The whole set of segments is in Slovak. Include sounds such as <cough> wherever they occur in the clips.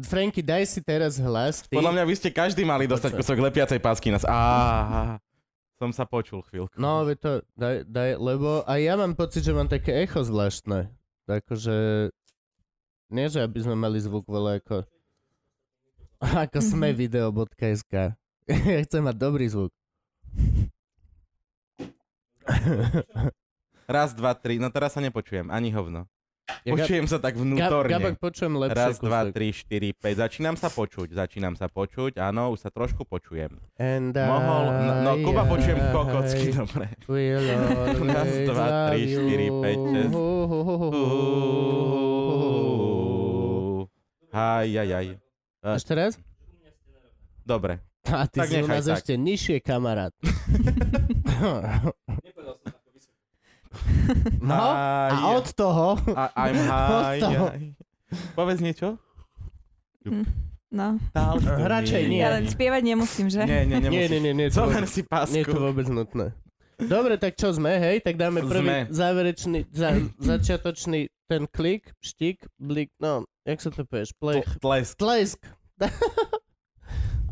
Franky, daj si teraz hlas. Ty. Podľa mňa vy ste každý mali dostať Počkaj. kusok lepiacej pásky nás. Á, som sa počul chvíľku. No, veď to, daj, daj, lebo aj ja mám pocit, že mám také echo zvláštne. Takže, nie že aby sme mali zvuk veľa ako, <laughs> ako sme video.sk. <laughs> Ja chcem mať dobrý <laughs> zvuk. Raz, dva, tri. No teraz sa nepočujem. Ani hovno. Ja Gab- Počujem sa tak Gab- Gabak vnútorne. počujem lepšie. Raz, kúsok. dva, tri, štyri, päť. Začínam sa počuť. Začínam sa počuť. Áno, už sa trošku počujem. And Mohol... No, no I- Kuba počujem I- <laughs> kokocky. Dobre. Will Raz, always dva, tri, love štyri, you. päť, šesť. Hu, hu, hu, hu, hu, hu. Aj, aj, aj. Ešte raz? Dobre. A ty Tak si u nechaj nás tak. ešte nižšie, <laughs> kamarát. no, Aj, a od toho... a- <laughs> I'm high. aj. Povedz niečo? No, Talk to Radšej me. nie. ja len spievať nemusím, že? Nie, <laughs> nie, Nie, nie, nemusíš. nie, nie, to Zober vôbec, si nie je to pásku. vôbec nutné. Dobre, tak čo sme, hej? Tak dáme prvý Sme. záverečný, za, začiatočný ten klik, štik, blik, no, jak sa to povieš? Plech. Tlesk. Tlesk.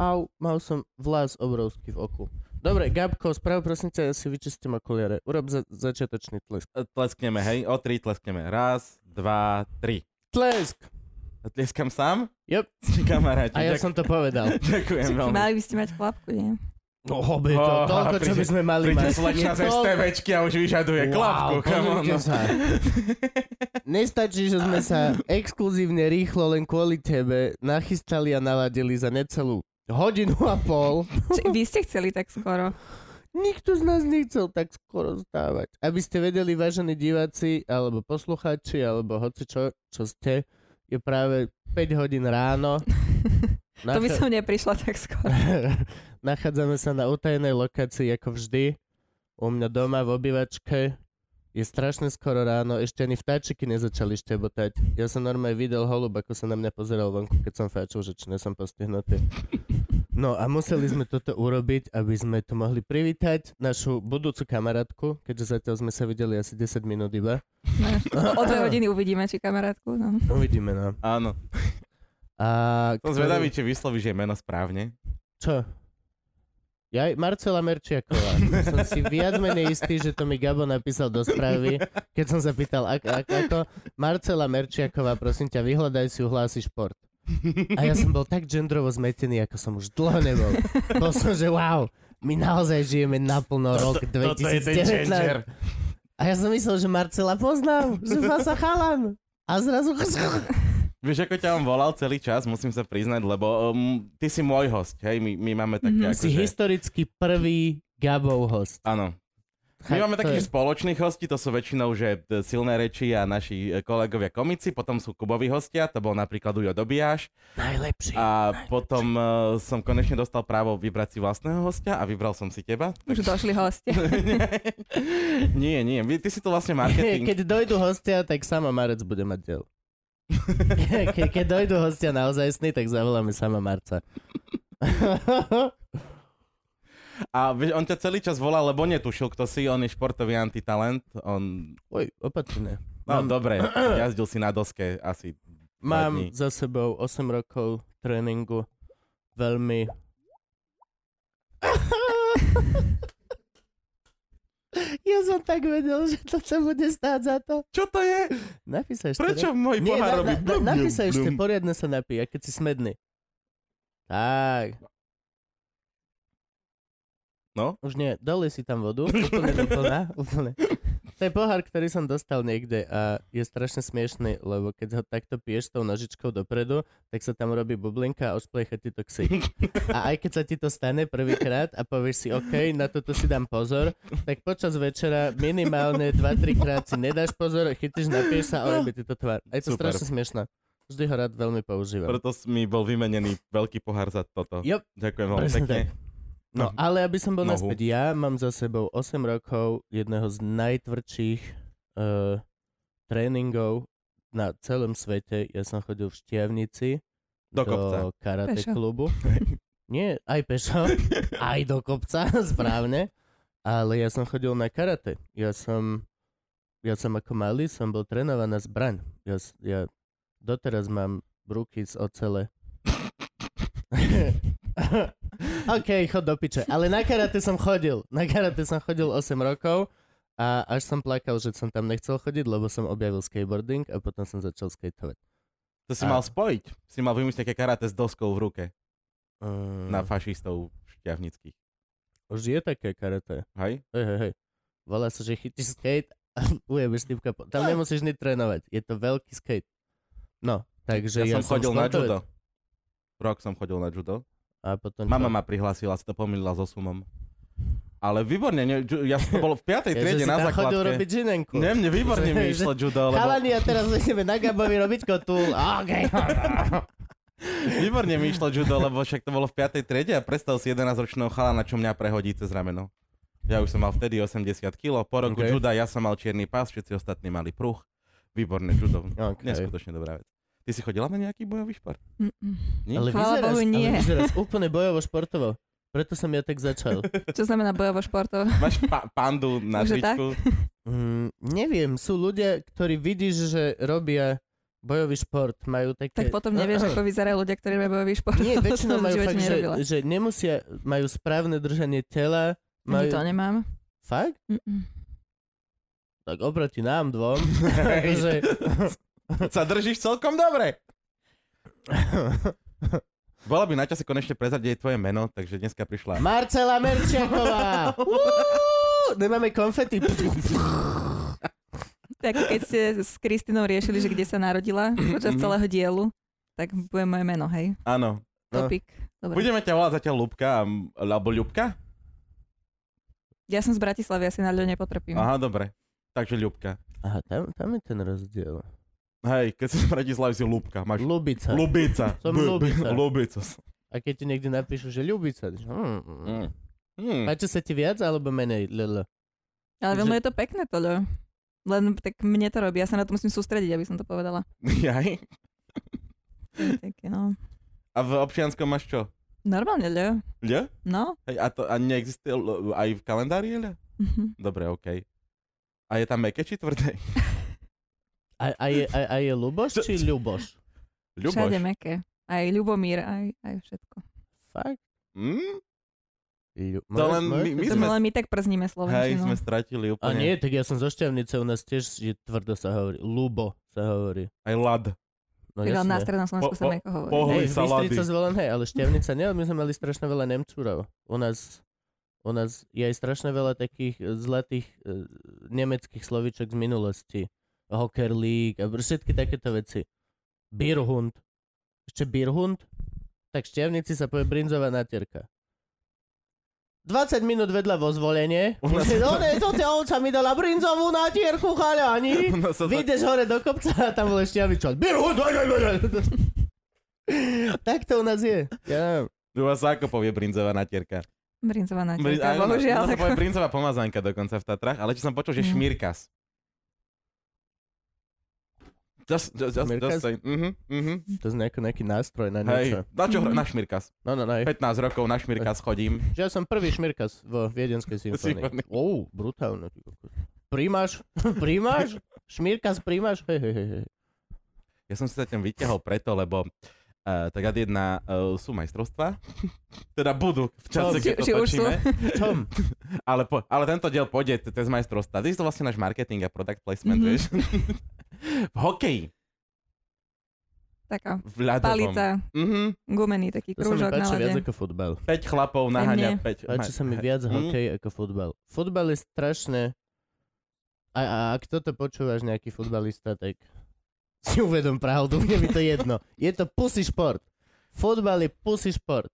Au, mal som vlas obrovský v oku. Dobre, Gabko, sprav prosím ťa, ja si vyčistím okuliare. Urob za- začiatočný tlesk. Tleskneme, hej? O tri tleskneme. Raz, dva, tri. Tlesk! Tlieskam sám? Yep. Si kamaráti. A ja ďak- som to povedal. Ďakujem veľmi. Mali by ste mať klapku, nie? No, hobe, to, Oh, toľko, čo by príde- sme mali Príde mať. slečna z Je toľko- STVčky a už vyžaduje Wow, klapku, come on. no. pozrite sa. Nestačí, že sme sa exkluzívne rýchlo len kvôli tebe nachystali a naladili za necelú hodinu a pol. Či, vy ste chceli tak <laughs> skoro. Nikto z nás nechcel tak skoro zdávať. Aby ste vedeli, vážení diváci, alebo poslucháči, alebo hoci čo, čo ste, je práve 5 hodín <laughs> ráno. To by som neprišla <laughs> tak skoro. Nachádzame sa na utajenej lokácii ako vždy. U mňa doma v obývačke. Je strašne skoro ráno, ešte ani vtáčiky nezačali štebotať. Ja som normálne videl holub, ako sa na mňa pozeral vonku, keď som fáčil, že či nesom postihnutý. No a museli sme toto urobiť, aby sme tu mohli privítať našu budúcu kamarátku, keďže zatiaľ sme sa videli asi 10 minút iba. No, o dve hodiny uvidíme, či kamarátku. No. Uvidíme, no. <laughs> Áno. A Som ktorý- zvedavý, či vyslovíš jej meno správne. Čo? Ja, Marcela <laughs> Merčiaková. Som si viac menej istý, že to mi Gabo napísal do správy, keď som sa pýtal, ak, ak, <laughs> ako. Marcela Merčiaková, prosím ťa, vyhľadaj si, uhlási šport. A ja som bol tak gendrovo zmetený, ako som už dlho nebol. Bol som, že wow, my naozaj žijeme naplno rok 2019. A ja som myslel, že Marcela poznám, že vás sa chalan. A zrazu... Akože- Vieš, ako ťa on volal celý čas, musím sa priznať, lebo um, ty si môj host, hej, my, my máme také Mhm. mm-hmm. Si akože... historicky prvý Gabov host. Áno. My Chá- máme to takých je- spoločných hostí, to sú väčšinou, že e, silné reči a naši e, kolegovia komici, potom sú Kubovi hostia, to bol napríklad Ujo Dobiaš Najlepší. a potom uh, som konečne dostal právo vybrať si vlastného hostia a vybral som si teba. <laughs> Už došli hostia. nie, nie, vy- ty si to vlastne marketing. <laughs> Keď dojdu hostia, tak sama Marec bude mať <laughs> diel. Ke, keď dojdu hostia naozaj sny, tak zavoláme sama <laughs> Marca. A vieš, on ťa celý čas volal, lebo netušil, kto si, on je športový antitalent, on... Uj, opatrne. No, Mám- <clears throat> dobre, jazdil si na doske asi Mám Vadí. za sebou 8 rokov tréningu. Veľmi... <laughs> <laughs> ja som tak vedel, že to sa bude stáť za to. Čo to je? Napísaj ešte Prečo môj Nie, pohár na, robí na, na, blum, napísaj blum, ešte, blum? poriadne sa napí, a keď si smedný. Tak. No? Už nie, dali si tam <laughs> vodu, úplne doplná, úplne. To je pohár, ktorý som dostal niekde a je strašne smiešný, lebo keď ho takto piješ tou nožičkou dopredu, tak sa tam robí bublinka a osplecha ti to ksik. <laughs> A aj keď sa ti to stane prvýkrát a povieš si, OK, na toto si dám pozor, tak počas večera minimálne 2-3 krát si nedáš pozor, chytíš, napiješ sa a ojebe ti to tvár. A je to Super. strašne smiešné. Vždy ho rád veľmi používam. Preto s- mi bol vymenený veľký pohár za toto. Jop, Ďakujem veľmi presne <laughs> tak. pekne. No, No. ale aby som bol Nohu. naspäť, ja mám za sebou 8 rokov jedného z najtvrdších uh, tréningov na celom svete. Ja som chodil v Štiavnici Do kopca. do karate Pešo. klubu. Nie, aj pešo, aj do kopca, <laughs> správne. Ale ja som chodil na karate. Ja som, ja som ako malý, som bol trénovaná zbraň. Ja, s- ja doteraz mám Bruky z ocele. <laughs> OK, chod do piče. Ale na karate som chodil. Na karate som chodil 8 rokov a až som plakal, že som tam nechcel chodiť, lebo som objavil skateboarding a potom som začal skateovať. To si A- mal spojiť. Si mal vymyslieť nejaké karate s doskou v ruke Mm, na fašistov šťavnických. už je také karate. Hej? Hej, hej, hej. Volá sa, že chytíš skate a <laughs> ujebeš typka. Po... Tam nemusíš nič trénovať. Je to veľký skate. No, takže ja, Ja, som chodil na športovec. judo. Rok som chodil na judo. A potom Mama ma prihlásila, si to pomýlila so sumom. Ale výborne, ne, ju- ja som to bol v <laughs> 5. ja, že triede si na tam chodil základke. robiť žinenku. Ne, mne výborne <laughs> mi Že- išlo judo, lebo, Chalani, a teraz ideme na Gabovi robiť <laughs> kotul. <laughs> Okay. výborne mi išlo judo, lebo však to bolo v 5. triede a predstav si 11-ročného chalana, čo mňa prehodí cez rameno. Ja už som mal vtedy 80 kg, po roku Okay. juda ja som mal čierny pás, všetci ostatní mali pruh. Výborné judo, neskutočne dobrá vec. Ty si chodila na nejaký bojový šport? Mm-mm. Ale Chvála vyzeráš, Bohu, nie. ale vyzeráš úplne bojovo športovo. Preto som ja tak <laughs> začal. Čo znamená bojovo športov? Máš pa- pandu na Takže tričku? Mm, neviem, sú ľudia, ktorí vidíš, že robia bojový šport, majú také... Tak potom nevieš, ako vyzerajú ľudia, ktorí robia bojový šport. <laughs> Nie, To väčšinou som v majú živote fakt, že, nerobila. že nemusia, majú správne držanie tela, Ani to majú... nemám. Fakt? Mm-mm. Tak oproti nám dvom, <laughs> <laughs> Hej. že... Sa držíš celkom dobre. Bola by na čase konečne prezradiť tvoje meno, takže dneska prišla. Marcela <laughs> Merčiaková! Uú, Nemáme konfety. To je ako keď ste s Kristinou riešili, že kde sa <laughs> narodila počas Mhm. celého dielu, tak bude moje meno, hej? Áno. No. Topik. Dobre. Budeme ťa volať zatiaľ Lubka, m, alebo Ľubka? Ja som z Bratislavy, asi na ľudia nepotrpím. Aha, dobre. Takže Ľubka. Aha, tam, tam je ten rozdiel. Hej, keď si z Bratislavy si Lubka, máš Lubica. Lubica. Som B- Lubica. Lubica. A keď ti niekde napíšu, že Ľubica, že- hmm. Mm. Mm. páči sa ti viac alebo menej? Lele. Ale veľmi že- je to pekné, Toľo. Len tak mne to robí, ja sa na to musím sústrediť, aby som to povedala. <laughs> Jaj. To je Také, no. A v občianskom máš čo? Normálne, ľo. Ľ? No. <laughs> Hej, a, to, a neexistuje l- aj v kalendári Ľ? Mhm. Dobre, okej. A je tam meké či tvrdé? A, a, je, a, a je <laughs> Luboš Čo- či Ľuboš? Všade Ľuboš. meké. Aj Ľubomír, aj, aj všetko. Fakt? Mm? Ľu- To len Môže- my- my môže- To sme- len my tak przníme Hej, sme no, slovenčinu. stratili A úplne. nie, tak ja som zo Šťavnice, u nás tiež je tvrdo sa hovorí. Lubo sa hovorí. Aj lad. No Tak ale na jasne. strednom Slovensku Po- sa po- meko hovorí. po- Pohli Hej, salady. Bystrica zvolen, hej, ale Šťavnica nie, ale my sme mali strašne veľa Nemcúrov. U nás, u nás je aj strašne veľa takých e, zlatých e, nemeckých slovíčok z minulosti. Hocker League a br- všetky takéto veci. Birhund. Ešte Birhund? Tak Šťavnici sa povie brinzová natierka. 20 minút vedľa vo zvolenie. U nás- One, to te ovca mi dala brinzovú natierku, <laughs> chaľani. <laughs> No, sa to... Vyjdeš hore do kopca a tam bol ešte avičan. Tak to u nás je. Ja neviem. U vás sa ako povie brinzová natierka? Brinzová Brin- aj natierka, u nás- u bohužiaľ. nás sa ako- povie brinzová pomazánka dokonca v Tatrach, ale čo som počul, že Mm. šmírkas. Just, just, just, Šmírkas? just say, mhm, mhm. To znie ako nejaký nástroj na Hej, niečo. na čo hra? Mhm. Na šmírkas. No, no, no. hej. 15 rokov na šmírkas chodím. Že ja som prvý šmirkas vo Viedenskej symfónii. Symfónii. Ou, brutálne. ty kokos. Príjmaš? Príjmaš? Šmirkas príjmaš? Hej, hej, hej, hej. Ja som si sa tam vyťahol preto, lebo Uh, tak ad jedna uh, sú majstrovstvá, <laughs> teda budú v Čo? čase, keď Či- či to už sú? <laughs> točíme, Čom? ale, po, ale tento diel pôjde t- cez majstrovstvá. Ty si to vlastne náš marketing a product placement, Mhm. vieš. <laughs> v hokeji, Taká v ľadovom. palica, Mhm. gumený taký To sa mi krúžok na páči viac lade. ako futbal. 5 chlapov naháňa mne. 5. Páči sa mi viac hm? Mhm. hokej ako futbal. Futbal je strašne... A, a ak toto počúvaš nejaký futbalista, tak si uvedom pravdu, mne by <laughs> to jedno. Je to pusy šport. Futbal je pusy šport.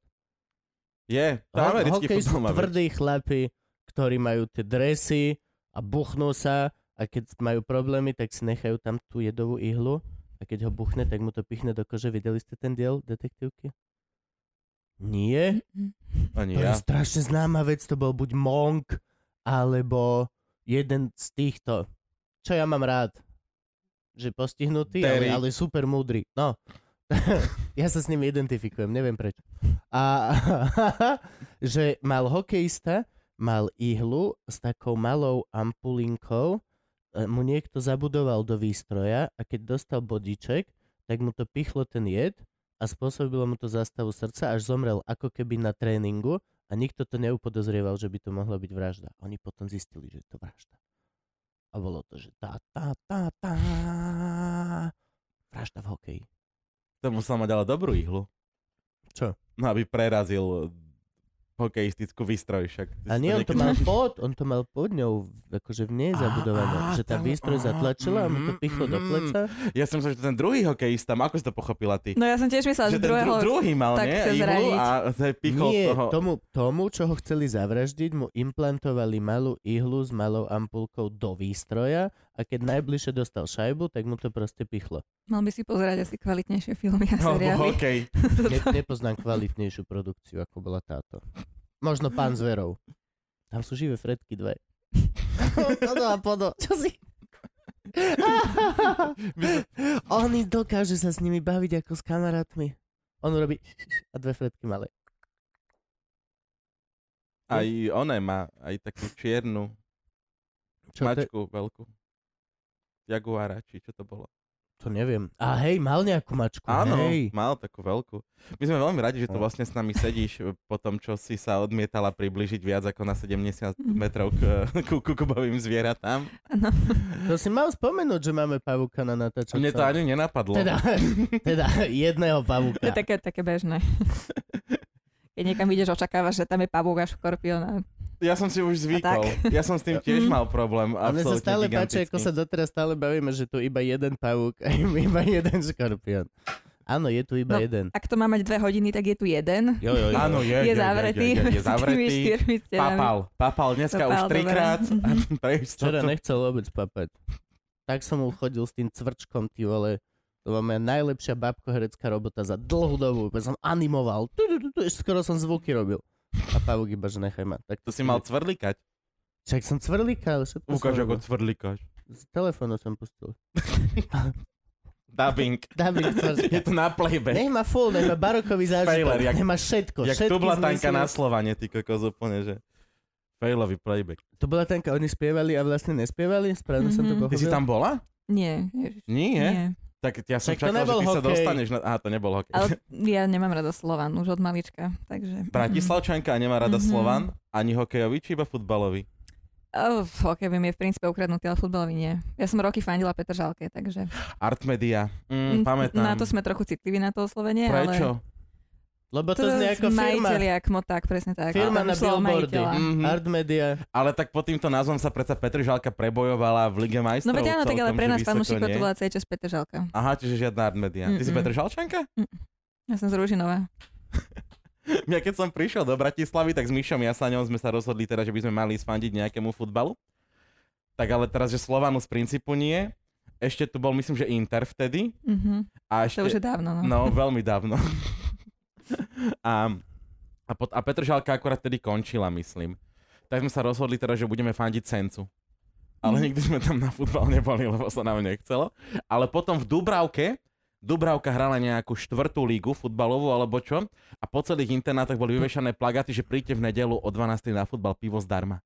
Je, to Ho- americký hokej sú futbal má tvrdý. tvrdí chlapi, ktorí majú tie dresy a buchnú sa a keď majú problémy, tak si nechajú tam tú jedovú ihlu a keď ho buchne, tak mu to pichne do kože. Videli ste ten diel detektívky? Nie? Hm, Ani To ja. je strašne známa vec, to bol buď Monk, alebo jeden z týchto. Čo ja mám rád? Že postihnutý, ale, Derek. ale super múdry. No. <laughs> ja sa s ním identifikujem, neviem prečo. A <laughs> že mal hokejista, mal ihlu s takou malou ampulinkou, e, mu niekto zabudoval do výstroja a keď dostal bodiček, tak mu to pichlo ten jed a spôsobilo mu to zastavu srdca, až zomrel ako keby na tréningu a nikto to neupodozrieval, že by to mohla byť vražda. Oni potom zistili, že je to vražda. A bolo to, že tá, tá, tá, tá, vražda v hokeji. To musel mať ale dobrú ihlu. Čo? No, aby prerazil hokejistickú výstroj však. A Ty si nie, on to niekedy- mal pod, on to mal pod ňou, akože v nej Á, á, zabudované, že tá tam, výstroj á, zatlačila a mu to mhm, pichlo do mhm. pleca. <laughs> Ja som myslel, že to ten druhý hokejista, má- ako si to pochopila ty? No ja som tiež myslela, že že, ten druhého... dru- druhý mal, tak nie? chce Ihlu zraniť. a hej, pichol nie, toho. tomu, tomu, čo ho chceli zavraždiť, mu implantovali malú ihlu s malou ampulkou do výstroja a keď najbližšie dostal šajbu, tak mu to proste <laughs> pichlo. Mal by si pozerať asi kvalitnejšie filmy a Alebo seriály. <laughs> hokej. Ne, nepoznám kvalitnejšiu produkciu, ako bola táto. Možno pán Zverov. Tam sú živé fredky <laughs> dve. <laughs> Podo a podo. Čo si? On dokáže sa s nimi baviť ako s kamarátmi. On robí a dve fredky malé. Aj ona má aj takú čiernu Čo to, je- mačku veľkú. Jaguára, či čo to bolo? to neviem. A hej, mal nejakú mačku. Áno, Hej. mal takú veľkú. My sme veľmi radi, že tu No. vlastne s nami sedíš e, po tom, čo si sa odmietala približiť viac ako na 70 Mhm. metrov k, <laughs> k kukubovým zvieratám. Áno. To si mal spomenúť, že máme pavuka na natáčača. Mne to ani nenapadlo. Teda, <laughs> teda jedného pavuka. To je také, také <laughs> bežné. Keď niekam ideš, očakávaš, že tam je pavúk a škorpión. A... Ja som si už zvykol. Ja som s tým tiež Mm. mal problém. Mhm. A mne sa absolútne stále páči, gigantický. ako sa doteraz stále bavíme, že tu iba jeden pavúk a <laughs> iba jeden škorpión. Áno, je tu iba No. jeden. Ak to má mať dve hodiny, tak je tu jeden. Jo, jo, jo. Áno, je, je, zavretý. <laughs> Je, je, je, je <laughs> medzi Tými zavretý. štyrmi stenami. Papal, papal dneska Papal, už dobre. <laughs> trikrát. A pre Včera istotu. nechcel vôbec papať. Tak som mu chodil s tým cvrčkom, ty vole. To bola moja najlepšia babkoherecká robota za dlhú dobu. Ja som animoval. Tu, tu, tu, tu, ešte skoro som zvuky robil. A pavúk iba, že nechaj ma. Tak To si mal cvrlikať. Čak som cvrlíkal, všetko som Ukáž, ako robil. cvrlikaš. Z telefónu som pustil. <laughs> Dubbing. <laughs> Dámy Je cvrčka. to na playback. Nech ma full, nech ma barokový zážitok. Failer, jak- Nech ma všetko. Jak všetky tu bola tanka zmysly. na Slovane, ty kokos úplne, že... Failový playback. To bola tanka, oni spievali a vlastne nespievali? Správne som to Mhm. pochopil? Ty si tam bola? Nie, ježiš. Nie. Nie. Tak ja som Tak to čakal, že nebol ty sa hokej. dostaneš na... Aha, to nebol hokej. <laughs> Ale ja nemám rada Slovan už od malička, takže... Bratislavčanka a nemá rada Mhm. Slovan, ani hokejový, či iba futbalový. Oh, ok, viem, je v princípe ukradnutý, ale futbalový nie. Ja som roky fandila Petržalke, takže... Artmedia. Mm, Mm, pamätám. Na to sme trochu citliví na to oslovenie, ale... Prečo? No Lebo to znie ako firma. Majiteľia, kmoták, presne tak. Firma Tam na slovo billboardy. majiteľa. Mhm. Art Media. Ale tak pod týmto názvom sa predsa Petržalka prebojovala v Lige No majstrov. veď áno, tak ale celkom, pre že nás pán vysoko, Mušiko nie? tu bola CHS Petržalka. Aha, čiže žiadna Artmedia. Ty si Mm-mm. Petržalčanka? Ja som z Ružinová. Ja keď som prišiel do Bratislavy, tak s Myšom Jasaňom sme sa rozhodli teda, že by sme mali sfandiť nejakému futbalu. Tak ale teraz, že Slovanu z princípu nie. Ešte tu bol, myslím, že Inter vtedy. Mhm. A To ešte... už je dávno, no. No, veľmi dávno. <laughs> a, a, pot, a Petržalka akurát tedy končila, myslím. Tak sme sa rozhodli teda, že budeme fandiť Sencu. Ale nikdy sme tam na futbal neboli, lebo sa nám nechcelo. Ale potom v Dubravke, Dubravka hrala nejakú štvrtú lígu futbalovú alebo čo a po celých internátoch boli vyvešané plagáty, že príďte v nedelu o 12. na futbal pivo zdarma.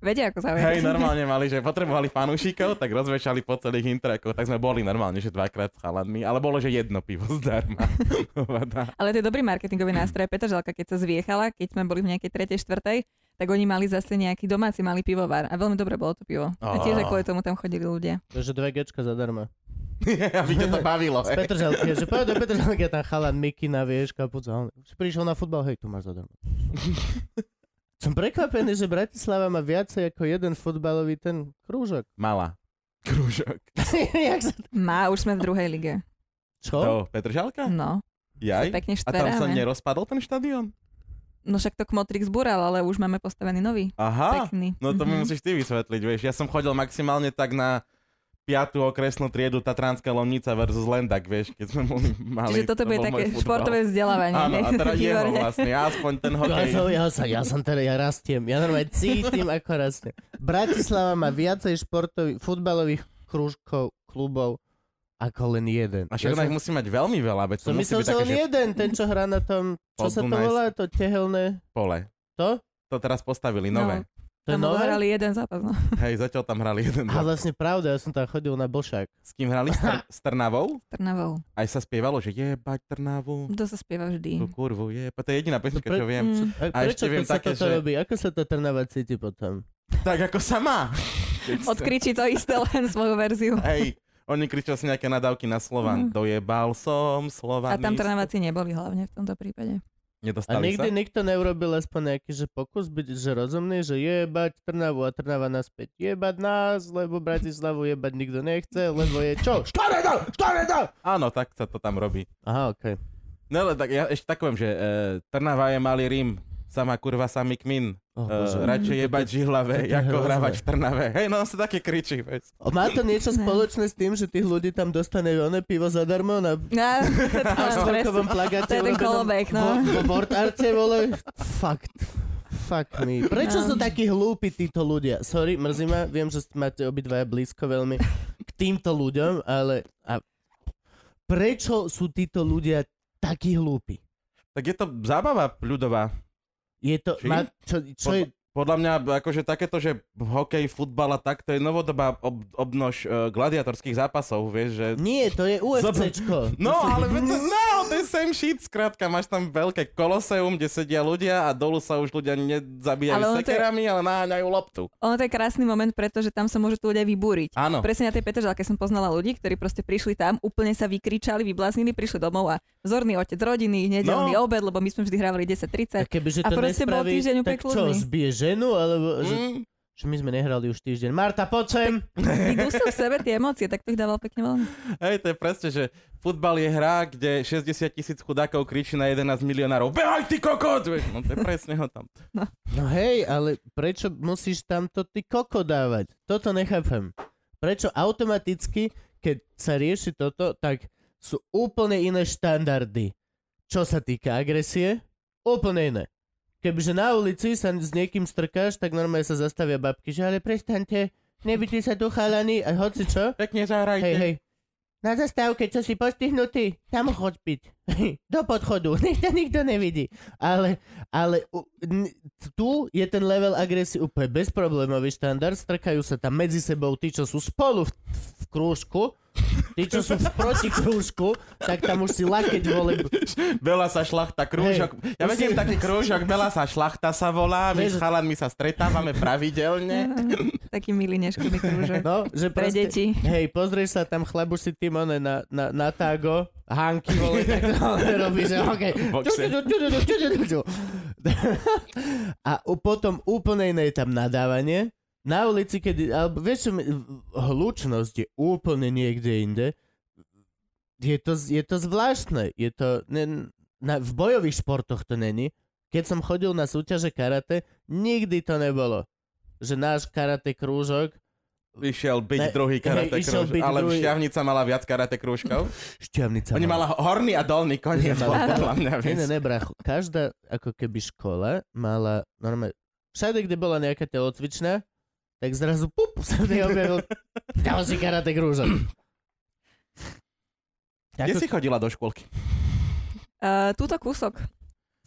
Vedia, ako zaujať. Hej, <laughs> normálne mali, že potrebovali fanúšikov, tak rozvešali po celých intrakoch, tak sme boli normálne, že dvakrát s chalanmi, ale bolo, že jedno pivo <laughs> zdarma. Voda. Ale to je dobrý marketingový nástroj. Petržalka, keď sa zviechala, keď sme boli v nejakej tretej, štvrtej, tak oni mali zase nejaký domáci malý pivovar. A veľmi dobre bolo to pivo. A tiež aj kvôli tomu tam chodili ľudia. Takže dve gečka zadarmo. <laughs> Aby ťa to bavilo. Z hej. Petržalky, že poď do Petržalky, tam chalan Mikina, vieš, kapuca. a On, si prišiel na futbal, hej, tu máš <laughs> zadarmo. Som prekvapený, že Bratislava má viacej ako jeden futbalový ten krúžok. <laughs> Mala. Krúžok. Jak sa... Má, už sme v druhej lige. Čo? To, Hm. Petržalka? No, sa Jaj? pekne A tam sa štveráme. nerozpadol ten štadión? No však to Kmotrik zbúral, ale už máme postavený nový. Aha. Pekný. No to mi Mhm. musíš ty vysvetliť, vieš. Ja som chodil maximálne tak na piatú okresnú triedu Tatranská Lomnica versus Lendak, vieš, keď sme boli mali. Čiže toto bude bol môj také futbal. športové vzdelávanie. Áno, a <laughs> teraz jeho Výborne. vlastne, aspoň ten Ja, hokej. som, ja, sa, ja som teda, ja rastiem. Ja normálne cítim, ako rastiem. Bratislava má viacej športových, futbalových krúžkov, klubov, ako len jeden. A ja však ja ich musí mať veľmi veľa, veď to som musí myslel, byť že také, len že jeden, ten, čo hrá na tom, čo sa to Podunajské. volá, to tehelné, pole. to? To teraz postavili nové. To je Tam nové? odohrali jeden zápas, no. Hej, zatiaľ tam hrali jeden. A Ale... vlastne pravda, ja som tam chodil na Bošák. S kým hrali? S, <laughs> tr- s Trnavou? Trnavou. Aj sa spievalo, že jebať Trnavu, To sa spieva tú vždy. kurvu jebať. To je jediná pesnička, Hm. pre- čo viem. Mm. A, A prečo ešte viem to sa také, toto že- robí? Ako sa to Trnava cíti potom? Tak ako sa <laughs> má. Keď sa- Odkričí to isté len svoju verziu. Hej, oni kričia si nejaké nadávky na Hm. Slovan. Mhm. Dojebal som Slovan. A tam Trnaváci neboli hlavne v tomto prípade. <laughs> A Nedostali nikdy sa. nikto neurobil aspoň nejaký že pokus byť že rozumný, že jebať Trnavu a Trnava naspäť. Jebať nás, lebo Bratislavu jebať nikto nechce, lebo je čo? Štoreda! Štoreda! Áno, tak sa to tam robí. Aha, okej. No ale tak ja ešte tak poviem, že e, Trnava je malý Rím. Sama kurva, samý kmin. Oh, E, Bože. radšej jebať žihlave, to je ako hrozné. hrávať v Trnave. Hej, no on sa také kričí. Veď. Má to niečo Ne. spoločné s tým, že tých ľudí tam dostane oné pivo zadarmo na No, to na máš štvorkovom presne. plagáte. To je ten urobenom kolobek, no. Vo, vo bortárce, vole. Fakt. Fuck me. Prečo No. sú takí hlúpi títo ľudia? Sorry, mrzí ma, viem, že máte obidvaja blízko veľmi k týmto ľuďom, ale a prečo sú títo ľudia takí hlúpi? Tak je to zábava ľudová. Je to, Čím? ma, čo, čo je, Podľa mňa, akože takéto, že hokej, futbal a tak, to je novodobá ob, obnož e, gladiatorských zápasov, vieš, že... nie, to je UFCčko. No, ale veď to, no, to je same shit, skrátka, máš tam veľké koloseum, kde sedia ľudia a dolu sa už ľudia nezabíjajú Ale ono to je- sekerami, ale naháňajú loptu. Ono to je krásny moment, pretože tam sa môžu tu ľudia vybúriť. Áno. Presne na tej Petržalke som poznala ľudí, ktorí proste prišli tam, úplne sa vykričali, vybláznili, prišli domov a vzorný otec rodiny, nedelný No. obed, lebo my sme vždy A hrávali <laughs> 10.30. kebyže A to proste bol nespraví, týždeň úplne tak čo, kľudný. zbije ženu, alebo... Že, Mm, že my sme nehrali už týždeň. Marta, poď sem! Idú sa v sebe tie emócie, tak to ich dával pekne veľmi. hej, to je presne, že futbal je hra, kde 60 tisíc chudákov kričí na 11 milionárov, behaj ty kokot! Vieš, No to je presne ho tam. No hej, ale prečo musíš tamto ty koko dávať? Toto nechápem. Prečo automaticky, keď sa rieši toto, tak sú úplne iné štandardy. Čo sa týka agresie, úplne iné. Kebyže na ulici sa s niekým strkáš, tak normálne sa zastavia babky, že ale prestaňte, nebyte sa tu chalani a hoci čo. Pekne zahrajte. Hej, hej. Na zastávke, čo si postihnutý, tam choď piť. <laughs> Do podchodu, <laughs> nech to nikto nevidí. Ale, ale u- n- tu je ten level agresie úplne bezproblémový štandard. Strkajú sa tam medzi sebou tí, čo sú spolu v, v krúžku. Tí, čo sú v protikrúžku, tak tam už si lakeť vole... Bela sa šlachta, krúžok. Ja Už si- vediem taký krúžok, Bela sa šlachta sa volá, my Vieš, s že- chalanmi sa stretávame pravidelne. No, Taký milý neškodný <laughs> krúžok. No, že Pre proste, deti. Hej, pozrieš sa tam chlebu si tým one na, na, na tágo, hanky vole, tak to ale <laughs> robí, že okej. Boxe. <laughs> A u- potom úplne iné je tam nadávanie. Na ulici, keď, alebo vieš, čo mi- hlučnosť je úplne niekde inde. Je to, z- je to zvláštne. Je to, ne, na, v bojových športoch to není. Keď som chodil na súťaže karate, nikdy to nebolo. Že náš karate krúžok Išiel Ne, byť druhý hej, karate išiel krúžok, byť ale druhý. šťavnica mala viac karate krúžkov. Šťavnica Oni mala horný a dolný koniec, Že mala- podľa mňa. Nie, vieš. nie, nie, brachu. Každá ako keby škola mala normálne... Všade, kde bola nejaká telocvičná, tak zrazu pup, sa <laughs> mi objavil ďalší karate krúžok. Kde Ako, si chodila do škôlky? Uh, túto kúsok.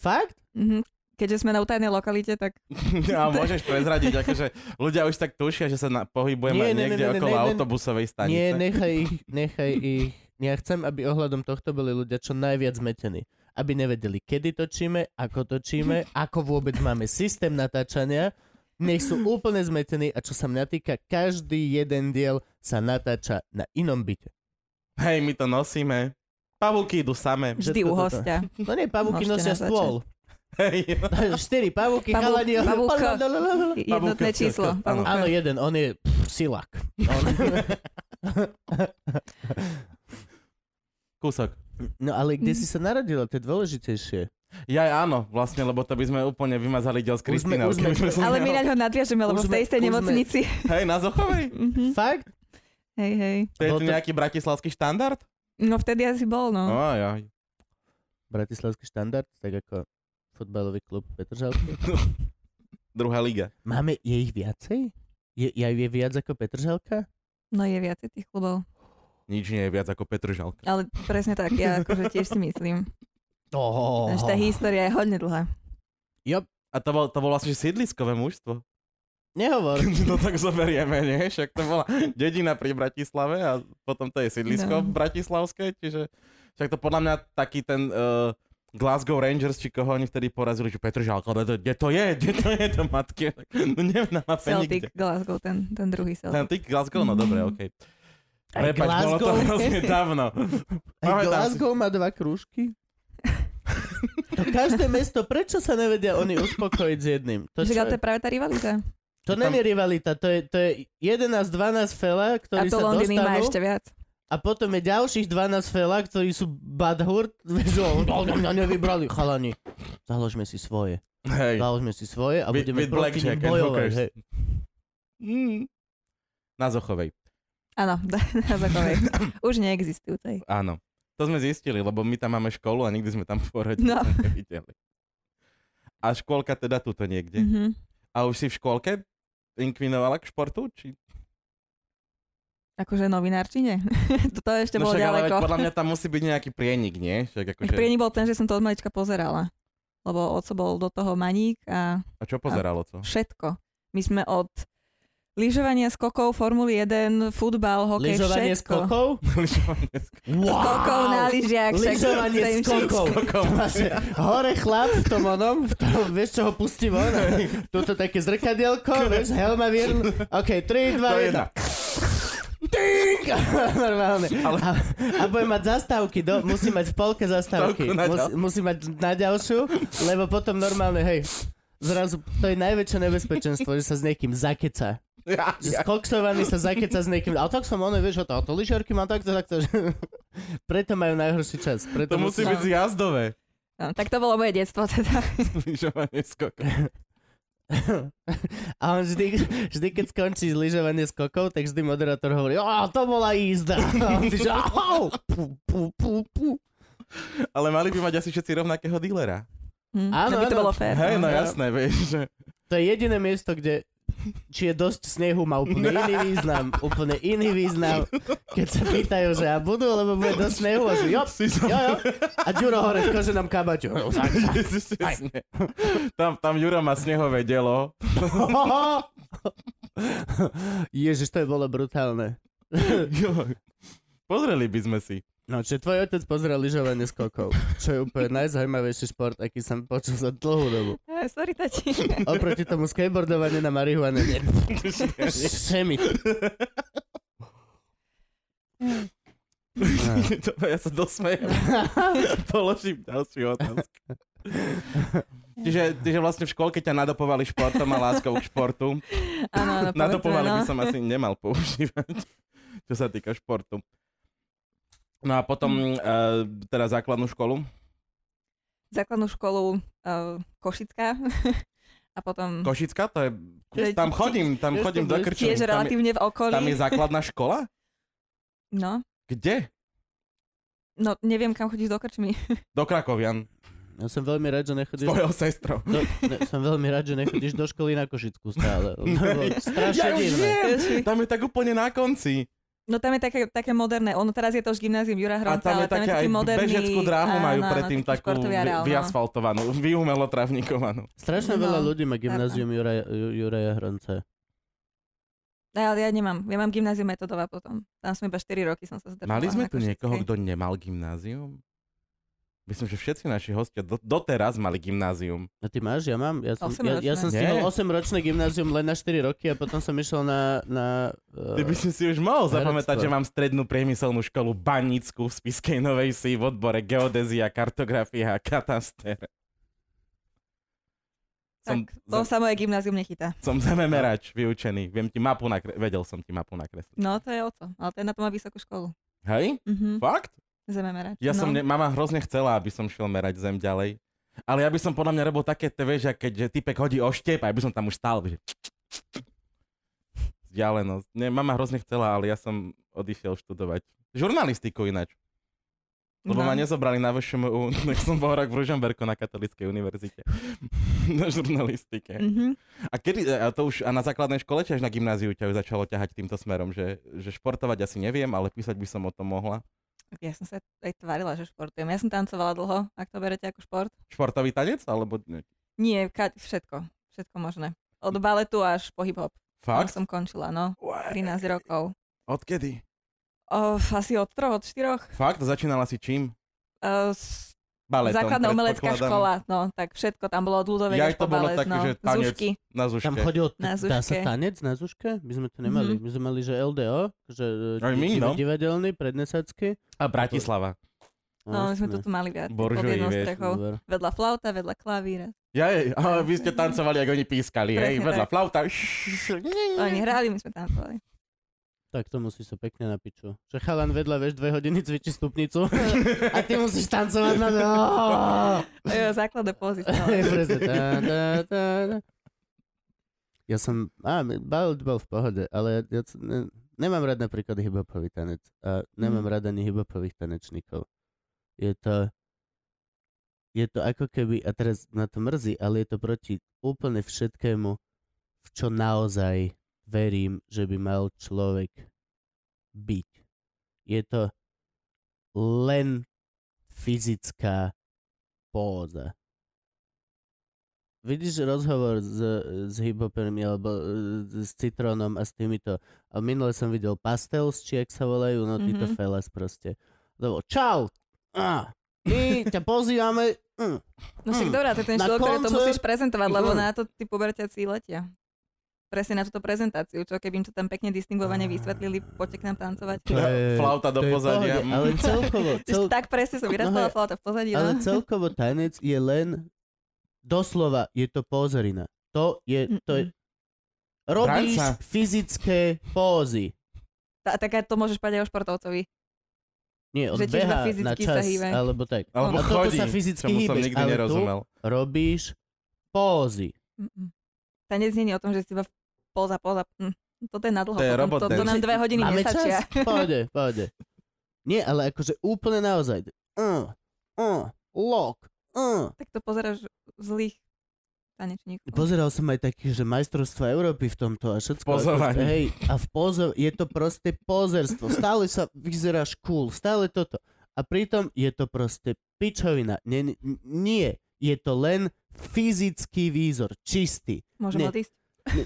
Fakt? Mhm. Keďže sme na utajnej lokalite, tak <laughs> A môžeš prezradiť, akože ľudia už tak tušia, že sa na, pohybujeme Nie, nie, nie, niekde nie, okolo nie, nie. autobusovej stanice. Nie, nechaj ich, nechaj ich. Ja chcem, aby ohľadom tohto boli ľudia čo najviac zmetení. Aby nevedeli, kedy točíme, ako točíme, ako vôbec máme systém natáčania. Nech sú úplne zmetení a čo sa mňa týka, každý jeden diel sa natáča na inom byte. Hej, my to nosíme. Pavúky idú <laughs> samé. Že vždy u toto- hostia. No nie, pavúky Môžete nosia natáčať. stôl. <laughs> Hej. Štyri pavúky, Pavú- chalani. pavúka. Lalalala. Jednotné Pavúka, číslo. áno. Pavúka. Áno, jeden, on je pff, silák. On... <laughs> Kúsok. No ale kde si sa narodila, to je dôležitejšie. Ja áno, vlastne, lebo to by sme úplne vymazali diel s Už sme- Kristínou. už sme- keby sa Ale my znali. na ňo nadviažeme, lebo Už v tej sme- istej už sme- nemocnici. Hej, na Zochovej? Mhm. Fakt? Hej, hej. To je Bol tu No to- nejaký bratislavský štandard? No vtedy asi bol, no. Oj, oj. Bratislavský štandard, tak ako futbalový klub <laughs> Petržalky. <laughs> Druhá liga. Máme, je ich viacej? Je, ja- je viac ako Petržalka? No je viacej tých klubov. Nič nie je viac ako Petržalka. Ale presne tak, ja akože tiež si myslím. Oh. Že tá história je hodne dlhá. A to bol, to bol vlastne že sídliskové mužstvo. Nehovor. <laughs> No tak zoberieme, nie? Však to bola dedina pri Bratislave a potom to je sídlisko No. bratislavské, čiže však to podľa mňa taký ten uh, Glasgow Rangers, či koho oni vtedy porazili, že Petr Žalko, ale to- kde to je, kde to je, to matke, no neviem na mape nikde. Celtic, Glasgow, ten, ten druhý Ten Celtic Celtic. Glasgow, no dobre, Mm. okej. Aj Prepač, bolo to Glasgow. hrozne dávno. Aj Pamätám si- Glasgow má dva <laughs> krúžky. To každé mesto, prečo sa nevedia oni uspokojiť s jedným? To, Však čo, ale to je práve tá rivalita. to tam- není rivalita, to je, to je 11-12 fela, A ktorí to sa Londýn dostanú má ešte viac. a potom je ďalších 12 fela, ktorí sú badhurt, <laughs> že mňa no, nevybrali, chalani. Založme si svoje. Hej. Založme si svoje a With- budeme with proti nim blackjack and bojovať. hookers. hej. Mm. Na Zochovej. Áno, na Zokovej. Už neexistujúcej. Áno. To sme zistili, lebo my tam máme školu a nikdy sme tam pôrodiť no. No. <laughs> nevideli. A škôlka teda tuto niekde. Mhm. A už si v škôlke inkvinovala k športu? Či... Akože novinárčine. Toto ešte bolo No však, ale veď ďaleko. podľa mňa tam musí byť nejaký prienik, nie? Však Tak akože... Prienik bol ten, že som to od malička pozerala. Lebo oco bol do toho maník a A čo pozeralo to? <laughs> všetko. My sme od lyžovania skokov, Formuly 1, futbal, hokej, Lyžovanie všetko. skokov? Lyžovanie s Wow! Skokov na lyžiach. však Lyžovanie sa im skokov. kokom. Vlastne, hore chlap v tom onom, v tom, vieš čo ho pustí von? Toto také zrkadielko, vieš, helma vier. OK, 3, To je 2, 1. jedna. Tink! <laughs> Normálne. Ale- A, a bude mať zastávky, do, musí mať v polke zastávky. Polku na Musí, musí mať na ďalšiu, lebo potom normálne, hej, zrazu, to je najväčšie nebezpečenstvo, že sa s niekým zakeca. Ja, Že ja. skoksovaný sa zakeca s niekým. A tak som ono, vieš, o to, a to lyžiarky mám takto, takto. že- <laughs> Preto majú najhorší čas. Preto To musí musí... byť zjazdové. <laughs> No, tak to bolo moje detstvo teda. Lyžovanie s kokom. A on vždy, vždy keď skončí lyžovanie skokov, tak vždy moderátor hovorí, o, to bola jízda. <laughs> A on ty, že, "Au, pú, pú, pú, pú." Ale mali by mať asi všetci rovnakého dílera. Hm, Áno, že by to áno. bolo fér. Hej, no áno. jasné, vieš, že... To je jediné miesto, kde či je dosť snehu, má úplne iný <laughs> význam. Úplne iný význam. Keď sa pýtajú, že a budú, lebo bude dosť snehu, a že jo, Si som... <laughs> jo, jo. A Ďuro hore v koženom kabaťu. tam, tam Juro má snehové <laughs> delo. <laughs> Ježiš, to je bolo brutálne. Jo. Pozreli by sme si. No, čiže tvoj otec pozrel lyžovanie skokov, čo je úplne najzaujímavejší šport, aký som počul za dlhú dobu. Hej, Sorry, tati. <laughs> Oproti tomu skateboardovanie na marihuane. nie. <laughs> Šemi. <laughs> Dobre, ja sa dosmejem. Položím ďalšiu otázku. Čiže, čiže vlastne v škôlke ťa nadopovali športom a láskou k športu. Áno, áno, Nadopovali povedzme, by no. som asi nemal používať, <laughs> čo sa týka športu. No a potom uh, teda základnú školu. Základnú školu uh, Košická. <laughs> A potom Košická, to je... Že- Tam chodím, tam Tiež to chodím do bude Krčmy. Hm. tiež Tam, je- relatívne v okolí. tam je základná škola? No, Kde? no neviem, kam chodíš do krčmy. Do Krakovian. Ja som veľmi rád, že S nechodíš... tvojou sestrou. Do, No, ne, som veľmi rád, že nechodíš do školy na Košicku stále. <laughs> Lebo Ja strašne už divné. viem. Tam je tak úplne na konci. No tam je také, také moderné, ono teraz je to už gymnázium A Jura Hronca, tam je ale také aj taký moderný... bežeckú dráhu majú áno, áno, predtým taký takú športový vy- areál, no. vyasfaltovanú, vyumelotravnikovanú. Strašne No. veľa ľudí má gymnázium Juraja, Ju- Juraja Hronca. Ne, ale ja nemám, ja mám gymnázium metodová potom. Tam som iba 4 roky som sa zdržala. Mali sme na tu Košickej. niekoho, kto nemal gymnázium? Myslím, že všetci naši hostia do, doteraz mali gymnázium. A ty máš? Ja mám. Ja som, ja, Osemročné. ja som Nie. stihol 8-ročné gymnázium len na 4 roky a potom som išiel na... na Ty by uh, si si už mohol herectvo. zapamätať, že mám strednú priemyselnú školu Banickú v Spiskej Novej Si v odbore geodézia, kartografia a kataster. Tak, Som, to sa moje gymnázium nechytá. som zememerač vyučený. Viem ti mapu nakre- vedel som ti mapu nakresliť. No to je o to, ale ten na to má vysokú školu. Hej? Mhm, Fakt? zememerač. Ja no. som, ne, mama hrozne chcela, aby som šiel merať zem ďalej. Ale ja by som podľa mňa robil také, te, vieš, že keď že typek hodí o štep, a ja by som tam už stál. Že... Vzdialenosť. Nie, mama hrozne chcela, ale ja som odišiel študovať. Žurnalistiku ináč. Lebo no. ma nezobrali na VŠMU, tak som bol rok v Ružomberku na Katolíckej univerzite. na žurnalistike. Mhm. A, kedy, a to už a na základnej škole, či až na gymnáziu ťa už začalo ťahať týmto smerom, že, že športovať asi neviem, ale písať by som o tom mohla. Ja som sa aj tvárila, že športujem. Ja som tancovala dlho, ak to berete ako šport. Športový tanec? Alebo... Nie, ka- všetko. Všetko možné. Od baletu až po hip-hop. Tam Fakt? som končila, no. Ué, 13 rokov. Odkedy? Oh, asi od troch, od štyroch. Fakt? Začínala si čím? Uh, s- Baletom, základná umelecká predpokladám. škola, no, tak všetko tam bolo od ľudovej Jaj, až to po bolo balet, také, no. že tanec. Zúšky. Na zuške. Tam chodil, t- Na dá sa zuške. tanec na zuške? My sme to nemali. Mhm. My sme mali, že LDO, že e, Aj my, div- no. divadelný, prednesacký. A Bratislava. No, my sme Jasné. to tu mali viac. Boržuji, pod jednou vieš, strechou. Dobre. Vedľa flauta, vedľa klavíra. Jaj, ale vy ste tancovali, ako oni pískali, hej, Presne vedľa tak. flauta. Mm. Oni hrali, my sme tancovali. Tak to musí sa pekne na piču. Že chalan vedľa, vieš, dve hodiny cvičí <laughs> stupnicu a ty musíš tancovať na... No! To <laughs> je základné pozície. Presne, tá, tá, tá, tá. Ja som... Á, mi- balet bol v pohode, ale ja, ja c- ne, nemám rád napríklad hip-hopový tanec. A nemám Mhm. rád ani hip-hopových tanečníkov. Je to... Je to ako keby, a teraz na to mrzí, ale je to proti úplne všetkému, v čo naozaj verím, že by mal človek byť. Je to len fyzická póza. Vidíš rozhovor s, s hiphopermi alebo e, s Citrónom a s týmito. A minule som videl Pastels, či ak sa volajú, no títo Mhm. felas proste. To bolo, čau! Ah, my ťa pozývame... Mm. No však Mm. dobrá, to je ten Na štýl, ktorý to koncert- musíš prezentovať, lebo Mm. na to tí puberťaci letia. Presne na túto prezentáciu, čo keby im to tam pekne Ah. distingovane vysvetlili, poďte k nám tancovať. To je- Flauta do to je v pozadia. mm. pohode, Ale celkovo, Cel... cel, Tak presne som No vyrastala hej. flauta v pozadí. Ale No. celkovo tanec je len, doslova, je to pozorina. To je, to je, robíš Branca. fyzické pózy. Tá, tak aj to môžeš povedať aj o športovcovi. Nie, on Že tiež iba beha na fyzicky sa čas, hýbe. alebo tak. <laughs> a Alebo toto chodí, no, sa fyzicky čomu som hýbeš, nikdy ale tu- nerozumel. Robíš pózy. Mm-mm. Tanec nie je o tom, že si iba poza, poza. Mm. Toto je na dlho. To je potom robot to, to dance. nám dve hodiny Máme nestačia. <laughs> čas? Pohode, pohode. Nie, ale akože úplne naozaj. Uh, uh, lock, uh. Tak to pozeráš zlých tanečníkov. Pozeral som aj taký, že majstrovstva Európy v tomto a všetko. pozovaní. Akože, hej, a v pozor, je to proste pozerstvo. Stále sa vyzeráš cool, stále toto. A pritom je to proste pičovina. Nie, nie je to len fyzický výzor, čistý. Môžem nie. odísť.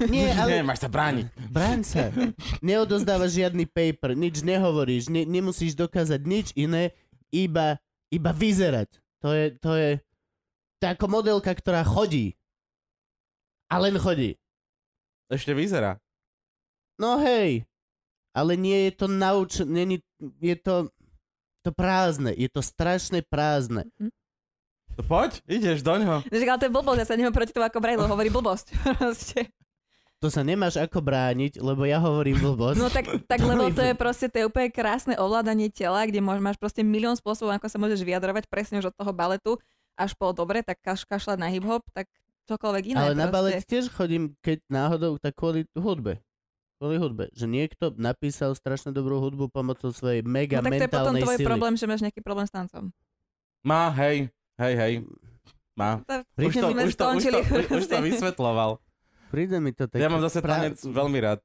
Nie, ale <laughs> Nie, máš sa brániť. Bráň sa. Neodozdávaš žiadny paper, nič nehovoríš, ne, nemusíš dokázať nič iné, iba, iba vyzerať. To je, to je, to je ako modelka, ktorá chodí. A len chodí. <laughs> Ešte vyzerá. No hej. Ale nie je to naučené, je to, to prázdne, je to strašne prázdne. No Poď, ideš do ňoho. No, že, ale to je blbosť, ja sa neho proti tomu ako brajlo, hovorí blbosť. <laughs> Proste. To sa nemáš ako brániť, lebo ja hovorím blbosť. No tak, tak To lebo je to je proste, to je úplne krásne ovládanie tela, kde môž, máš proste milión spôsobov, ako sa môžeš vyjadrovať presne už od toho baletu až po dobre, tak kaš, kašľať na hip-hop, tak čokoľvek iné. Ale na proste. balet tiež chodím, keď náhodou, tak kvôli hudbe. Kvôli hudbe. Že niekto napísal strašne dobrú hudbu pomocou svojej mega No tak to je potom mentálnej tvoj sily. problém, že máš nejaký problém s tancom. Má, hej, hej, hej. Má. To, Pri- Už to, sme už to, už to, skončili. už, <laughs> už to vysvetloval. Príde mi to tak... Ja mám zase tanec veľmi rád.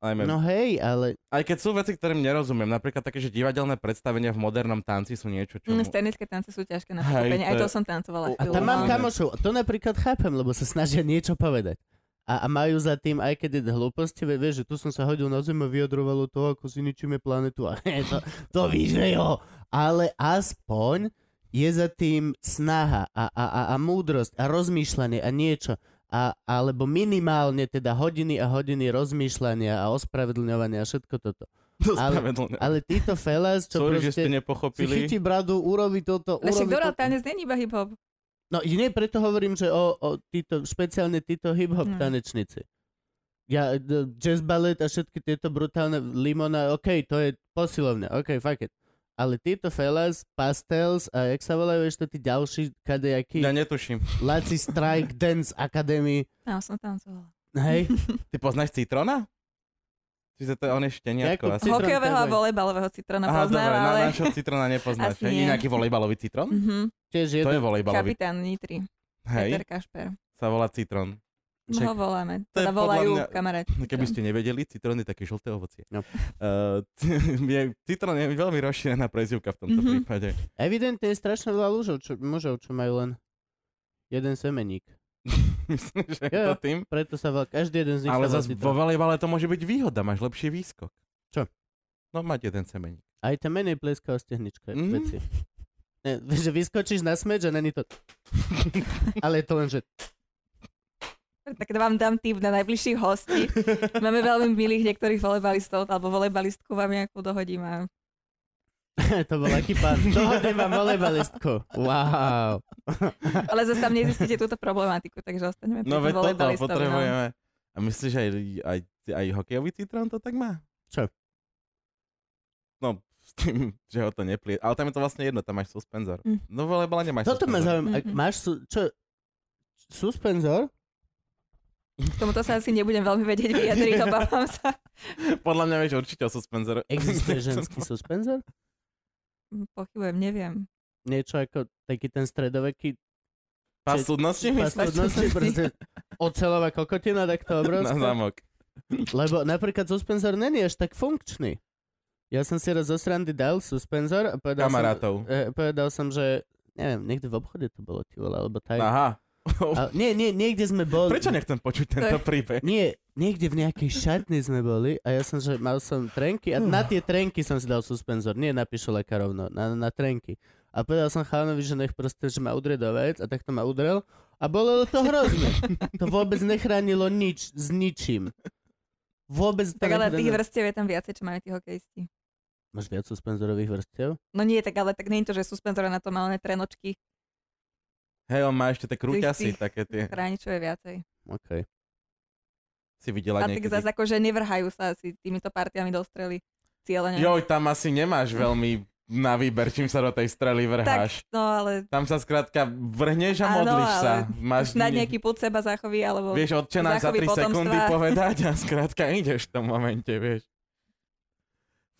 Aj, no. No hej, ale... aj keď sú veci, ktorým nerozumiem, napríklad také, že divadelné predstavenia v modernom tanci sú niečo, čo... <laughs> Mm, Scenické tance sú ťažké na Hej, pochopenie, aj to to je- som tancovala. A tam chvíľu, mám no. kamošov. To napríklad chápem, lebo sa snažia niečo povedať. A, a majú za tým, aj keď je hlúposti, ve- vieš, že tu som sa hodil na zem a vyjadrovalo to, ako si ničíme planetu. A <laughs> to, to víš, že jo. Ale aspoň je za tým snaha a, a, a, a múdrosť a rozmýšľanie a niečo. A, alebo minimálne teda hodiny a hodiny rozmýšľania a ospravedlňovania a všetko toto. To ale- spravedlne. Ale títo felas, čo Sorry, že proste ste si nepochopili. chytí bradu, urobi toto, Ale však urobi dobrá, toto. tanec nie je iba hip-hop. No nie, preto hovorím, že o, o títo, špeciálne títo hip-hop No. tanečníci. Ja, d- jazz ballet a všetky tieto brutálne limona, OK, to je posilovne, OK, fuck it. Ale títo fellas, pastels a jak sa volajú ešte tí ďalší kadejakí, Ja ne- netuším. Laci Strike Dance Academy, Tam som tancovala. hej, Ty poznáš Citrona? Čiže to je on je šteniatko Jakub asi. Citrón Hokejového a Cowboy. volejbalového citrona Aha, dobre, poznám, na ale... našho Citrona nepoznáš. Asi hej? Je nie. nejaký volejbalový Citron? Mhm. tiež je To to... je volejbalový. Kapitán Nitry, Peter Hej, Kašper. sa volá Citron. Však- Ho voláme. To je Teda podľa volajú mňa- kamaráti. No Keby ste nevedeli, citrón je také žlté ovocie. No. Uh, <laughs> je, citrón je veľmi rozšírená prezivka v tomto Mhm. prípade. <laughs> Evidentne je strašne veľa mužov, čo, mužov, čo majú len jeden semeník. Myslím, že je Jo, to jo. tým. Preto sa veľ... každý jeden z nich Ale sa volá zase vo Tito. volejbale to môže byť výhoda, máš lepší výskok. Čo? No mať jeden <laughs> semeník. Aj tá menej pleská ostehnička. Mhm. Mm. Veci. <laughs> Ne, že vyskočíš na smeč a není to... Ale je to len, že... <laughs> Tak vám dám tip na najbližších <laughs> hostí. Máme veľmi milých niektorých volejbalistov, alebo volejbalistku vám nejakú dohodím a to bol aký pán. Dohodne mám volejbalistku. Wow. Ale zase tam nezistíte túto problematiku, takže ostaneme pri No veď toto volejbalistovi. No. potrebujeme. A myslíš, že aj, aj, aj hokejový citrón to tak má? Čo? No, s tým, <laughs> že ho to neplie. Ale tam je to vlastne jedno, tam máš suspenzor. Mm. No vo volejbale nemáš Toto ma suspenzor. zaujíma. Ak Mhm. Máš su... čo? Suspenzor? K <laughs> Tomuto sa asi nebudem veľmi vedieť vyjadriť, obávam sa. Podľa mňa vieš určite o suspenzor. <laughs> Existuje <laughs> ženský suspenzor? Pochybujem, neviem. Niečo ako taký ten stredoveký Pás súdnosti pás myslíš? <laughs> cudnosti, súdnosti. proste oceľová kokotina, tak <laughs> to Na obrovské. zámok. Lebo napríklad suspenzor není až tak funkčný. Ja som si raz zo srandy dal suspenzor a povedal Kamarátov. som, e, povedal som, že neviem, niekde v obchode to bolo, ty vole, alebo tak. Aha. A, nie, nie, niekde sme boli. Prečo nechcem počuť tento príbeh? Nie, niekde v nejakej šatni sme boli a ja som, že mal som trenky a na tie trenky som si dal suspenzor, nie na pišoleka rovno, na, na trenky. A povedal som chánovi, že nech proste, že ma udrie do vec a tak to ma udrel a bolo to hrozné. To vôbec nechránilo nič s ničím. Vôbec to Tak ale nechránilo- tých vrstiev je tam viacej, čo majú tí hokejisti. Máš viac suspenzorových vrstiev? No nie, tak ale tak nie je to, že suspenzora na to má len trenočky. Hej, on má ešte tie krúťasy, tých- také tie. Chráni, čo je viacej. OK. Si videla A tak niekedy. zase akože nevrhajú sa asi týmito partiami do strely cieľene. Joj, tam asi <laughs> nemáš veľmi na výber, čím sa do tej strely tak, vrháš. no ale Tam sa skrátka vrhneš a Áno, modlíš sa. ale Máš na nejaký púd seba záchovy, alebo... <laughs> Vieš, odčenáš za 3 záchovy potomstva. sekundy povedať a skrátka ideš v tom momente, vieš.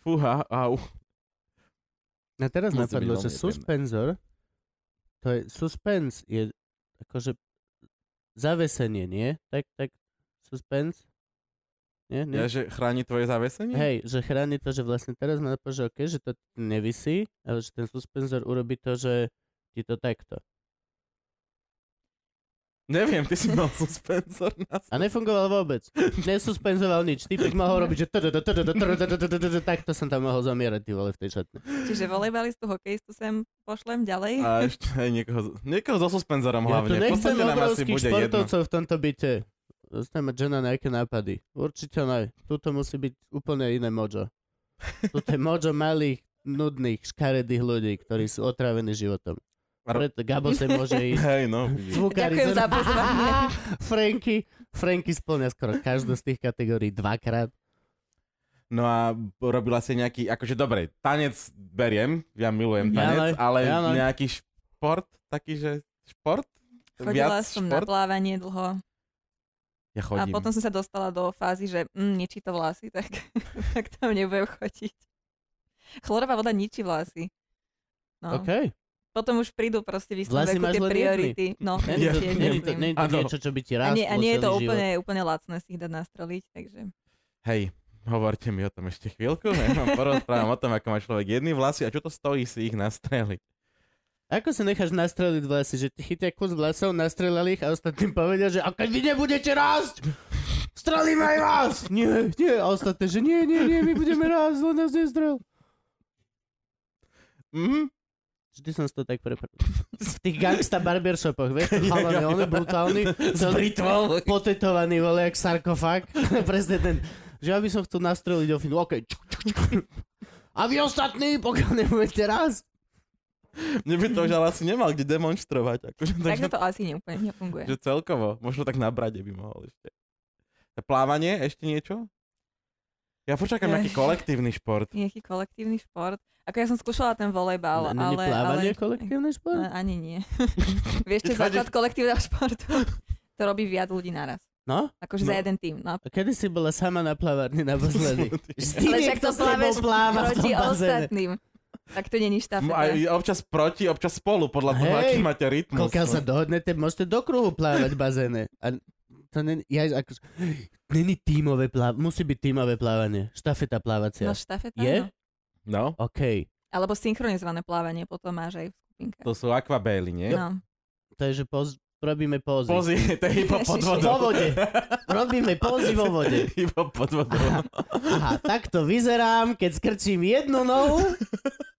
Fúha, au. A teraz Musí byť napadlo, veľmi že príjemné. suspenzor, to je, suspense je akože zavesenie, nie? Tak, tak, suspense? Nie, nie? Ja, že chráni tvoje zavesenie? Hej, že chráni to, že vlastne teraz ma napadlo, že okay, že to nevisí, ale že ten suspenzor urobí to, že ti to takto. Neviem, ty si mal suspenzor na <laughs> A nefungoval vôbec. Nesuspenzoval nič. Typek mohol robiť, že td, td, td, td, td, td, td, td, takto som tam mohol zomierať, ty vole, v tej šatni. Čiže volejbalistu, hokejistu sem pošlem ďalej. A ešte aj niekoho, niekoho so suspenzorom Ja tu hlavne. v nechcem podstate nám asi obrovských bude jedno. športovcov v tomto byte. Zostane mať žena nejaké nápady. Určite ne. Tuto musí byť úplne iné mojo. Tuto je mojo malých, nudných, škaredých ľudí, ktorí sú otravení životom. A ro- Preto Gabo sa môže <laughs> ísť. Hej, no. vidíš. Zvukári zo- Ďakujem za pozvanie. <laughs> Franky, Franky splňa skoro každú z tých kategórií dvakrát. No a robila si nejaký, akože dobre, tanec beriem, ja Ja milujem tanec, ne, ale ja ne. nejaký šport, taký, že šport? Viac Chodila som na šport? plávanie dlho Ja a chodím. potom som sa dostala do fázy, že mm, ničí to vlasy, tak, tak tam nebudem chodiť. Chlorová voda ničí vlasy. No. OK. Potom už prídu proste v istom Vlasy veku máš tie len jedny. priority. No, Není to, tiež není to, myslím. není to Áno. niečo, čo by ti a, rástlo nie, a nie je to celý život. úplne, úplne lacné si ich dať nastreliť, takže... Hej, hovorte mi o tom ešte chvíľku, ja vám porozprávam o tom, ako má človek jedny vlasy a čo to stojí si ich nastreliť. Ako si necháš nastreliť vlasy, že ti chytia kus vlasov, nastrelali ich a ostatným povedia, že a keď vy nebudete rásť, strelíme aj vás! Nie, nie, a ostatné, že nie, nie, nie, my budeme rásť, len nás nestrel. Mhm. <laughs> Vždy som si to tak prepravil. V tých gangsta barbershopoch, <laughs> vieš, to chalani, on je brutálny, S celý britvou. potetovaný, vole, jak sarkofág. <laughs> Presne ten, že ja by som chcel nastreliť ofinu, okej. čuk, čuk, čuk. A vy ostatní, pokiaľ nebudete rásť. Mne by to už ale asi nemal kde demonstrovať. Akože, takže, Takže to asi neúplne nefunguje. že celkovo, možno tak na brade by mohol ešte. A Plávanie, ešte niečo? Ja počakám Ech. nejaký kolektívny <laughs> šport. Nejaký kolektívny šport. Ako ja som skúšala ten volejbal, Není ale... ale... plávanie kolektívny šport? E, Ani <laughs> nie. Vieš, čo je základ kolektívneho športu? To robí viac ľudí naraz. No? Akože No. za jeden tým. <laughs> No. A kedy si bola sama na plavárni naposledy? Vždy <laughs> Ale však niekto to s tebou pláveš pláva v tom proti bazéne. ostatným. Tak to není M- štafeta. Aj občas proti, občas spolu, podľa toho, Hej, aký máte rytmus. no. Koľko sa dohodnete, môžete do kruhu plávať v bazéne. A to není, ja, akože, není tímové plávanie, musí byť tímové plávanie. Štafeta No plávacia. štafeta, Je? no. No, OK. Alebo synchronizované plávanie potom máš aj v skupinkách. to sú akvabély, nie? No. To je, že poz, robíme pózy. Pozi, <laughs> to je hip-hop pod vodou. Vo vode. Robíme pózy vo <laughs> vode. Hip-hop pod vodou. Aha, takto vyzerám, keď skrčím jednu nohu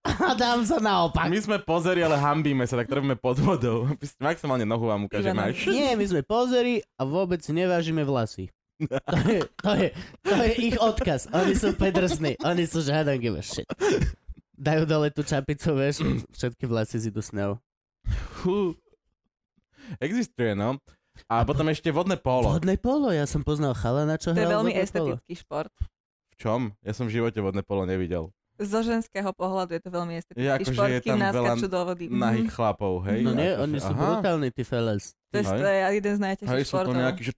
a dám sa naopak. My sme pozeri, ale hambíme sa, tak to robíme pod vodou. <laughs> Vy ste- Maximálne nohu vám ukážeme. aj. Ivan, Nie, my sme pozeri a vôbec si nevážime vlasy. To je, to, je, to je ich odkaz. Oni sú pedrsní. Oni sú že I don't give a shit. Dajú dole tú čapicu, vieš, všetky vlasy zidú s ňou. Fú. Existuje, no. A potom ešte vodné polo. Vodné polo, ja som poznal chalana, čo To je hral veľmi vodné polo. estetický šport. V čom? Ja som v živote vodné polo nevidel. Zo ženského pohľadu je to veľmi estetický Je ako, že šport, je kým tam naskačú veľa do vody. Mhm. Nahých chlapov, hej? No nie, Akože, oni sú aha. brutálni, tí fellas. To je, Hej. to je jeden z najťažších Hej, sú to športov. nejaký, že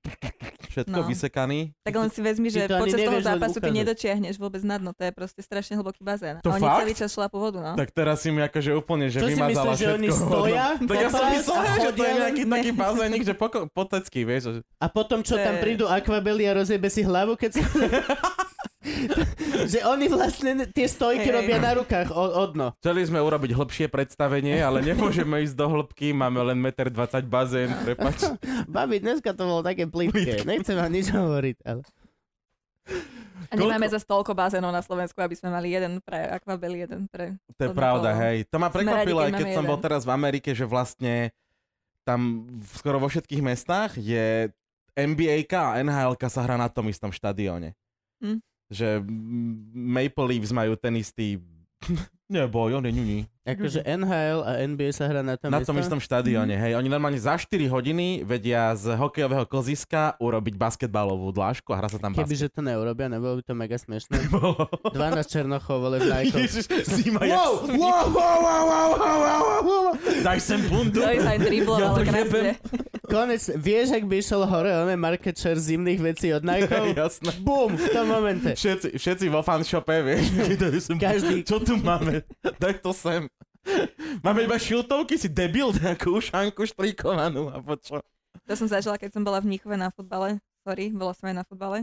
všetko No. vysekaný. Tak len si vezmi, Ty to že ani počas toho nevieš len zápasu ty ukázať. nedočiahneš vôbec na dno, to je proste strašne hlboký bazén. To a oni fakt? celý čas šlapu vodu, no. Tak teraz si mi akože úplne, že Čo si vymazala myslíš, že všetko oni vodno. stoja? <laughs> Tak ja som Kopás myslel, a že to je chodia len- nejaký len- taký bazénik, že poko- potecký, vieš. že- A potom, čo To tam je- prídu akvabeli a rozjebe si hlavu, keď sa... <laughs> <laughs> že oni vlastne ne- tie stojky Hej. robia na rukách o, o dno. Chceli sme urobiť hĺbšie predstavenie, ale nemôžeme ísť do hĺbky, máme len 1,20 m bazén, prepač. Babi, dneska to bolo také plitké. Nechcem vám nič hovoriť, ale... A nemáme za toľko bazénov na Slovensku, aby sme mali jeden pre akvabel, jeden pre... To je Podľa pravda, toho. hej. To ma Sme radi, prekvapilo, keď aj keď máme som bol jeden. teraz v Amerike, že vlastne tam v- skoro vo všetkých mestách je NBA a NHL sa hrá na tom istom štadióne. Hm. Že mm, Maple Leafs majú ten istý... <laughs> Neboj, oni nuni. Akože NHL a NBA sa hrá na tom, Mhm. Na tom istom štadióne, hej. Oni normálne za 4 hodiny vedia z hokejového klziska urobiť basketbalovú dlážku a hrá sa tam basket. Kebyže to neurobia, nebolo by to mega <laughs> <laughs> smiešné. Bolo. 12 černochov, vole, <laughs> v Nike. Ježiš, zima je. Wow, wow, wow, wow, wow, wow, wow, wow. Daj sem bundu. To je aj driblo, Ja to ale jebem. krásne. Konec, vieš, ak by išiel hore, on je market share zimných vecí od Nike? <laughs> Jasné. Bum, v tom <laughs> momente. Všetci, všetci vo fanshope, vieš. Daj sem bundu. Každý. Čo tu máme? Daj to sem. Máme iba šiltovky, si debil, nejakú ušanku štrikovanú a počo. To som zažila, keď som bola v Mníchove na futbale. Sorry, bola som aj na futbale.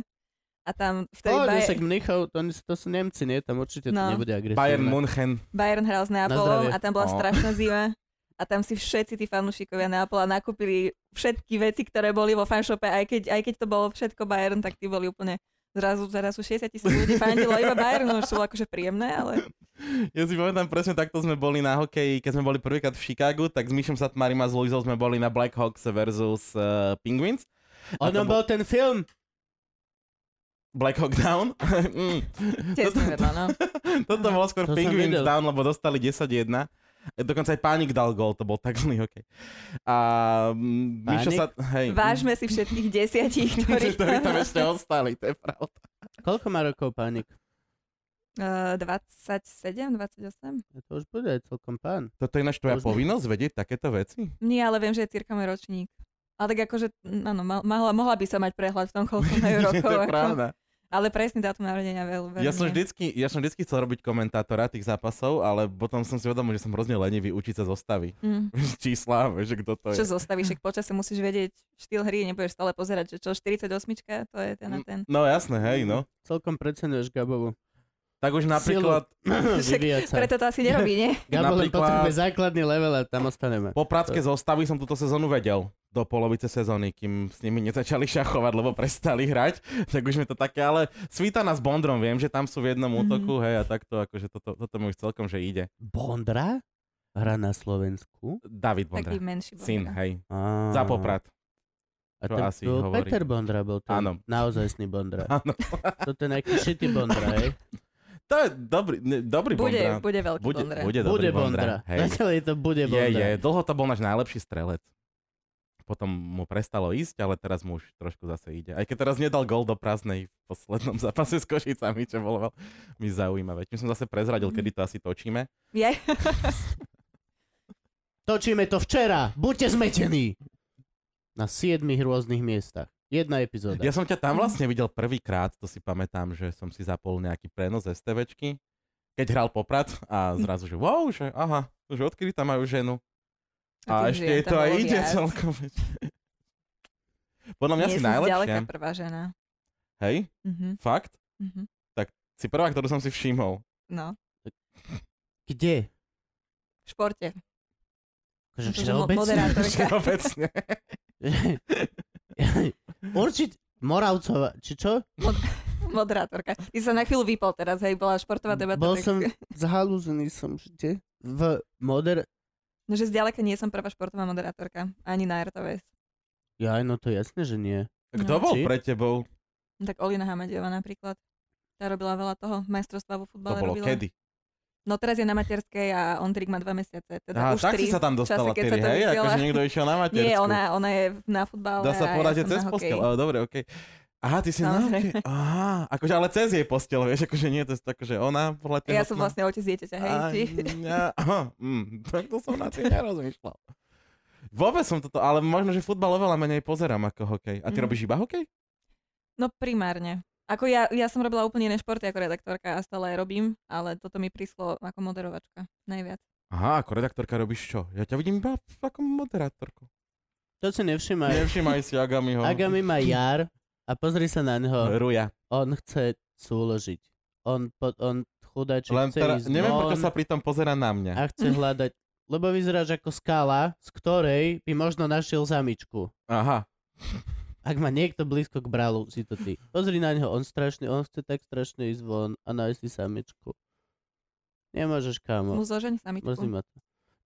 A tam vtedy Pohode, Bayer, však Mnichov, to, oni- to sú Nemci, nie? Tam určite to No. nebude agresívne. Bayern München. Bayern hral s zdravie. Neapolom a tam bola No. strašná zima. A tam si všetci tí fanúšikovia Neapola nakúpili všetky veci, ktoré boli vo fanshope, aj keď, aj keď to bolo všetko Bayern, tak tí boli úplne zrazu, zrazu 60 tisíc ľudí fandilo iba Bayernu, čo bolo akože príjemné, ale Ja si pamätám presne takto sme boli na hokeji, keď sme boli prvýkrát v Chicagu, tak s Mišom Satmarim a s Luizou sme boli na Blackhawks versus uh, Penguins. Ono A to no, bol ten film. Black Hawk Down. <laughs> Mm. tesne vedno, no. Toto bolo skôr To som Penguins videl. Down, lebo dostali 10-1. Dokonca aj Pánik dal gól, to bol tak zlý hokej. A mm, Mišo Pánik? sa... Hej. <laughs> Vážme si všetkých desiatich, ktorí... ktorí tam ešte ostali, to je pravda. Koľko má rokov pánik? Eh, 27, 28? Ja To už bude aj celkom pán. Toto je ináč tvoja Možno. povinnosť vedieť takéto veci? Nie, ale viem, že je Týrka môj ročník. Ale tak akože, mm, áno, ma- mohla, mohla by som mať prehľad v tom, koľko majú rokov. <laughs> to je ako- pravda. ale presný dátum narodenia veľ, veľmi. Ja som, vždycky, ja som vždycky chcel robiť komentátora tých zápasov, ale potom som si uvedomil, že som hrozne lenivý učiť sa zostavy. <laughs> Mm. čísla, vieš, že kto to Čo je. zostavíš, však počasie musíš vedieť štýl hry, nebudeš stále pozerať, že čo 48, to je ten a ten. No jasné, hej, no. Celkom precenuješ <laughs> Gabovu. Tak už napríklad Však Vyvíjať sa. Preto to asi nerobí, <laughs> nie? Gabo len napríklad- potrebuje základný level a tam ostaneme. po prátske zostavy som túto sezónu vedel do polovice sezóny, kým s nimi nezačali šachovať, lebo prestali hrať, <laughs> tak už mi to také, ale svíta nás Bondrom, viem, že tam sú v jednom Mhm. útoku, hej, a takto, akože toto, toto mi už celkom, že ide. Bondra? Hra na Slovensku? David Bondra, Taký menší bol. syn, hej, Á. za poprat, A to ten asi bol hovorí. Peter Bondra bol ten. Áno. Naozajstný Bondra. <laughs> áno. Toto je nejaký shitty Bondra, <laughs> hej? To je dobrý, ne, dobrý Bude, Bondra. bude veľký Bude, Bondra. <laughs> bude, dobrý Bude Bondra. <laughs> Hej. Zatiaľ je to bude Je, je, Bondra. dlho to bol náš najlepší strelec. Potom mu prestalo ísť, ale teraz mu už trošku zase ide. Aj keď teraz nedal gol do prázdnej v poslednom <laughs> zápase s Košicami, čo bolo veľ- mi zaujímavé. Čím som zase prezradil, kedy to asi točíme. Je. Točíme to včera. Buďte zmetení. Na siedmých rôznych miestach. Jedna epizóda. Ja som ťa tam vlastne videl prvýkrát, to si pamätám, že som si zapol nejaký prenos STVčky, keď hral Poprad a zrazu, že wow, že aha, že odkedy tam majú ženu. A, tých ešte žien jej to tam aj bolo ide viac. celkom. <laughs> Podľa mňa Nie si som zďaleka najlepšia. prvá žena. Hej, Mhm, fakt? mhm. Si prvá, ktorú som si všimol. No, Kde? v športe. Akože Akože mo- všeobecne? <laughs> <laughs> moderátorka. Všeobecne. Určite, Moravcová, či čo? Moderátorka. Ty sa na chvíľu vypol teraz, hej, bola športová debata. Bol tak- <laughs> som, zhalúzený som, že kde? V moder... No, že zďaleka nie som prvá športová moderátorka. Ani na RTVS. Jaj, no to jasne, že nie. Kto No. bol Či? pre tebou? No, tak Olina Hamadieva napríklad. Tá robila veľa toho majstrovstva vo To futbale. bolo robila. kedy? No teraz je na materskej a Ondrik má dva mesiace. Teda Á, už tak si tri. sa tam dostala keď tedy, sa to hej? vysiela. Akože niekto išiel na matersku. Nie, ona, ona je na futbale. Dá sa a povedať, ja že som cez na postel. hokeji. Ale dobre, okej. Aha, ty si na Samozrejme. hokej. Aha, akože ale cez jej postel, vieš, akože nie, to je akože ona podľa Ja som tehotná. vlastne otec dieťaťa, hej. Aj, či... ja, <laughs> aha, mm, tak to som na <laughs> tým nerozmýšľal. Vôbec som toto, ale možno, že futbal oveľa menej pozerám ako hokej. A ty Mhm. robíš iba hokej? No primárne. Ako ja, ja som robila úplne iné športy ako redaktorka a stále aj robím, ale toto mi prišlo ako moderovačka najviac. Aha, ako redaktorka robíš čo? Ja ťa vidím iba ako moderátorku. To si nevšimaj. Nevšimaj si Agamiho. Agami má jar a pozri sa na ňo. Ruja. On chce súložiť. On, po, on chudáčik Len chce teda, ísť neviem, von prečo sa pritom pozera na mňa. a chce hľadať. Lebo vyzeráš ako skala, z ktorej by možno našiel zamičku. Aha. Ak má niekto blízko k bralu, si to ty. Pozri na neho, on strašný, on chce tak strašne ísť von a nájsť si samičku. Nemôžeš, No. kámo. Mu zožeň samičku. Prosím ma to.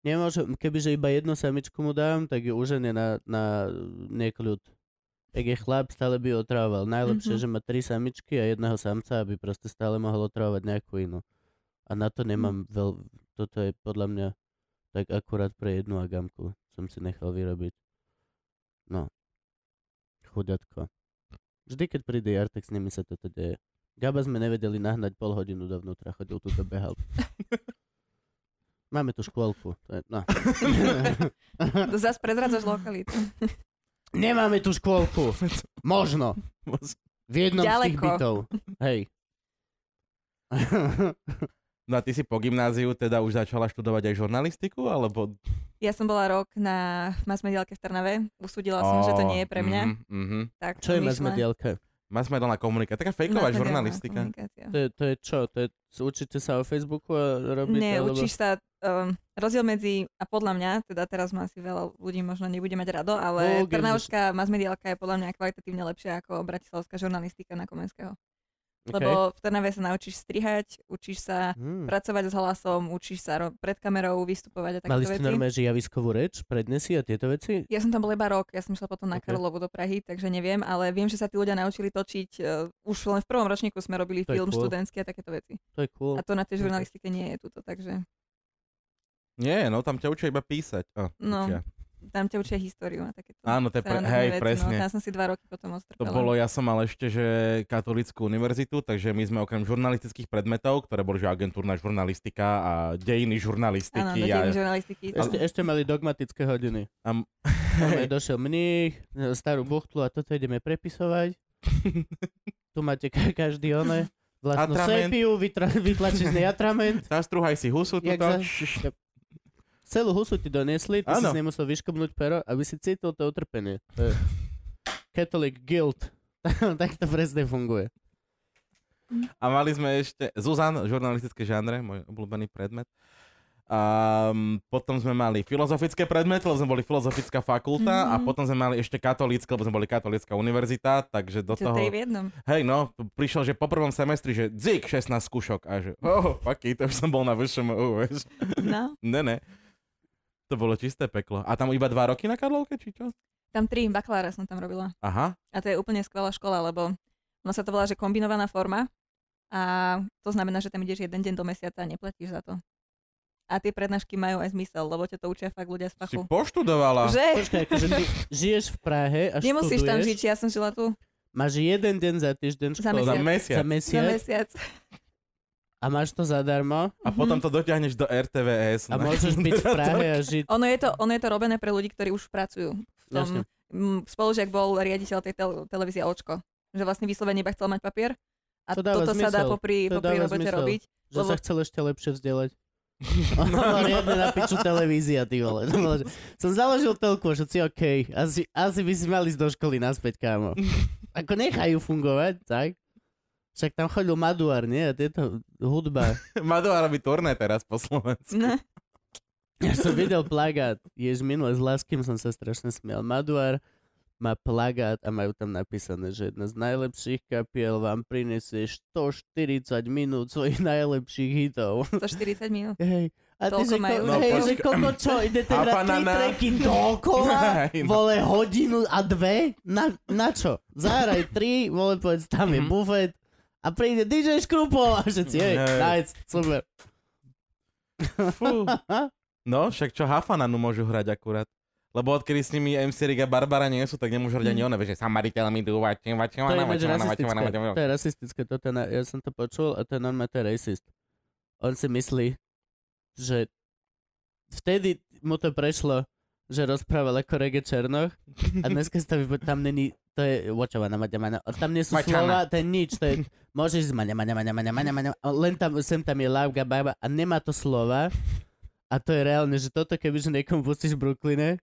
Nemôžem, kebyže iba jednu samičku mu dám, tak ju užene na, na nekľud. Tak je chlap, stále by ju otravoval. Najlepšie, Mhm. že má tri samičky a jedného samca, aby proste stále mohol otravovať nejakú inú. A na to nemám veľ... Toto je podľa mňa tak akurát pre jednu agamku som si nechal vyrobiť. No. Chudatko. Vždy, keď príde jar, tak s nimi sa toto deje. Gaba sme nevedeli nahnať pol hodinu dovnútra, chodil tuto behal. Máme tu škôlku. To je, no. <laughs> To zase prezradzaš lokalitu. Nemáme tu škôlku. Možno. V jednom z tých Ďaleko. bytov. <laughs> Hej. No a ty si po gymnáziu teda už začala študovať aj žurnalistiku, alebo... Ja som bola rok na masmediálke v Trnave. Usúdila som, že to nie je pre mňa. Mm, mm. Tak Čo je som išla. masmediálka? Masmediálna komunikácia, taká fejková Masmediálna žurnalistika. no, komunikácia. To je, to je čo? To je, učíte sa o Facebooku a robíte? Nie, alebo- učíš sa um, rozdiel medzi, a podľa mňa, teda teraz ma asi veľa ľudí možno nebude mať rado, Who gives ale a Trnavská masmediálka je podľa mňa kvalitatívne lepšia ako bratislavská žurnalistika na Komenského. Lebo v Trnave sa naučíš strihať, učíš sa Hmm. pracovať s hlasom, učíš sa ro- pred kamerou vystupovať a Mali takéto ste veci. normálne, že javiskovú reč, prednesy a tieto veci? Ja som tam bol iba rok, ja som šla potom na Okay. Karlovu do Prahy, takže neviem, ale viem, že sa tí ľudia naučili točiť, eh, už len v prvom ročníku sme robili To je film cool. študentský a takéto veci. To je cool. A to na Okay. tej žurnalistike nie je tuto, takže Nie, no tam ťa učia iba písať. Oh, No. tam ťa učia históriu a takéto. Áno, to je pre... srandovné hej, veci, presne. No, tam som si dva roky potom To odstrpela. bolo, ja som mal ešte, že katolickú univerzitu, takže my sme okrem žurnalistických predmetov, ktoré boli, že agentúrna žurnalistika a dejiny Áno, do žurnalistiky. ja, a, žurnalistiky. Ešte, ešte mali dogmatické hodiny. a, m- Hey. Došiel mních, starú buchtlu a toto ideme prepisovať. Tu máte ka- každý one. Vlastnú Atrament. sepiu, vytra- vytlačíš na atrament. Zastrúhaj si husu Jak tuto. za- Celú husu ti donesli, ty si Áno. si nemusel vyškobnúť pero, aby si cítil to utrpenie. To je Catholic guilt. <laughs> tak to presne <laughs> funguje. A mali sme ešte Zuzan, žurnalistické žánre, môj obľúbený predmet. A potom sme mali filozofické predmety, lebo sme boli filozofická fakulta mm-hmm. a Mhm. potom sme mali ešte katolícke, lebo sme boli katolická univerzita, takže do toho... Čo tri v jednom. Hej, no, prišiel, že po prvom semestri, že dzik, 16 skúšok a že oh, fucky, to <laughs> už som bol na VŠMU, vieš. No, Ne, ne. To bolo čisté peklo. A tam iba dva roky na Karlovke, či čo? tam tri, bakalára som tam robila. Aha. A to je úplne skvelá škola, lebo ono sa to volá, že kombinovaná forma a to znamená, že tam ideš jeden deň do mesiaca a neplatíš za to. A tie prednášky majú aj zmysel, lebo ťa to učia fakt ľudia z Si fachu. poštudovala. Že? Počkaj, akože ty žiješ v Prahe a Nemusíš študuješ. tam žiť, ja som žila tu Máš jeden deň za týždeň Za školy. Za mesiac. Za mesiac. za mesiac. mesiac. A máš to zadarmo. A potom to dotiahneš do RTVS. Mhm. A <laughs> na- môžeš byť v Prahe <laughs> a žiť. <laughs> Ono je, to, ono je to robené pre ľudí, ktorí už pracujú. V tom, Jasne. m, spolužiak bol riaditeľ tej tel- televízie Očko. Že vlastne vyslovene iba chcel mať papier. A To to dáva toto sa dá zmysel. popri, To popri dáva robote zmysel. <laughs> robiť. Že Lebo- sa chcel ešte lepšie vzdelať. <laughs> No, Riadne na piču televízia, ty vole. To bolo, že Som založil telku, že si OK. Asi, asi by si mali ísť do školy naspäť, kámo. Ako nechajú fungovať, tak? Však tam chodil Maduar, nie? A tieto hudba. <laughs> Madoa robí turné teraz po Slovensku. Ne. Ja som videl plagát. Jež minule s Laským som sa strašne smial. Maduar má plagát a majú tam napísané, že jedna z najlepších kapiel vám prinesie 140 minút svojich najlepších hitov. 140 minút. Hej. A ty Toľko si, majú. ko- No, hej, počka- že koľko <laughs> čo, ide A teda tri banana. treky dokola, <laughs> Hej, no. vole hodinu a dve, na, na čo? Zahraj tri, vole povedz, tam je Mhm. bufet a príde DJ Škrupo a všetci, hej, Hej. nice, super. Fú. No, však čo Hafananu môžu hrať akurát. Lebo odkedy s nimi MC Riga Barbara nie sú, tak nemôžu hrať ani ona, vieš, že samariteľ mi dúva, čím, Mm. To je ináč rasistické. To je rasistické, toto je na, ja som to počul a ten on má to je rasist. On si myslí, že vtedy mu to prešlo, že rozprával ako Rege Černoch a dneska si to vypo... tam není, to je Watchavana, Maďamana, tam nie sú slova, Maďamana. to je nič, to je, môžeš z Maďamana, Maďamana, Maďamana, len tam, sem tam je lávka, baba a nemá to slova a to je reálne, že toto kebyže niekomu pustíš v Brooklyne,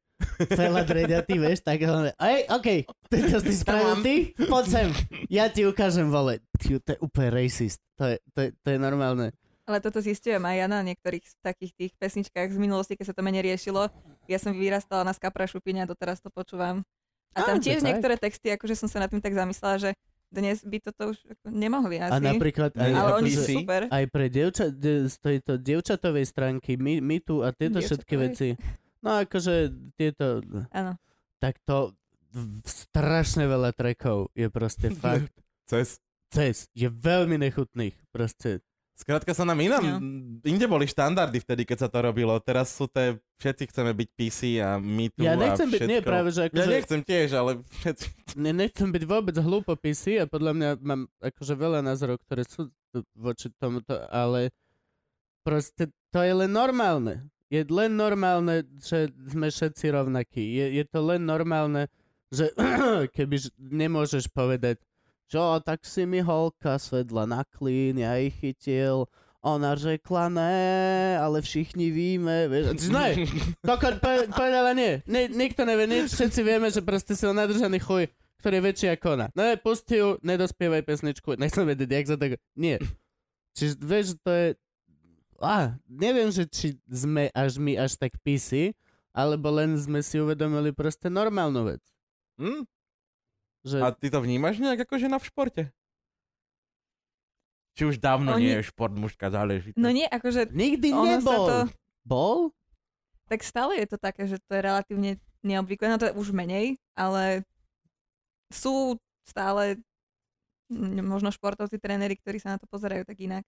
Fela dreďatý, vieš, tak len, ej, okej, ty to si spravil mám. ty? Poď sem, ja ti ukážem, vole. Ty, to je úplne racist, to je, to je, to je normálne. Ale toto zistujem aj ja na niektorých z takých tých pesničkách z minulosti, keď sa to menej riešilo. Ja som vyrastala na Skapra Šupiňa a doteraz to počúvam. A Á, tam že tiež tak. niektoré texty, akože som sa nad tým tak zamyslela, že dnes by toto už ako nemohli A asi. napríklad aj, Ale ale oni akože- sú si- super. aj pre dievča, de, z tejto dievčatovej stránky, my, my tu a tieto všetky Dievčatovej. veci. No akože tieto, Áno. tak to v- strašne veľa trekov je proste <laughs> fakt <laughs> Cez. cez, je veľmi nechutných proste. Skrátka sa nám inám, No. inde boli štandardy vtedy, keď sa to robilo. Teraz sú to, všetci chceme byť PC a my tu Ja nechcem No a byť, všetko. nie práve, že akože... Ja nechcem tiež, ale všetci... Ne, nechcem byť vôbec hlúpopisy a podľa mňa mám akože veľa názorov, ktoré sú tu voči tomuto, ale proste to je len normálne. Je len normálne, že sme všetci rovnakí. Je, je to len normálne, <clears throat> že keby ž- nemôžeš povedať, že "O, tak si mi holka svedla na klín, ja ich chytil, ona řekla ne, ale všichni víme, vieš, a ty, ne, Kokot po- pa, povedala nie. Ni- nikto nevie nič, všetci vieme, že proste si len nadržaný chuj, ktorý je väčší ako ona. No je, pusti ju, nedospievaj pesničku, nechcem vedieť, jak za to... Nie. Čiže vieš, to je... Á, neviem, že či sme až my až tak písi, alebo len sme si uvedomili proste normálnu vec. Hm? Že... A ty to vnímaš nejak akože na v športe? Či už dávno Oni- nie je šport mužská záležitosť? No nie, akože Nikdy ono sa nebol. to... Bol? Tak stále je to také, že to je relatívne neobvyklé. No to je už menej, ale sú stále m, možno športovci, tréneri, ktorí sa na to pozerajú tak inak.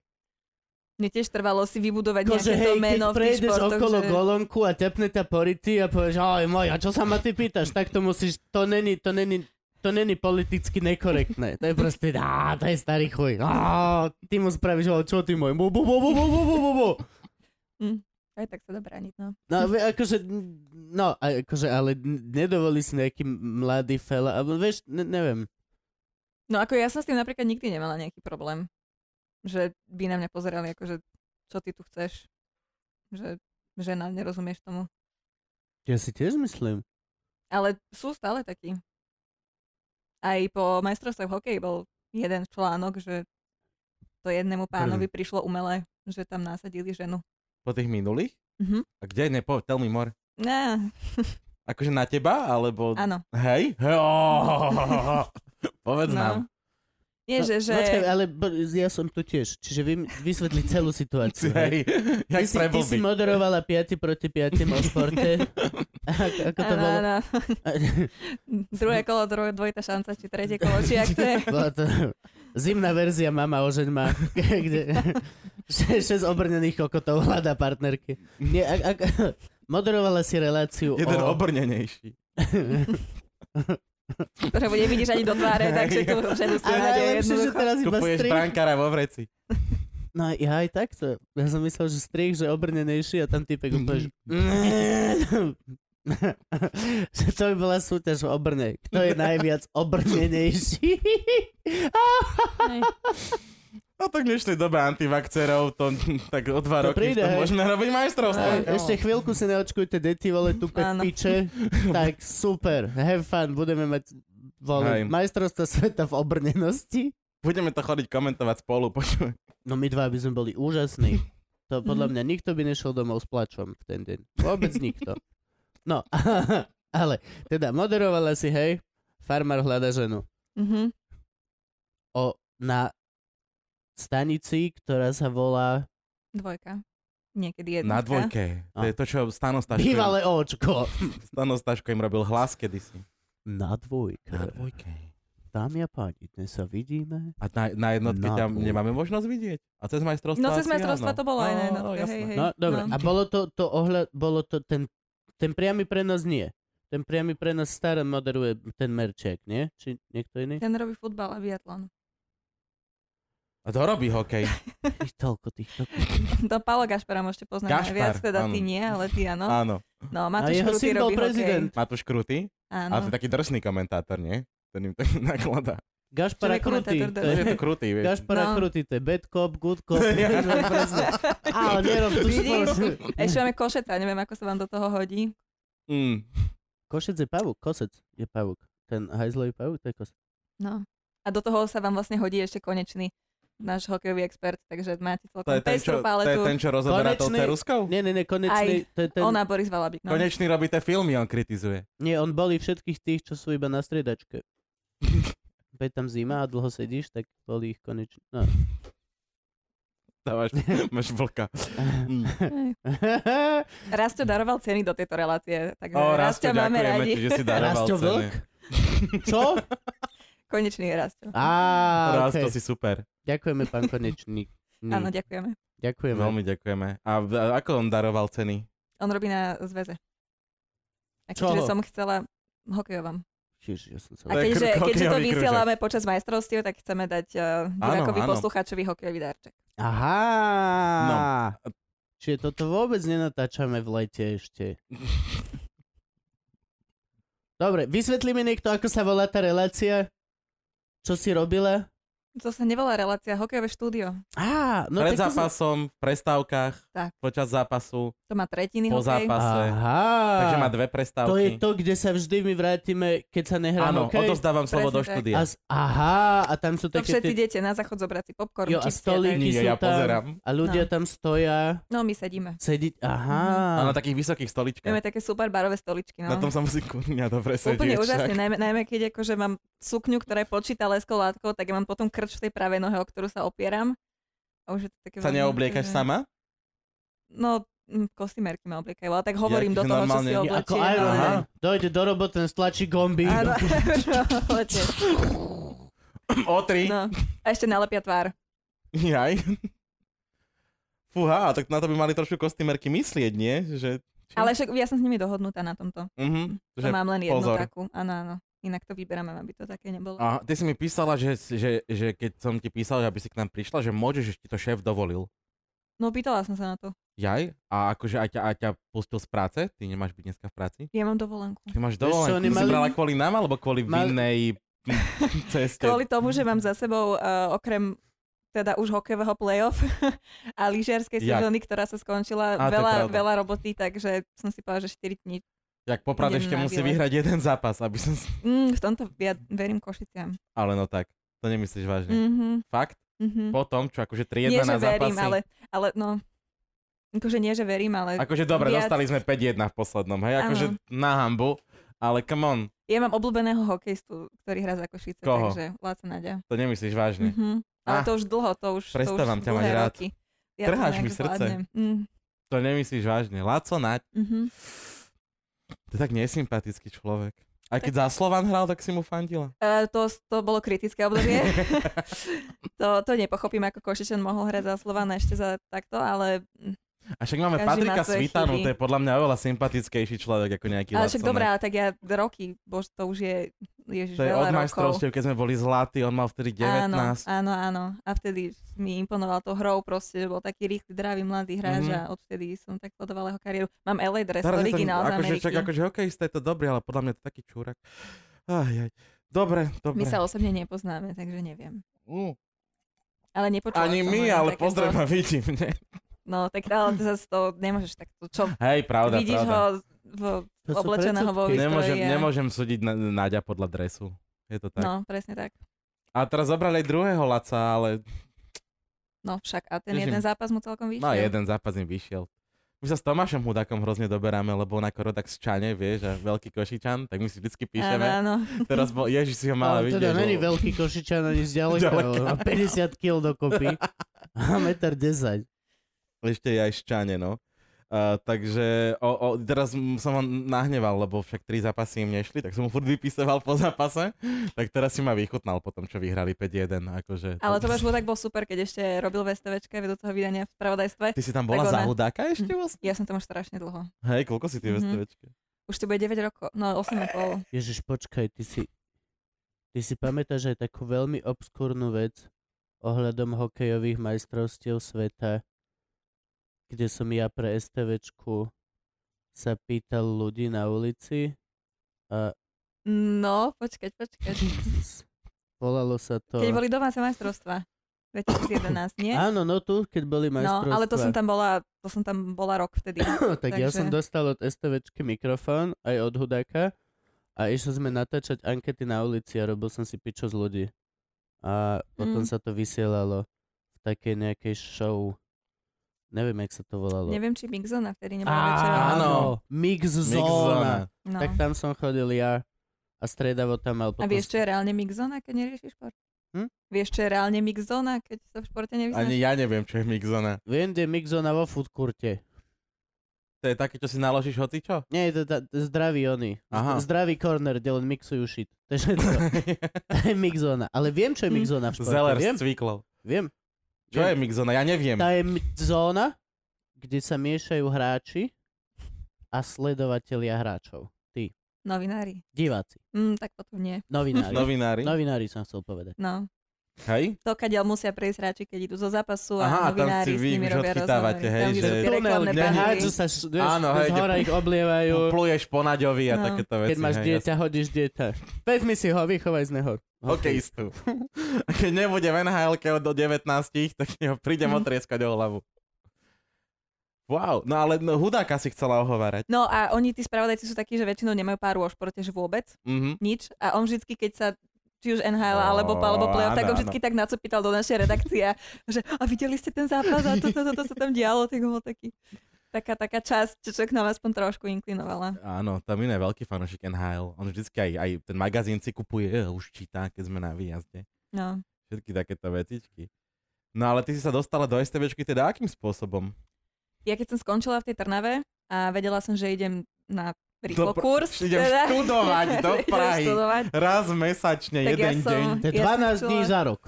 Mne tiež trvalo si vybudovať Akože nejaké to hej, keď meno v tých prejdeš športoch, okolo že... že... golonku a tepne ťa pority a povieš, oj môj, a čo sa ma ty pýtaš, tak to musíš, to není, to není, to není politicky nekorektné. To je proste, á, to je starý chuj. Á, ty mu spravíš, ale čo ty môj, bu, bu, bu, bu, bu, bu, bu, bu, bu. Aj tak sa dá brániť, no. No, ve- akože, n- no, a- akože, ale n- nedovolí si nejaký mladý fela, alebo vieš, ne, neviem. No ako ja som s tým napríklad nikdy nemala nejaký problém. Že by na mňa pozerali ako, že čo ty tu chceš. Že žena, nerozumieš tomu. Ja si tiež myslím. Ale sú stále takí. Aj po majstrovstvách hokeji bol jeden článok, že to jednému pánovi prišlo umelé, že tam nasadili ženu. Po tých minulých? Mhm. A kde? Nepo, tell me more. Á, Akože na teba, alebo... áno. Hej? Hej, <laughs> oh, Povedz No. nám. Nie, že, že... No, Počkaj, ale bo- ja som tu tiež, čiže vy mi- vysvetli celú situáciu. hej. Ty Hej, jak si, ty si preblbý. moderovala 5 proti 5 o športe. <laughs> ako, ako to Áno, bolo? áno. Druhé kolo, druhé, dvojitá šanca, či tretie kolo, či ak to je. <laughs> Bola to zimná verzia Mama ožeň ma, <laughs> kde 6 obrnených kokotov hľadá partnerky. Nie, ak, ak, <laughs> moderovala si reláciu Jeden o... <laughs> obrnenejší. ktoré bude vidíš ani do tváre, takže tu ženu si A nájde najlepšie, že teda jednoducho. teraz iba Kupuješ strich. brankára vo vreci. No ja aj takto. Ja som myslel, že strich, že obrnenejší a tam typek úplne, že... že to by bola súťaž v obrne. Kto je najviac obrnenejší? Hej. No tak v dnešnej dobe antivakcerov, to <laughs> tak o dva To roky príde, to hej. môžeme robiť majstrovstvo. No. Aj, ešte chvíľku si neočkujte deti, vole, tu Áno. piče. Tak super, have fun, budeme mať Hej. vole, majstrovstvo sveta v obrnenosti. <laughs> Budeme to chodiť komentovať spolu, počuj. No my dva by sme boli úžasní. To podľa mňa nikto by nešiel domov s plačom v <laughs> ten deň. Vôbec nikto. No, ale teda moderovala si, hej, Farmár hľada ženu. Mhm. O, na stanici, ktorá sa volá Dvojka. Niekedy jednotka. Na dvojke. To je to, čo Stano Staško, Bývalé očko. im, Stano Staško im robil hlas kedysi. Na Na dvojke. dvojke. Dámy a páni, dnes sa vidíme. A na, na jednotke Na ťa dvojke. nemáme možnosť vidieť. A cez majstrovstvá No cez asi majstrovstva áno. to bolo aj na No, jednotke. jasné. hej, hej. No, dobre. No. A bolo to, to ohľad, bolo to ten, ten priamy prenos nie. Ten priamy prenos staré moderuje ten merček, nie? Či niekto <laughs> iný? Ten robí futbal a biatlon. <laughs> A to robí hokej. Ich toľko týchto. To Paolo Gašpara môžete poznať Gašpar, najviac, teda ty áno. nie, ale ty áno. Áno. <laughs> No, A Matúš jeho Krutý syn bol robí prezident. hokej. Matúš Krutý, Áno. ale to je taký drsný komentátor, nie? Ten im tak <laughs> <laughs> nakladá. Gašpara Čo je komentátor Krutý. do- To je, No, <laughs> že je to Krutý, vieš. Gašpara No. Krutý, to je bad cop, good <laughs> cop. Presne. Ale nerob tu Vidíš? spolu. Ešte máme košeca, neviem, ako sa vám do toho hodí. Mm. Košec je pavúk, kosec je pavúk. Ten hajzlový pavúk, to je kosec. No. A do toho sa vám vlastne hodí ešte konečný náš hokejový expert, takže máte To celkom je ten, čo, pestru to je paletu. ten, čo rozoberá tou Konečný- ceruskou? Nie, nie, nie, konečný, to je ten, Ona, Boris Valabik. No. Konečný robí tie filmy, on <laughs> kritizuje. nie, on bolí všetkých tých, čo sú iba na striedačke. Keď tam zima a dlho sedíš, tak bolí ich konečný. No. <laughs> Dávaš, máš vlka. Mm. Hej. Rasto daroval ceny do tejto relácie, takže O, oh, Rasto, Rasto máme ďakujeme radi. ti, že si daroval Rasto ceny. vlk? Čo? Konečný je Rasto. Á, Rasto okay. si super. Ďakujeme, pán konečný. Áno, ďakujeme. Ďakujeme. Veľmi ďakujeme. A v- a ako on daroval ceny? On robí na zväze. A Čoho? keďže som chcela hokejovom. Čiže, ja som sa... A To je keďže, krú- keďže to hokejový krúžok. vysielame počas majstrovstiev, tak chceme dať uh, divákovi áno. poslucháčovi hokejový darček. Aha! No. Čiže toto vôbec nenatáčame v lete <laughs> ešte. Dobre, vysvetlí mi niekto, ako sa volá tá relácia? Čo si robila? To sa nevolá relácia, hokejové štúdio. Á, no No, tak Pred to som- zápasom, v prestávkach, Tak. počas zápasu, To má tretiny po hokej. zápase. Aha, Takže má dve prestávky. to je to, kde sa vždy my vrátime, keď sa nehrá Áno, hokej. odovzdávam slovo Presne do tak. štúdia. a z, aha, a tam sú To také všetci tie, idete na záchod zobrať si popcorn, Jo, a čipsy stolíky. tak. sú Nie, ja tam. pozerám. a ľudia tam stoja, No my sedíme. sedí, aha. A na takých vysokých stoličkách. Máme také super barové stoličky. Na No. tom sa musí kurňa dobre sedieť. Úplne však. úžasne, najmä, najmä keď akože mám sukňu, ktorá je počíta leskou látkou, tak ja mám potom krč v tej pravej nohe, o ktorú sa opieram. A už je to také Sa veľmi neobliekaš akože- sama? No, mm, kostýmerky ma obliekajú, ale tak Ja, hovorím do že toho, čo normálne- si Nie, Nie, oblečie. ako Iron ale- Man. Dojde do roboty, stlačí gombík. <laughs> Áno, <laughs> oblečie. O tri. no. A ešte nalepia tvár. Jaj. Fúha, tak na to by mali trošku kostýmerky myslieť, nie? Že, Ale však ja som s nimi dohodnutá na tomto. mhm, To že... mám len jednu pozor. takú. Áno, áno. Inak to vyberáme, aby to také nebolo. A ty si mi písala, že, že, že keď som ti písal, aby si k nám prišla, že môžeš, že ti to šéf dovolil. No pýtala som sa na to. Jaj? A akože aj ťa, aj ťa pustil z práce? Ty nemáš byť dneska v práci? Ja mám dovolenku. Ty máš Vieš čo, dovolenku. oni Ty si mali- brala kvôli nám, alebo kvôli Mali- vinnej ceste? Kvôli tomu, že mám za sebou uh, okrem teda už hokejového playoff <laughs> a lyžiarskej Jak? sezóny, ktorá sa skončila, Á, to je veľa, pravda. veľa roboty, takže som si povedala, že 4 dní. Jak poprad idem ešte na musí výlet. vyhrať jeden zápas, aby som... si- Mm, v tomto ja verím Košiciam. Ale no tak, to nemyslíš vážne. Mm-hmm, Fakt? mm-hmm. Po tom, čo akože 3-1 Nie, že na zápasy. verím, ale, ale no... Akože nie, že verím, ale Akože dobre, viac- dostali sme 5-1 v poslednom, hej, akože Áno. na hambu, ale come on, ja mám obľúbeného hokejistu, ktorý hrá za Košice, Koho? takže Láca Nadia. to nemyslíš vážne. Mm-hmm. Ale Á, to už dlho, to Hm. už, to už Ah, prestávam ťa mať dlhé rád. roky. Ja to Trháš mi nejak srdce. zvládnem. Mm, To nemyslíš vážne. Laco Naď, mm-hmm. to je tak nesympatický človek. Aj keď za Slovan hral, tak si mu fandila. E, to, to bolo <laughs> kritické obdobie. to, to nepochopím, ako Košičan mohol hrať za Slovan ešte za takto, ale... A však máme Každý Patrika má svoje Svitanu, chyby. to je podľa mňa oveľa sympatickejší človek ako nejaký Ale Laco však Naď. dobré, ale tak ja roky, bože, to už je ježiš, To je od veľa rokov. majstrovstiev, keď sme boli zlatí, on mal vtedy 19. Áno, áno, áno. A vtedy mi imponoval to hrou proste, že bol taký rýchly, dravý, mladý hráč Mhm. a odvtedy som tak sledovala jeho kariéru. Mám LA dress, Teraz je to- originál z akože, Ameriky. čak, akože hokejista je to dobrý, ale podľa mňa to je taký čúrak. Aj, aj. Dobre, dobre. My sa osobne nepoznáme, takže neviem. Mm. Ale nepočula Ani som my, len ale takéto- pozdrav ma vidím. Nie? No, tak ale to zase to nemôžeš takto. Čo, Hej, pravda, vidíš pravda. ho v, To sú oblečeného vo predsudky. výstroji. Nemôžem, a- nemôžem súdiť na, Náďa podľa dresu. Je to tak. No. No, presne tak. A teraz zobrali aj druhého Laca, ale No však a ten Tiež im- jeden zápas mu celkom vyšiel. no, jeden zápas im vyšiel. my sa s Tomášom Hudákom hrozne doberáme, lebo on ako rodak z Čane, vieš, a veľký košičan, tak my si vždycky Áno, píšeme. áno. Teraz bol, ježiš, si ho mala Ale vidieť. teda není bol- veľký košičan ani zďaleka. Ďaleka. Má 50 kg dokopy. A meter 10. Ešte je aj šťane, no. Uh, takže o, o, teraz m- som ho nahneval, lebo však tri zápasy im nešli, tak som mu furt vypisoval po zápase, tak teraz si ma vychutnal po tom, čo vyhrali 5-1. Akože, Ale Tomáš Vodák bol super, keď ešte robil v STVčke vedú toho vydania v spravodajstve. Ty si tam bola Tak za ona- hudáka ešte vlastne? Ja som tam už strašne dlho. Hej, koľko si ty v Mhm. STVčke? Už to bude 9 rokov, no 8,5. Ježiš, počkaj, ty si... Ty si pamätáš aj takú veľmi obskúrnu vec ohľadom hokejových majstrovstiev sveta, kde som ja pre STVčku sa pýtal ľudí na ulici a No, počkať, počkať. volalo sa to... Keď boli domáce majstrovstvá. 2011, nie? Áno, no tu, keď boli No, majstrovstvá. ale to som tam bola, to som tam bola rok <coughs> vtedy. No tak ja som Takže- dostal od STVčky mikrofón, aj od hudáka a išli sme natáčať ankety na ulici a robil som si pičo z ľudí. A potom Mm. sa to vysielalo v takej nejakej show. Neviem, jak sa to volalo. Neviem, či Big Zona vtedy nebola večera. áno. Áno, Mix Zona. Mix zóna. No. Tak tam som chodil ja a stredavo tam mal A potom... vieš, čo je reálne Mix Zona, keď neriešiš šport? Hm? Vieš, čo je reálne Mix Zona, keď sa v športe nevyznáš? Ani ja neviem, čo je mixona. Viem, kde je Mix Zona vo foodkurte. To je také, čo si naložíš <laughs> hocičo? Nie, to, to, to zdraví oni. Aha. Zdravý corner, kde len mixujú shit. To <laughs> je všetko. To je Mixona. Ale viem, čo je Mm. Mixona v športe. Zeller viem, s cviklou. viem. Čo je mixona? Ja neviem. Tá je m- zóna, kde sa miešajú hráči a sledovatelia hráčov. Novinári. Diváci. Mm, tak potom nie. Novinári. <laughs> Novinári. Novinári som chcel povedať. No. Hej? To, kadiaľ musia prejsť hráči, keď idú zo zápasu a Aha, tam novinári si s vy nimi už robia odchytávate, rozhovory. hej, tam, kde sú že- tie reklamné Tunel, kde panely. Hádžu sa, š- vieš, Áno, hej, z kde hora ich oblievajú. Pluješ po naďovi a No. takéto veci. Keď máš hej, dieťa, hodíš dieťa. Vezmi si ho, vychovaj z neho. hokejistu. A <laughs> keď nebude v nhl do 19, tak ho prídem Mhm. otrieskať o hlavu. Wow, no ale no, hudáka si chcela ohovárať. No a oni, tí spravodajci sú takí, že väčšinou nemajú páru o športe, že vôbec Mhm. nič. A on vždycky, keď sa či už NHL Ó, alebo, alebo playoff, tak áno, on vždycky tak nacopýtal do našej redakcie, a- že a videli ste ten zápas a toto to, to, to sa tam dialo, tak on bol taký, taká, taká časť, čo k nám aspoň trošku inklinovala. Áno, tam je veľký fanúšik NHL. On vždycky aj, aj ten magazín si kupuje, eh, už číta, keď sme na výjazde. No. Všetky takéto vecičky. No ale ty si sa dostala do STVčky teda akým spôsobom? Ja keď som skončila v tej Trnave a vedela som, že idem na Do pr- rýchlokurs. idem študovať do Teda- <laughs> Idem Prahy. študovať. Raz mesačne, Tak ja jeden som- deň. To je Ja som 12 dní chcela- za rok.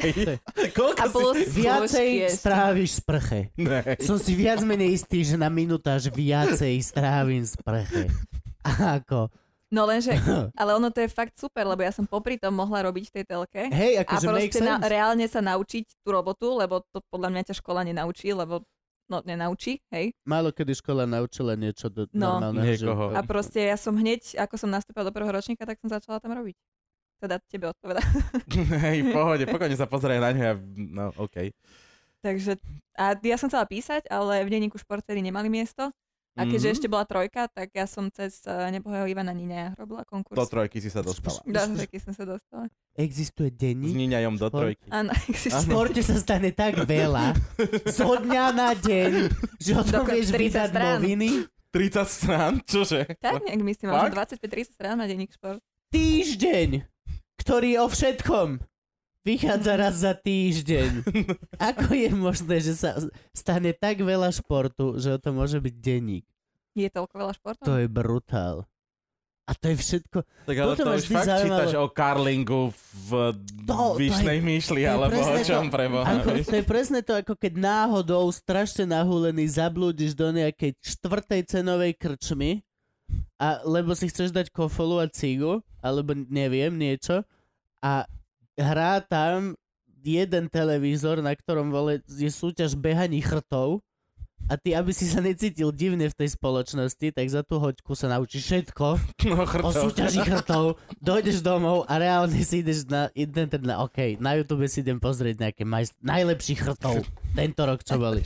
Hej. <laughs> Koľko A plus si... Viacej skúšky ešte. stráviš v sprche. <laughs> Ne. Som si viac menej istý, že na minutáž viacej strávim v sprche. <laughs> Ako? No lenže, ale ono to je fakt super, lebo ja som popri tom mohla robiť v tej telke. Hej, A akože make proste na, sense. reálne sa naučiť tú robotu, lebo to podľa mňa ťa škola nenaučí, lebo no, nenaučí, hej. Málo kedy škola naučila niečo do No. normálneho Niekoho. života. A proste ja som hneď, ako som nastúpila do prvého ročníka, tak som začala tam robiť. Teda tebe odpoveda. <laughs> Hej, v pohode, pokojne sa pozrie na ňu a... No, okej. <laughs> Takže, a ja som chcela písať, ale v denníku športery nemali miesto. A keďže Mhm. ešte bola trojka, tak ja som cez eh, nebohého Ivana Niňa robila konkurs. <laughs> Do trojky si sa dostala. Do trojky som sa dostala. Existuje S denník? Niňajom do Šport. trojky. Áno, <laughs> V existuje. športe sa stane tak veľa, zo dňa na deň, že o tom Dokon- vieš 30 vydať strán. noviny. 30 strán, čože? Tak nejak myslím, mám Fakt? 25-30 strán na denník šport. Týždeň, ktorý o všetkom vychádza raz za týždeň. Ako je možné, že sa stane tak veľa športu, že o tom môže byť denník? Je toľko veľa športov? To je brutál. A to je všetko, Tak ale Toto to ma už vždy fakt zaujímalo. čítaš o Karlingu v To- to Vyšnej je- myšli, to je alebo o presne to. čom preboha. Ako, vieš? to je presne to, ako keď náhodou strašne nahúlený zablúdiš do nejakej štvrtej cenovej krčmy, a, lebo si chceš dať kofolu a cigu, alebo neviem, niečo, a hrá tam jeden televízor, na ktorom vole, je súťaž behaní chrtov a ty, aby si sa necítil divne v tej spoločnosti, tak za tú hoďku sa naučíš všetko o No, chrtov. súťaži chrtov, dojdeš domov a reálne si ideš na, idem teda, na, OK, na YouTube si idem pozrieť nejaké majst- najlepších chrtov tento rok, čo boli.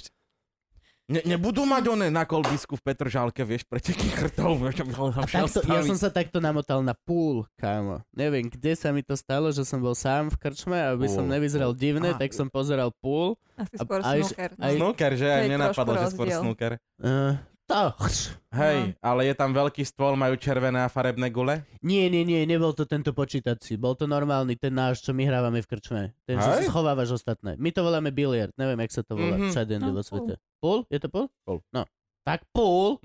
Ne, nebudú mať one na kolbisku v Petržálke, vieš, preteky krtov. Vieš, aby ho A tam šiel takto, ja staviť. som sa takto namotal na púl, kámo. Neviem, kde sa mi to stalo, že som bol sám v krčme, aby som Púl, nevyzeral púl. divne, Á. tak som pozeral púl. Asi A- skôr a ešte- snooker. no. aj- Snooker, že? Aj je nenapadlo, trošku že skôr rozdiel. snooker. Uh, to. No. Hej, ale je tam veľký stôl, majú červené a farebné gule. Nie, nie, nie, nebol to tento počítací. Bol to normálny, ten náš, čo my hrávame v krčme. Ten, čo si Hej. schovávaš ostatné. My to voláme biliard, neviem, jak sa to volá. Mhm. Mm-hmm. Všade inde No, vo púl. svete. Púl? Je to púl? Púl. No. Tak púl.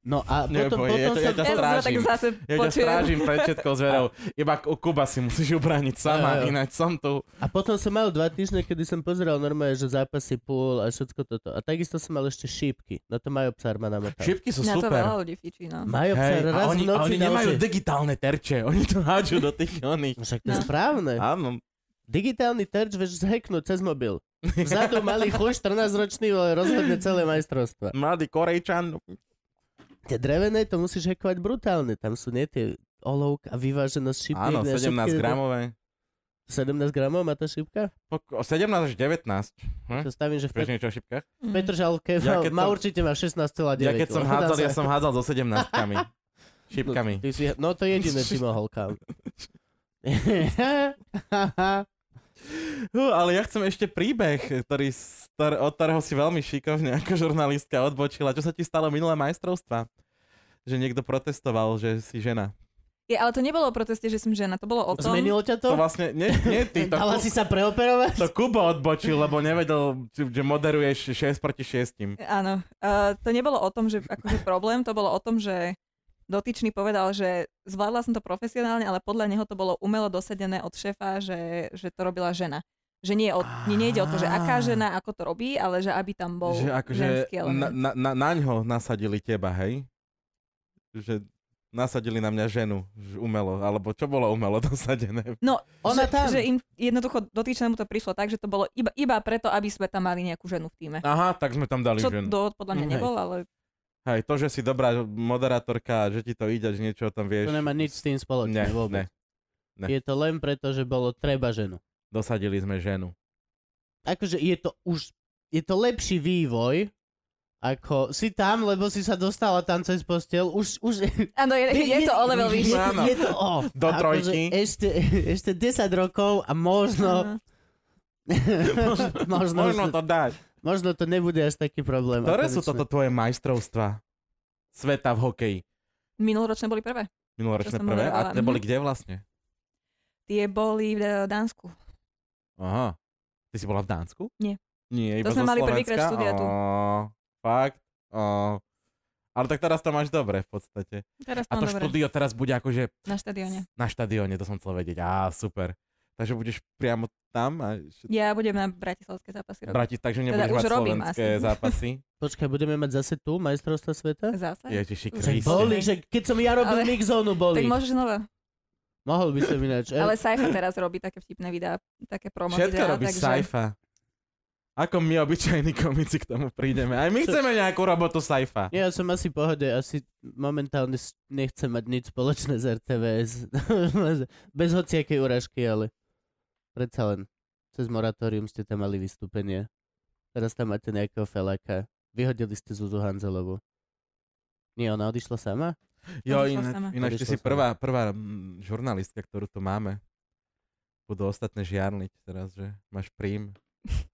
No <laughs> a Neboj, potom, potom je to- je som... to Ja som sa tak strážim. zase Ja ťa počujem. strážim pred všetkou zverou. Iba ku Kuba si musíš ubrániť Jo, sama, jo. ináč som tu. A potom som mal dva týždne, kedy som pozeral normálne, že zápasy púl a všetko toto. A takisto som mal ešte šípky. No to Majo Psar ma namotal. Šipky sú Na to veľa super. ľudí fičí, no. Majo Psar a raz oni, v a noci oni nemajú naučil- digitálne terče, oni to hádžu do tých oných. Však to je No. správne. Áno. Digitálny terč vieš zhacknúť cez mobil. Vzadu malý chuj, 14-ročný, vole, rozhodne celé majstrovstva. Mladý Korejčan. Tie drevené to musíš hackovať brutálne. Tam sú nie tie olovk a vyváženosť šípky. Áno, ne, 17 šípky, gramové. 17 gramov má tá šípka? Pok- 17 až 19. Hm? To stavím, že v, Vieš Pet- niečo o šipkách? Mhm. v Petržalke Ja má, keď má som- určite má 16,9. Ja keď som vole, hádzal, dá ja sa- som <laughs> hádzal so 17 <laughs> Šipkami. No, ty si, no to jediné si mohol, <laughs> kam. Hú, ale ja chcem ešte príbeh, ktorý, star, od ktorého si veľmi šikovne ako žurnalistka odbočila. Čo sa ti stalo minulé majstrovstva? Že niekto protestoval, že si žena. Je, ale to nebolo o proteste, že som žena, to bolo o tom... Zmenilo ťa to? To vlastne, nie, nie ty, to, Dala Ku- si sa preoperovať? to Kubo odbočil, lebo nevedel, či- že moderuješ 6 proti 6. Áno, uh, to nebolo o tom, že akože problém, to bolo o tom, že dotyčný povedal, že zvládla som to profesionálne, ale podľa neho to bolo umelo dosadené od šéfa, že, že to robila žena. Že nie, o, nie, nejde o to, že aká žena, ako to robí, ale že aby tam bol Že akože na, ženský element. na, na, naňho nasadili teba, hej? Že nasadili na mňa ženu že umelo, alebo čo bolo umelo <laughs> dosadené? Ona No, že, tam. že im jednoducho dotyčnému to prišlo tak, že to bolo iba, iba preto, aby sme tam mali nejakú ženu v týme. Aha, tak sme tam dali Čo ženu. dôvod podľa Mm, mňa hej. nebol, ale Hej, to, že si dobrá moderátorka, že ti to ide, že niečo tam vieš. To nemá nič s tým spoločné Ne, vôbec. ne. ne. Je to len preto, že bolo treba ženu. Dosadili sme ženu. Akože je to už, je to lepší vývoj, ako si tam, lebo si sa dostala tam cez postel, už, už... áno, je, <laughs> je, to o level vyššie. <laughs> Je, Áno. je to o. Do Akože trojky. Ešte, ešte 10 rokov a možno, Áno. <laughs> <laughs> možno, No, možno, Možno to... to dáš. možno to nebude až taký problém. Akože Ktoré ako sú začne. toto tvoje majstrovstvá sveta v hokeji? Minuloročné boli prvé. Minuloročné Čo som prvé? A moderovala. tie boli kde vlastne? Tie boli v eh, Dánsku. Aha. Ty si bola v Dánsku? Nie. Nie, iba To sme zo mali Slovenska? prvýkrát štúdia tu. Ó, Fakt? Ó. Ale tak teraz to máš dobre v podstate. Teraz A mám to dobre. štúdio teraz bude akože Na štadióne. na štadióne, to som chcel vedieť. Á, super. Takže budeš priamo tam a Ja budem na bratislavské zápasy robiť. Brati, takže nebudeš Teda už mať robím slovenské asi. <laughs> zápasy. Počkaj, budeme mať zase tu majstrovstva sveta? Zase? Ježiši Že Že Kriste. boli, Kriste. že keď som ja robil Ale- mixzónu, Tak boli. môžeš znova. Mohol by som ináč. e? Ale Saifa teraz robí také vtipné videá, také promo Všetko videá, robí takže... Saifa. Ako my obyčajní komici k tomu prídeme. Aj my chceme nejakú robotu Saifa. Nie, Ja som asi v pohode, asi momentálne s- nechcem mať nič spoločné s <laughs> RTVS. Bez hociakej uražky, ale predsa len. Cez moratórium ste tam mali vystúpenie. Teraz tam máte nejakého feláka. Vyhodili ste Zuzu Hanzelovu. Nie, ona odišla sama? Jo, Odišla ináč, sama. ináč ty Odišla si sama. prvá, prvá mm, žurnalistka, ktorú tu máme. Budú ostatné žiarliť teraz, že máš príjm.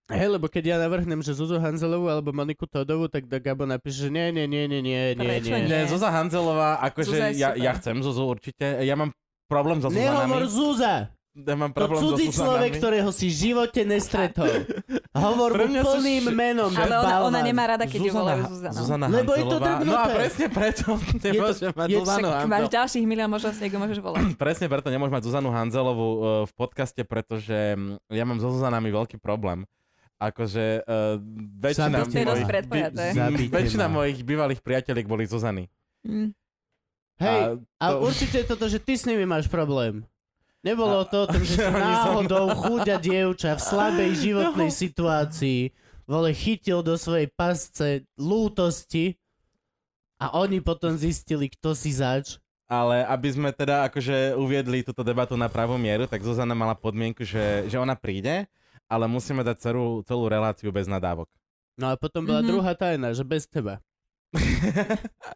Hej, lebo keď ja navrhnem, že Zuzu Hanzelovú alebo Moniku Todovu, tak da Gabo napíše, že nie, nie, nie, nie, nie, nie, Prečo nie. Nie, No Nie. Zuza Hanzelová, Zuza akože je ja, super. ja chcem Zuzu určite. Ja mám problém so Nehovor Zuzanami. Zuza! Ja mám To problém so cudzí človek, Zuzanami. ktorého si v živote <laughs> nestretol. Hovor Pre mu mňa sú plným vš- menom. Ale ona, ona balván. nemá rada, keď ju volajú Zuzana. Zuzana. Zuzana Lebo je to Hanzelová. No a drbnuté. presne preto nemôžem mať je- Zuzanu však Hanzelovú. Máš ďalších milión možností, ako môžeš <clears throat> volať. Presne preto nemôžem mať Zuzanu Hanzelovú e, v podcaste, pretože mm, ja mám so Zuzanami veľký problém. Akože uh, Zabite väčšina, To je ma. dosť predpojaté. Zabite väčšina ma. mojich bývalých priateliek boli Zuzany. Mm. Hej, A a to- určite je toto, že ty s nimi máš problém. Nebolo A- to o tom, <laughs> že si že oni so náhodou chúďa dievča v <laughs> slabej životnej No. situácii vole chytil do svojej pasce lútosti a oni potom zistili, kto si zač. Ale aby sme teda akože uviedli túto debatu na pravú mieru, tak <laughs> Zuzana mala podmienku, že, že ona príde, ale musíme dať celú, celú reláciu bez nadávok. No a potom bola Mhm. druhá tajna, že bez teba.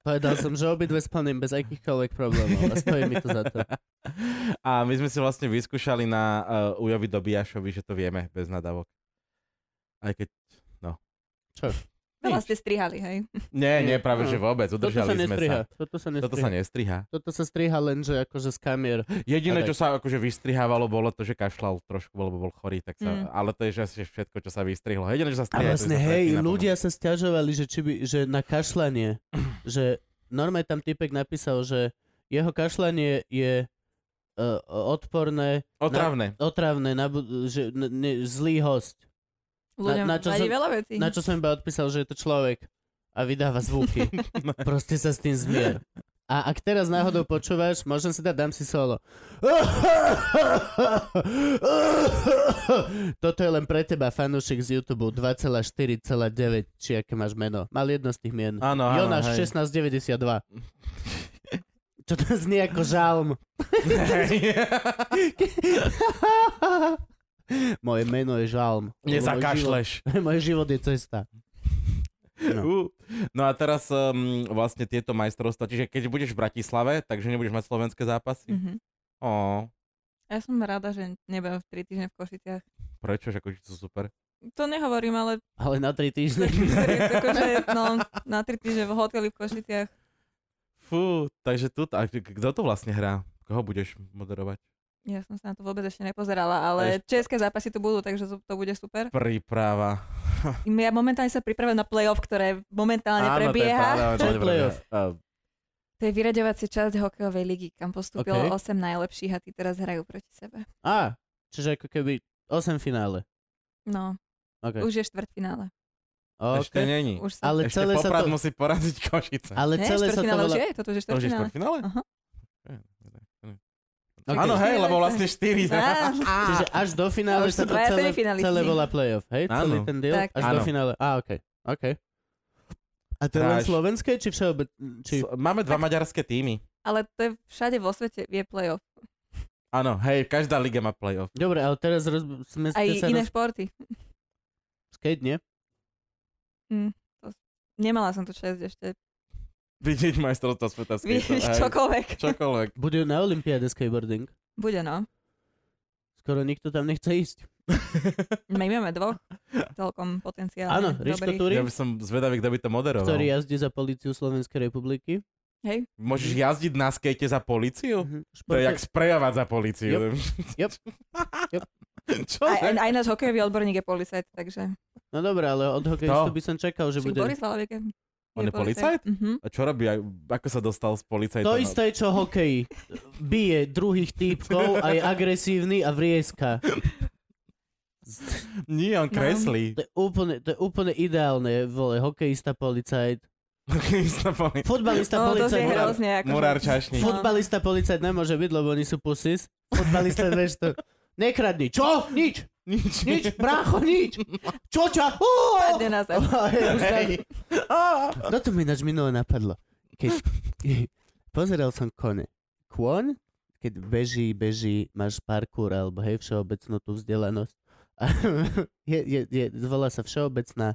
Povedal som, že obidve splním bez akýchkoľvek problémov a stojí mi to za to. <laughs> A my sme si vlastne vyskúšali na uh, Ujovi Dobiašovi, že to vieme bez nadávok. Aj keď... Veľa ste No, vlastne strihali, hej. Nie, nie, Mm. práve že vôbec. Toto sa Udržali sme nestriha. sa. Toto sa Toto sa nestriha. nestriha. Toto sa striha len, že akože z kamier. A Jediné, tak. čo sa akože vystrihávalo, bolo to, že kašľal trošku, lebo bol chorý, tak sa, Mm. ale to je že asi všetko, čo sa vystrihlo. Jediné, čo A sa striha, vlastne, to je, že sa hej, prepína ľudia sa stiažovali, že, či by, že na <clears throat> kašľanie, že normálne tam typek napísal, že jeho kašľanie je uh, odporné, pomoc. Otravné. otravné, na, bu- že n- ne, zlý host. Ľuďom na na, čo vadí som- veľa vecí. Na čo som iba odpísal, že je to človek a vydáva zvuky. Proste sa s tým zmier. A ak teraz náhodou počúvaš, môžem si dať, dám si solo. Toto je len pre teba, fanúšik z YouTube, 2,4,9, či aké máš meno. Mal jedno z tých mien. Áno, áno, Jonáš <laughs> hej. 1692. Čo to znie ako žalm. Moje meno je žalm. Nezakašleš. Môj život, <laughs> môj život je cesta. No. no a teraz um, vlastne tieto majstrovstvá, čiže keď budeš v Bratislave, takže nebudeš mať slovenské zápasy? Mhm. Ó, Ja som rada, že nebudem v 3 týždne v Košiciach. prečo, že akože sú super. To nehovorím, ale <laughs> Ale na tri týždne. akože, no, na 3 týždne v hoteli v Košiciach. Fú, takže tu, a kto to vlastne hrá? Koho budeš moderovať? Ja som sa na to vôbec ešte nepozerala, ale české zápasy tu budú, takže to, to bude super. Príprava. Ja momentálne sa pripravujem na playoff, ktoré momentálne prebieha. Čo je playoff? Uh, To je vyraďovacia časť hokejovej ligy, kam postúpilo Ok. 8 najlepších a tí teraz hrajú proti sebe. Á, čiže ako keby 8 finále. No, Okay. už je štvrtfinále. Okay. Ešte není. Už sa... Ale Ešte celé sa Poprad to... musí poraziť Košice. Ale Ne, celé sa to štvrtfinále už volá... je, toto už To už je je štvrtfinále. štvrtfinále? Aha. Ok. Áno, hej, lebo vlastne 4. Á, Čiže až do finále Už sa to sú dvaja celé, semifinalisti. celé volá playoff, hej? Áno. Celý ten deal? Tak. Až do Áno. finále. Á, okej. okej. A to je len Hráš- slovenské, či všeobec... Či... Máme dva maďarské týmy. Ale to je všade vo svete je playoff. Áno, hej, každá liga má playoff. Dobre, ale teraz roz... sme Aj ste sa iné roz... športy. Skate, nie? Mm, Nemala som tu čest ešte. Vidieť majstrovstvo sveta s <laughs> Víš, čokoľvek. Čokoľvek. Bude na Olympiáde skateboarding. Bude, no. Skoro nikto tam nechce ísť. My máme dvoch celkom potenciálne. Áno, Ríško dobrých. Turín, Ja by som zvedavý, kto by to moderoval. ktorý jazdí za políciu Slovenskej republiky. Hej, Môžeš jazdiť na skate za policiu? Mhm. To je jak Športo- sprejavať za policiu. Yep. Yep. <laughs> Čo? aj, aj, aj náš hokejový odborník je policajt, takže... No dobre, ale od hokejistu Kto? by som čakal, že Však bude... Boris Valavík je... On je policajt? Mhm. A čo robí? aj- Ako sa dostal z policajta? No. To na- isté, čo hokej. Bije druhých týpkov a je agresívny a vrieska. Nie, on No. kreslí. To je úplne, to je úplne ideálne, vole, hokejista, policajt. Krista poli- Futbalista, No, to je policajt. Murár- hrozne. Akože... Murár Čašník. Fut- Futbalista, policajt nemôže byť, lebo oni sú pusis. Futbalista, vieš to. Nekradni. Čo? Nič. Nič. <laughs> Nič. Brácho, nič. Čo ťa? Ó! Padne na zem. Hej, už tak. No to mi ináč minule napadlo. Keď <laughs> pozeral som kone. Kôň, keď beží, beží, máš parkour alebo hej, všeobecnú tú vzdelanosť. A <laughs> je, je, je, volá sa všeobecná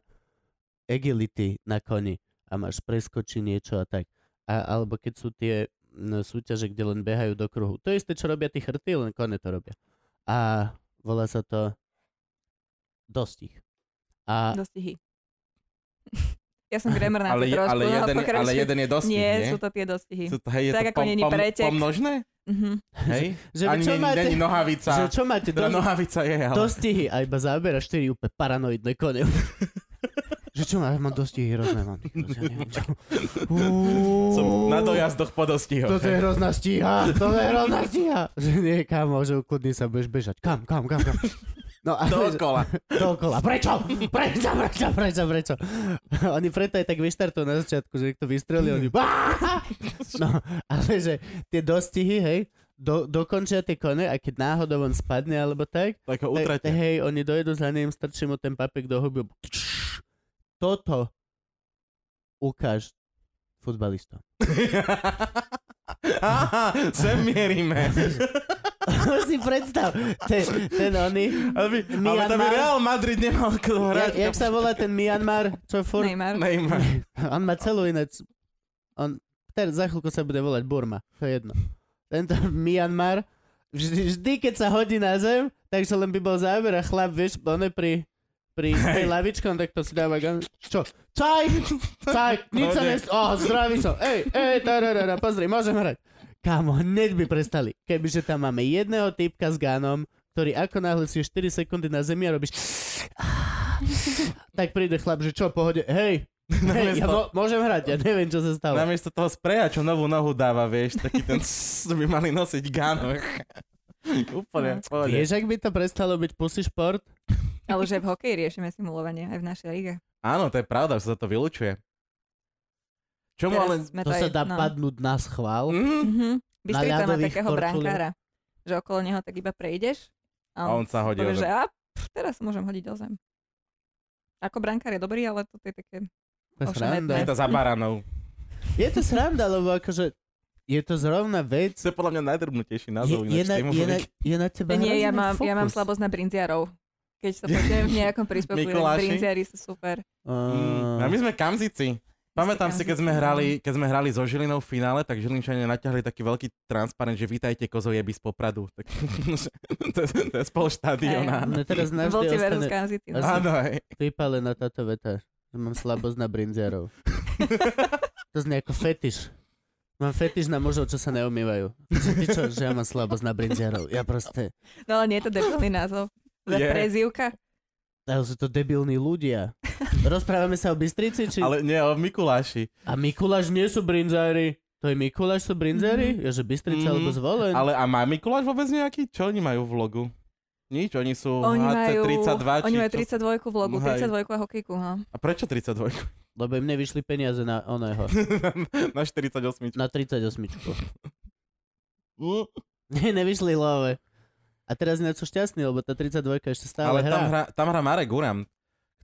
agility na koni a máš preskočí niečo a tak. A, alebo keď sú tie no, súťaže, kde len behajú do kruhu. To je isté, čo robia tí chrty, len kone to robia. A volá sa to dostih. A Dostihy. Ja som grammar na Ale, je- trošku. ale, jeden, no, je- ale jeden je dosť, Nie, nie? sú to tie dostihy. Sú to, hej, je Tak to ako není pretek. pomnožné? Mhm. Hej? že Ani čo není, máte, není nohavica. že čo máte Teda do, nohavica je, ale... dostihy a iba zábera 4 úplne paranoidné <laughs> kone. že čo mám, mám dostihy hrozné, mám ich hrozné, neviem čo. <laughs> Som na dojazdoch po dostihoch. Toto je hrozná stíha, to je hrozná stíha. Že nie, kámo, že ukludni sa, budeš bežať. Kam, kam, kam, kam. No a Dookola. Dokola. Prečo? Prečo, prečo, prečo, prečo? Oni preto aj tak vyštartujú na začiatku, že kto vystrelí, <laughs> oni... <laughs> No, ale že tie dostihy, hej, do, dokončia tie kone a keď náhodou on spadne alebo tak, Tak tak, ho <laughs> utratia. hej, oni dojdú za ním, strčí mu ten papík do huby. Toto ukáž futbalistom. Aha, sem mierime. <laughs> si predstav, ten, ten oný, Ale, by, ale tam by Myanmar. Real Madrid nemal koho jak, hrať. jak sa volá ten Myanmar, čo furt, <laughs> Neymar. Neymar. on má celú iné, c- on, ter, za chvíľku sa bude volať Burma, to je jedno. Tento Myanmar, vždy, vždy keď sa hodí na zem, tak sa len by bol záber a chlap, vieš, on je pri, pri tej lavičke, on takto si dáva gan. Čo? Čaj! Čaj! Nič sa Dobre. <laughs> nes... Oh, zdravý som! Ej, ej, tararara, pozri, môžem hrať. Kámo, hneď by prestali. Kebyže tam máme jedného typka s gánom, ktorý ako náhle si je 4 sekundy na zemi a robíš... tak príde chlap, že čo, pohode, hej, hej ja mo- môžem hrať, ja neviem, čo sa stalo. Namiesto toho spreja, čo novú nohu dáva, vieš, taký ten cs, by mali nosiť gánok. <laughs> Úplne, v pohode. Vieš, ak by to prestalo byť pussy šport? Ale že v hokeji riešime simulovanie aj v našej lige. Áno, to je pravda, že sa to vylúčuje. Čomu ale... Teraz sme To aj- sa dá no. padnúť na schvál. Mhm. Mhm. Bystrica má ľadových takého korčuliach. brankára, že okolo neho tak iba prejdeš A on sa hodí povie, o že a, pf, teraz môžem hodiť o zem. Ako brankár je dobrý, ale toto je také... To je Ošemetné. sranda. Je to za baranov. Je to sranda, lebo akože je to zrovna vec, To je podľa mňa najdrbnutejší je, názov. je, na, je, na, je na teba Nie, ja hrozný mám, ja mám fokus. slabosť na brinziarov. Keď sa <laughs> počujem v nejakom príspevku, tak Mikuláši? brinziari sú super. Mm, a my sme kamzici. Pamätám si, keď sme, kamzici, hrali, keď sme hrali so Žilinou v finále, tak Žilinčania naťahli taký veľký transparent, že vítajte kozojebi z Popradu. <laughs> Tak, to, je, to je spol štadiona. <laughs> Mne No teraz navždy Volci versus ostane Kansas City. no. Asi- Áno, hej. vypálená táto veta, že mám slabosť na brinziarov. To znie ako fetiš. Mám fetiš na mužov, čo sa neumývajú. Že ty čo, že ja mám slabosť na brinziarov. Ja proste, No ale nie je to debilný názov. Za Je. prezývka. ale sú to debilní ľudia. Rozprávame sa o Bystrici, či... Ale nie, o Mikuláši. A Mikuláš nie sú brinzári. To je Mikuláš sú brinzári? Ja, že Bystrica Mhm. alebo zvolen. Ale a má Mikuláš vôbec nejaký? Čo oni majú v logu? Nič, oni sú Oni majú, HC32. oni či majú čo? 32 v logu, Hej. 32 a hokejku. No. A prečo 32? Lebo im nevyšli peniaze na oného. <laughs> Na 48. Na 38. <laughs> Nie, nevyšli love. A teraz ináč sú šťastní, lebo tá 32 ešte stále Ale tam hrá. hrá, tam hrá Marek Guram,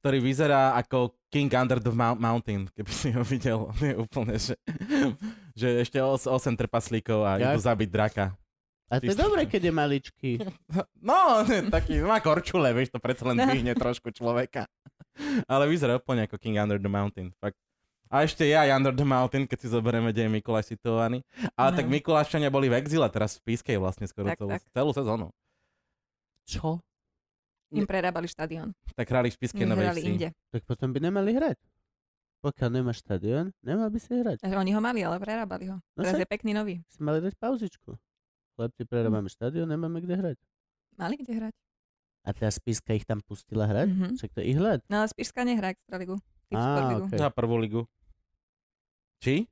ktorý vyzerá ako King Under the Mou- Mountain, keby si ho videl. On je úplne, že, že ešte 8 trpaslíkov a Jak? idú zabiť draka. A to je dobré, keď je maličký. No, on je taký, má korčule, vieš, to predsa len dvihne trošku človeka. Ale vyzerá úplne ako King Under the Mountain, fakt. A ešte ja, aj Under the Mountain, keď si zoberieme, kde je Mikuláš situovaný. Ale No. tak Mikuláščania boli v exile, teraz v Pískej vlastne skoro Tak, celú, tak. celú sezónu. Čo? Im prerábali štadión. Tak hrali v Pískej Novej Nehrali Vsi. inde. Tak potom by nemali hrať. Pokiaľ nemáš štadión, nemal by si hrať. Takže Oni ho mali, ale prerábali ho. No Teraz však je pekný nový. si mali dať pauzičku. Chlapci, prerábame štadión, nemáme kde hrať. Mali kde hrať. A tá spiska ich tam pustila hrať? Mhm. Hm. Však to je ich hlad. No ale Spišská nehrá extraligu. Ty Á, v Sportligu. okej. Na prvú ligu. Či?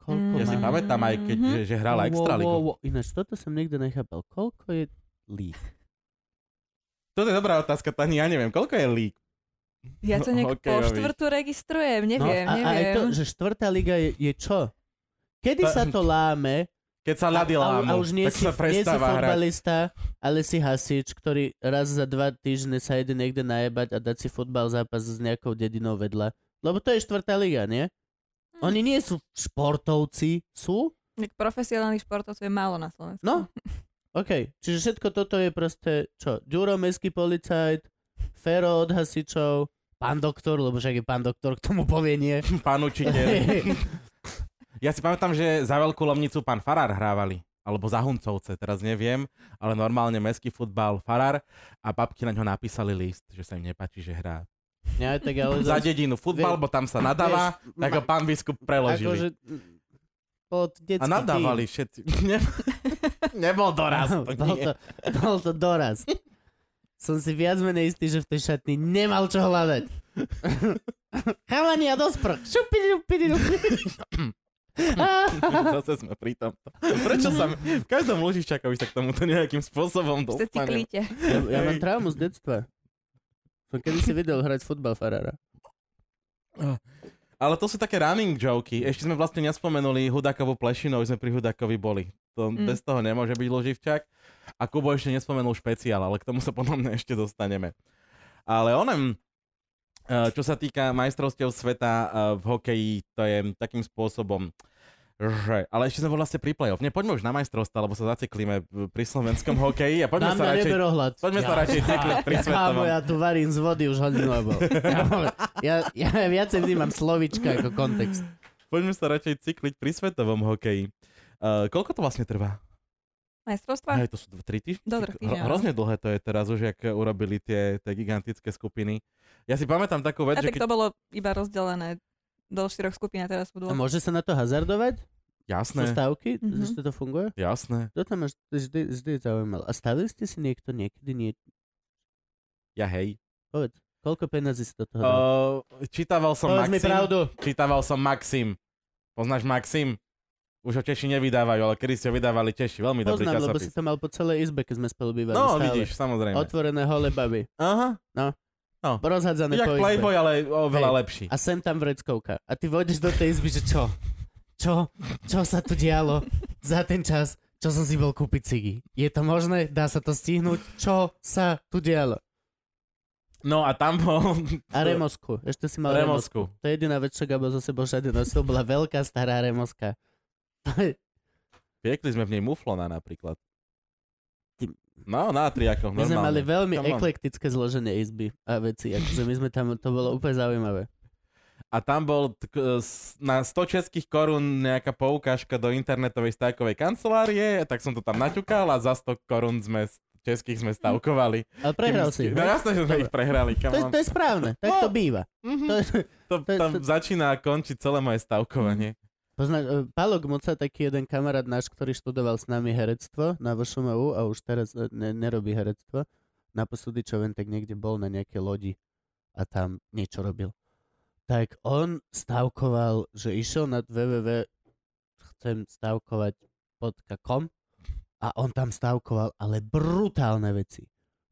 Koľko Ja si má- pamätám, pamätám aj, keď, Mhm. že, že hrala Extraligu. wow. Ináč toto som nikdy nechápal. Koľko je lík? Toto je dobrá otázka, Tani, ja neviem, koľko je lík? Ja to nejak po Hokejový. štvrtú registrujem, neviem, No, a, a aj neviem. to, že štvrtá liga je, je čo? Kedy Ta- sa to láme Keď sa ľady a, lámu, a už nie tak si, sa nie si prestáva hrať. futbalista, ale si hasič, ktorý raz za dva týždne sa ide niekde najebať a dať si futbal zápas s nejakou dedinou vedľa. Lebo to je štvrtá liga, nie? Mm. Hm. Oni nie sú športovci, sú? Tak Hm. profesionálnych športovcov je málo na Slovensku. <laughs> No. OK, čiže všetko toto je proste, čo? Ďuro, mestský policajt, Fero od hasičov, pán doktor, lebo však je pán doktor, k tomu povie <laughs> nie. <laughs> Pán <laughs> učiteľ. Ja si pamätám, že za veľkú lomnicu pán Farár hrávali. Alebo za Huncovce, teraz neviem. Ale normálne meský futbal Farár. A babky na ňo napísali list, že sa im nepáči, že hrá. nie, tak ale... Za dedinu futbal, Vieš- bo tam sa nadáva. vieš, Tak ho pán biskup preložili. Akože, m, pod detský A nadávali tým. všetci. <laughs> <laughs> Ne- Nebol doraz. To bol, nie. to, bol to doraz. Som si viac menej istý, že v tej šatni nemal čo hľadať. Chalani a dospr. Šupidi, šupidi, <laughs> Zase sme pri tomto. Prečo sa... V každom Lužiščakovi sa k tomuto nejakým spôsobom Ste dostaneme. cyklíte. ja, ja mám traumu z detstva. Som kedy si videl hrať futbal Farára. Ale to sú také running joky. Ešte sme vlastne nespomenuli Hudákovú plešinu, už sme pri Hudákovi boli. To, Mm. Bez toho nemôže byť loživčak. A Kubo ešte nespomenul špeciál, ale k tomu sa podľa mňa ešte dostaneme. Ale onem, e, čo sa týka majstrovstiev sveta e, v hokeji, to je takým spôsobom. Že, ale ešte sme boli vlastne pri play-off. Ne, poďme už na majstrovstvá, lebo sa zaciklíme pri slovenskom hokeji a poďme Dám sa na radšej... neberohľad. Poďme sa radšej cykliť pri Kámo, svetovom. ja tu varím z vody už hodinu lebo. Ja, vole, ja, ja viacej vnímam slovička ako kontext. Poďme sa radšej cykliť pri svetovom hokeji. Uh, koľko to vlastne trvá? Majstrovstva? Aj, to sú 3 týždne. Do troch týždňov, Hro- Hrozne dlhé to je teraz už, jak urobili tie, tie gigantické skupiny. Ja si pamätám takú A vec, že tak keď... to bolo iba rozdelené do štyroch skupín a A teraz budú... môže sa na to hazardovať? Sú Jasné, stavky? Mhm. Že to funguje? jasné. To tam až vždy, vždy zaujímalo. A stavili ste si niekto niekedy nie... Ja hej. Povedz, koľko peniazy si do toho dal? Uh, čítaval som Povedz mi Maxim. pravdu. Čítaval som Maxim. Poznáš Maxim? Už ho Češi nevydávajú, ale kedy ste ho vydávali Češi. Veľmi dobrý Poznám, lebo si časopis. to mal po celej izbe, keď sme spolu bývali. No, stále. vidíš, samozrejme. Otvorené hole baby. Aha. Rozhadzané po Jak izbe. Playboy, ale oveľa Hej. lepší. A sem tam vreckovka. A ty vojdeš do tej izby, že čo? Čo? Čo sa tu dialo za ten čas? Čo som si bol kúpiť cigy? Je to možné? Dá sa to stihnúť? Čo sa tu dialo? No a tam bol... <laughs> A remosku. Ešte si mal remosku. No, Remosku. To je jediná vec, čo Gabo zo sebou všade nosil. Bola veľká stará <laughs> remoska. Piekli sme v nej muflona napríklad. No, na triakoch, My sme mali normálne. veľmi Come on. eklektické zloženie izby a veci. Akože my sme tam, to bolo úplne zaujímavé. A tam bol t- k- s- na 100 českých korún nejaká poukážka do internetovej stavkovej kancelárie, tak som to tam naťukal a za 100 korún sme s- českých sme stavkovali. Ale prehral si. No hej? jasné, že sme ich prehrali. To, je- Come on. to je správne. Tak to býva. Mhm. To je, To, to je- tam to- začína a končí celé moje stavkovanie. <laughs> Poznáš, e, Palo Gmuca, taký jeden kamarát náš, ktorý študoval s nami herectvo na VŠMU a už teraz e, ne, nerobí herectvo. Naposledy, čo viem, tak niekde bol na nejaké lodi a tam niečo robil. Tak on stavkoval, že išiel na www chcem stavkovať.com a on tam stavkoval, ale brutálne veci.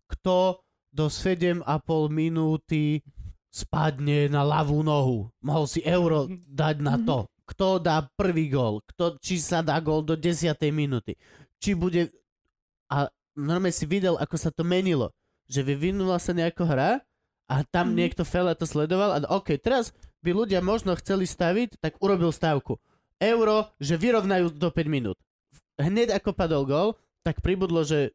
Kto do 7,5 minúty spadne na ľavú nohu. Mohol si euro dať na to. Kto dá prvý gol, kto, či sa dá gol do 10. minúty, či bude... A normálne si videl, ako sa to menilo. Že vyvinula sa nejaká hra a tam Mhm. niekto fela to sledoval a OK, teraz by ľudia možno chceli staviť, tak urobil stavku. Euro, že vyrovnajú do 5 minút. Hneď ako padol gol, tak pribudlo, že...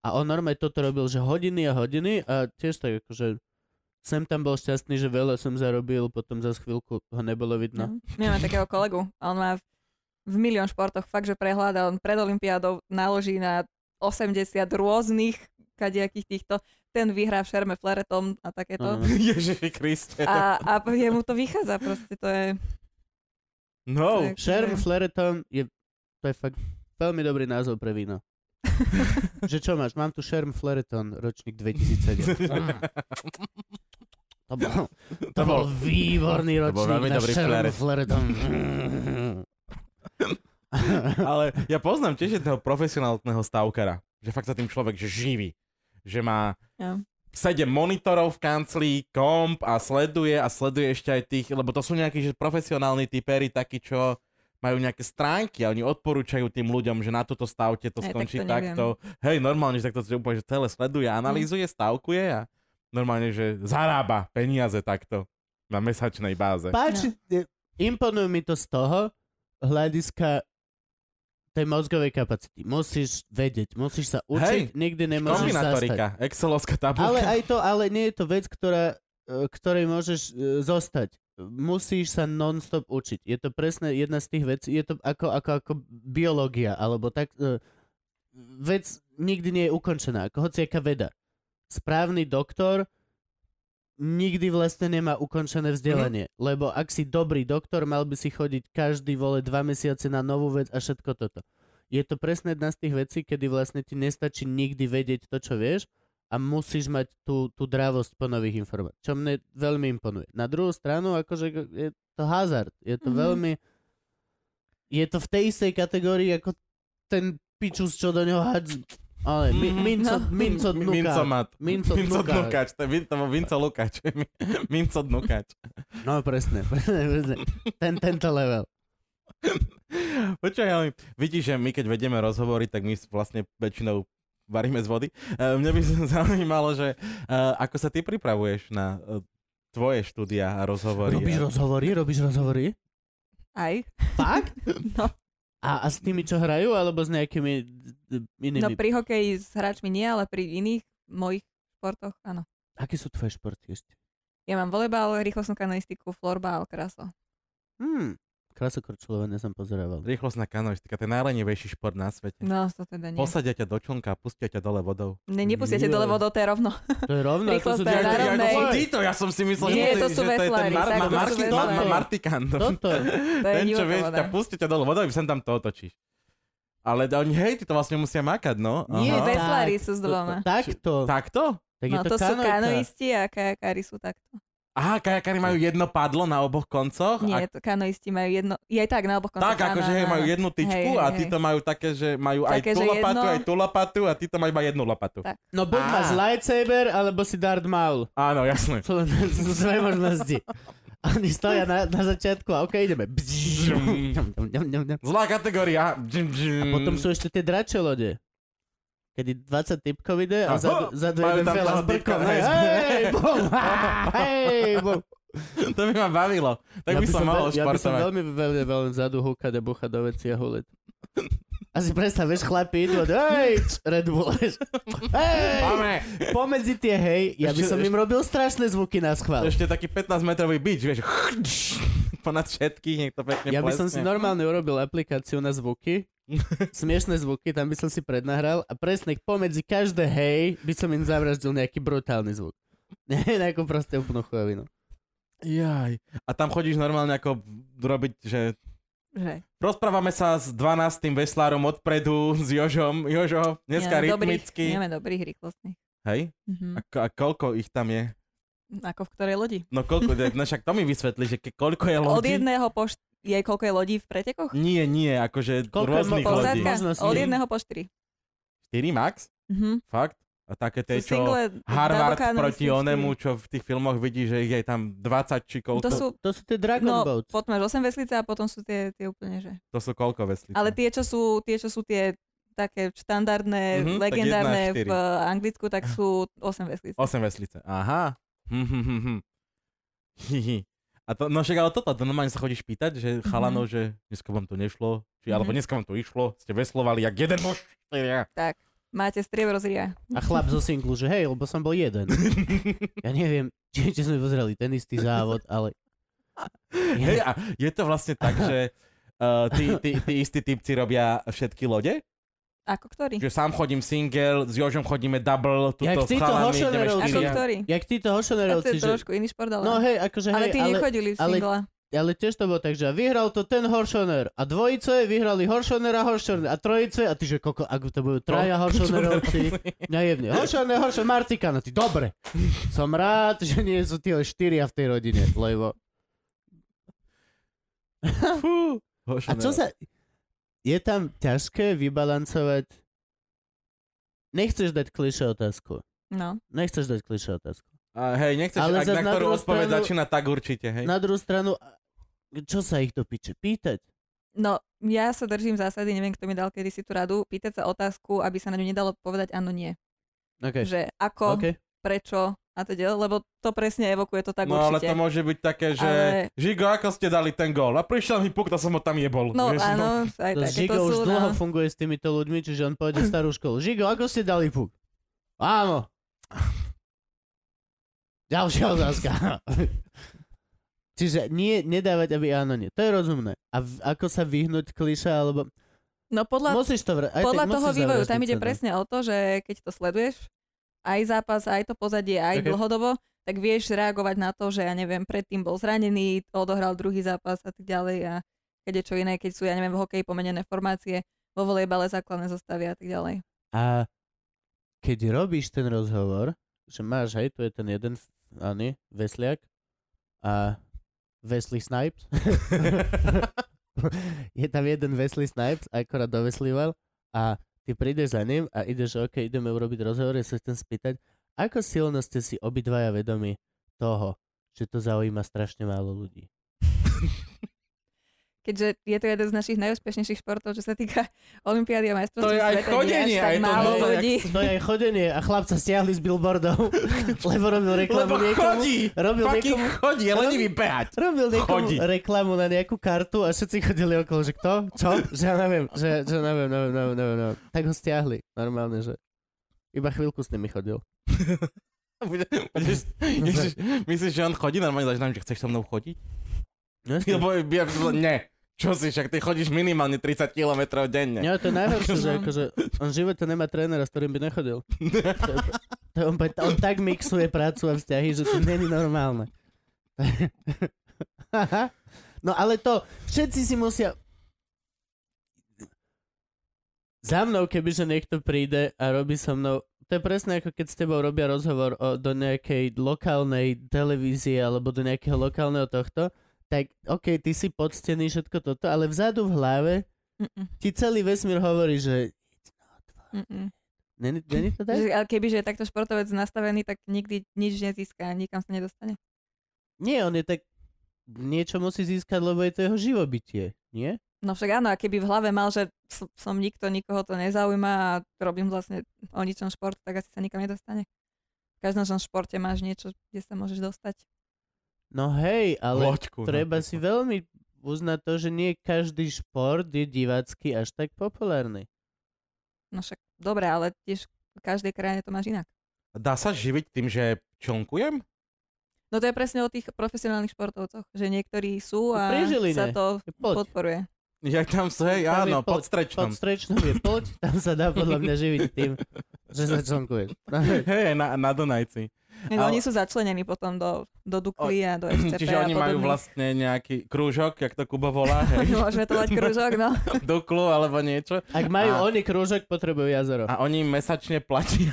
A on normálne toto robil, že hodiny a hodiny a tiež tak akože sem tam bol šťastný, že veľa som zarobil, potom za chvíľku ho nebolo vidno. No. My máme takého kolegu a on má v- v milión športoch fakt, že prehľada. On pred Olympiádou naloží na 80 rôznych kadejakých týchto. Ten vyhrá v šerme fleretom a takéto. No, no, Mhm. no. Ježiši Kriste. to- A, a jemu to vychádza proste, to je... No. to je- <laughs> Sherm Flereton je, to je fakt veľmi dobrý názov pre víno. že čo máš? Mám tu Sherm Flereton, ročník 2007. <laughs> Mm, to bol, to To bol bol- výborný to bol ročník veľmi na dobrý Sherm Flaret. <laughs> Flereton. Ale ja poznám tiež jedného profesionálneho stavkara, že fakt sa tým človek že živí. Že má Ja. sedem monitorov v kancli, komp a sleduje a sleduje ešte aj tých, lebo to sú nejakí že profesionálni typery, takí, čo majú nejaké stránky a oni odporúčajú tým ľuďom, že na toto stavte to Aj, tak skončí to neviem. takto. Hej, normálne, že takto to úplne že celé sleduje, analýzuje, stavkuje a normálne, že zarába peniaze takto na mesačnej báze. Páči, e, imponuje mi to z toho hľadiska tej mozgovej kapacity. Musíš vedieť, musíš sa učiť, nikdy nemôžeš zastať. Kombinatorika, Excelovská Ale tabulka. aj to, ale nie je to vec, ktorá, e, ktorej môžeš e, zostať. Musíš sa non-stop učiť. Je to presne jedna z tých vecí, je to ako, ako, ako biológia, alebo tak... e, Vec nikdy nie je ukončená, ako hociaká veda. Správny doktor nikdy vlastne nemá ukončené vzdelanie, Mhm. lebo ak si dobrý doktor, mal by si chodiť každý vole dva mesiace na novú vec a všetko toto. Je to presne jedna z tých vecí, kedy vlastne ti nestačí nikdy vedieť to, čo vieš, a musíš mať tú, tú dravosť po nových informáciách, čo mne veľmi imponuje. Na druhú stranu, akože je to hazard, je to Mhm. veľmi... Je to v tej istej kategórii ako ten pičus, čo do neho hádz... Ale mi, Mhm. minco, No. minco Mi- dnuka. Mincomat. Minco Dnukáč. Dnukáč. To je Min- to bol Minco Lukáč. <laughs> Mi- Minco Dnukáč. No presne, <laughs> presne, presne. Ten, tento level. Počkaj, ale vidíš, že my keď vedieme rozhovory, tak my vlastne väčšinou varíme z vody. Eh, Mňa by <laughs> zaujímalo, že eh, ako sa ty pripravuješ na eh, tvoje štúdia a rozhovory. Robíš A- rozhovory, robíš rozhovory? Aj. Fakt? No. A, a s tými, čo hrajú, alebo s nejakými d- d- No inými? pri hokeji s hráčmi nie, ale pri iných mojich športoch áno. Aké sú tvoje športy ešte? Ja mám volejbal, rýchlostnú kanoistiku, florbal, kraso. Hmm. Krasokorčulova nesam pozerával. Rýchlosť na kanoistika, to je najlenivejší šport na svete. No, to teda nie. Posadia ťa do člnka a pustia ťa dole vodou. Ne, nepustíte Jo. dole vodou, to je rovno. To je rovno, to Rýchlosť sú na tie- Ja- to- národnej. to som títo, ja som si myslel, Nie, že, to sú že to je ten veslári, Mar- Mar- tak, to sú Marti- Mar- veslári. Martikán. no. Toto. <laughs> To je Ten, čo divoko vieš, voda. ťa pustia ťa dole vodou, sem tam to otočíš. Ale da- oni, hej, ty to vlastne musia makať, no. Nie, Aha. ve- veslári sú s to- to- dvoma. Takto. Takto? Tak je No to to sú kanojka. kanoisti a kajakári sú takto. Aha, kajakári majú jedno padlo na oboch koncoch. Nie, to kanoisti majú jedno, je aj tak na oboch No, koncoch. Tak, akože hej, majú jednu tyčku Hej, a hej, títo majú také, že majú aj Také, tú že lopatu, jedno. aj tú lopatu a títo majú iba jednu lopatu. Tak. No buď Á. máš lightsaber, alebo si Darth Maul. Áno, jasné. Sú len sú dve možnosti. Oni stoja na, na začiatku a ok, ideme. Žum. Ďam, ďam, ďam, ďam, ďam. Zlá kategória. A potom Mm. sú ešte tie drače lode. Kedy 20 typkov ide a Aha. za, za Majú dve jeden tam fela s toho brkom. typka, Hej, hej. hej, <laughs> bum, á, hej, bum. To by ma bavilo. Tak by som mal veľ- Ja by som športovať. veľmi, veľmi, veľmi vzadu húkať a buchať do veci a huliť. <laughs> A si predstav, vieš, chlapi idú, a hej, č- Red Bull, vieš. hej, Máme pomedzi tie hej, ja by Ešte- som im robil strašné zvuky na schvál. ešte taký 15-metrový bič, vieš. Ponad všetkých, nech to pekne Ja by som si no- plesne. normálne urobil aplikáciu na zvuky, smiešné zvuky, tam by som si prednahral a presne pomedzi každé hej by som im zavraždil nejaký brutálny zvuk. <laughs> Nie, nejakú proste úplnú chujovinu. Jaj. A tam chodíš normálne ako robiť, že Že. Rozprávame sa s 12. veslárom odpredu, <laughs> s Jožom. Jožo, dneska Nemáme dobrých- rytmicky. Nemáme dobrých rýchlostných. Hej? Mhm. A, ko- a koľko ich tam je? Ako v ktorej lodi? No koľko, no však to mi vysvetli, že ke, koľko je lodí? Od jedného po št- je koľko je lodí v pretekoch? Nie, nie, akože Koľko je rôznych mo- lodí. Posádka? Možno si- Od jedného po štyri. 4 max? Mhm. Fakt? A také tie, čo Sú single Harvard Nabukánu, proti myslím, onemu, čo v tých filmoch vidí, že ich je tam 20 či štyri. koľko. To sú, To sú tie Dragon no, Boats. potom máš 8 veslice a potom sú tie, tie úplne, že... to sú koľko veslice? Ale tie, čo sú tie, čo sú tie také štandardné, Mhm, tak legendárne jedna až štyri. v Anglicku, tak sú 8 veslic. 8 veslice, aha. Hm, hm, hm, hm. Hihi. A to, no však ale toto, to normálne sa chodíš pýtať, že Mhm. chalanov, že dneska vám to nešlo, či, alebo Mhm. dneska vám to išlo, ste veslovali jak jeden muž. štyria. Máte striebro z ria. A chlap zo singlu, že hej, lebo som bol jeden. Ja neviem, <laughs> či, či sme pozreli ten istý závod, ale... Hej, a je to vlastne tak, že uh, tí, tí, tí istí typci robia všetky lode, Ako ktorý? že sám chodím single, s Jožom chodíme double, tuto Jak s títo chalanmi ideme hošonerov, Ako štyria. ktorý? Jak títo Tak to hošonerovci, je že... trošku iný šport, ale... No hej, akože ale hej, tí nechodili v ale- singla. Ale tiež to bolo tak, že vyhral to ten Horšoner a dvojice vyhrali Horšoner a Horšoner a trojice a ty že koko, ako to budú traja No, <laughs> Horšonerovci, najevne. Horšoner, Horšoner, Martikán, a ty dobre. Som rád, že nie sú tie štyria v tej rodine, lebo... Fú, <laughs> A čo hošonerov. sa... Je tam ťažké vybalancovať... Nechceš dať klišé otázku. No. Nechceš dať klišé otázku. A hej, nechceš, Ale ak, zas na na ktorú druhú odpoveď stranu- začína, tak určite, hej. Na druhú stranu, a- čo sa ich do piče pýtať? No, ja sa držím zásady, neviem, kto mi dal kedy si tú radu, pýtať sa otázku, aby sa na ňu nedalo povedať áno, nie. Okay. Že ako, Okay. prečo a to ďalej, lebo to presne evokuje to tak no ale určite. to môže byť také, že Ale- Žigo, ako ste dali ten gól? A prišiel mi puk, to som ho tam jebol. No Vieš, <laughs> áno, aj To také to Žigo už sú. dlho No. funguje s týmito ľuďmi, čiže on <clears throat> pôjde starú školu. Žigo, ako ste dali puk? Áno. Ďalšia <laughs> otázka. čiže nie, nedávať, aby áno, nie. To je rozumné. A v, ako sa vyhnúť kliša, alebo... no podľa, musíš to... Vr- aj podľa tak, toho musíš vývoju, zavraždiť tam ide sa, no. presne o to, že keď to sleduješ, aj zápas, aj to pozadie, aj Také- dlhodobo, tak vieš reagovať na to, že ja neviem, predtým bol zranený, odohral druhý zápas a tak ďalej a keď je čo iné, keď sú, ja neviem, v hokeji pomenené formácie, vo volejbale základné zostavy a tak ďalej. A keď robíš ten rozhovor, že máš, hej, tu je ten jeden, f- ány, Vesliak a Wesley Snipes. <laughs> je tam jeden Wesley Snipes, akorát doveslíval a ty prídeš za ním a ideš, OK, ideme urobiť rozhovor, ja sa chcem spýtať, ako silno ste si obidvaja vedomi toho, že to zaujíma strašne málo ľudí. keďže je to jeden z našich najúspešnejších športov, čo sa týka <laughs> Olympiády a To majstrovstiev je aj sveta, kde chodenie, až tak aj to málo nové, ľudí. To je aj chodenie a chlapca stiahli z billboardov, <laughs> lebo robil reklamu Lebo niekomu. chodí! Robil Fucking niekomu, chodí, je lenivý behať. robil niekomu chodí. reklamu na nejakú kartu a všetci chodili okolo, že kto? Čo? Že ja neviem, že, že neviem, neviem, neviem, neviem, neviem. Tak ho stiahli, normálne, že iba chvíľku s nimi chodil. <laughs> Bude- <laughs> budeš- Ježiš, Myslíš, že on chodí normálne, začínam, že chceš so mnou chodiť? <laughs> Lebo ja by som bol, ne. Čo si, však ty chodíš minimálne 30 km denne. <laughs> Nie, to je najhoršie, že Akože- akože on v živote nemá trénera, s ktorým by nechodil. To je, to je, on, pa- on tak mixuje prácu a vzťahy, že to není normálne. <laughs> no ale to, všetci si musia... Za mnou, kebyže niekto príde a robí so mnou... To je presne ako keď s tebou robia rozhovor o, do nejakej lokálnej televízie alebo do nejakého lokálneho tohto, tak okej, ty si poctený všetko toto, ale vzadu v hlave Mm-mm, ti celý vesmír hovorí, že mm-mm. není, není to tak? mm, Že- Ale kebyže je takto športovec nastavený, tak nikdy nič nezíska, nikam sa nedostane. Nie, on je tak, niečo musí získať, lebo je to jeho živobytie, nie? No však áno, a keby v hlave mal, že s- som nikto, nikoho to nezaujíma a robím vlastne o ničom šport, tak asi sa nikam nedostane. V každom tom športe máš niečo, kde sa môžeš dostať. No hej, ale Loďku. treba si veľmi uznať to, že nie každý šport je divácky až tak populárny. No však dobre, ale tiež v každej krajine to máš inak. Dá sa živiť tým, že člnkujem? No to je presne o tých profesionálnych športovcoch, že niektorí sú a Pri Žiline. sa to Poď, podporuje. Ja tam sa, hej, Tam je áno, pod- pod strečnom. pod strečnou je poď, tam sa dá podľa mňa živiť tým, že sa člnkuješ. No, hej. <laughs> Hej, na, na Donajci. Ale... Ale- Oni sú začlenení potom do, do Dukly <clears throat> a do SCP Čiže a oni majú podobných. vlastne nejaký krúžok, jak to Kubo volá, hej, <laughs> <laughs> Môžeme to dať kružok, no. duklu alebo niečo. Ak majú A- oni krúžok, potrebujú jazero. A oni im mesačne platia.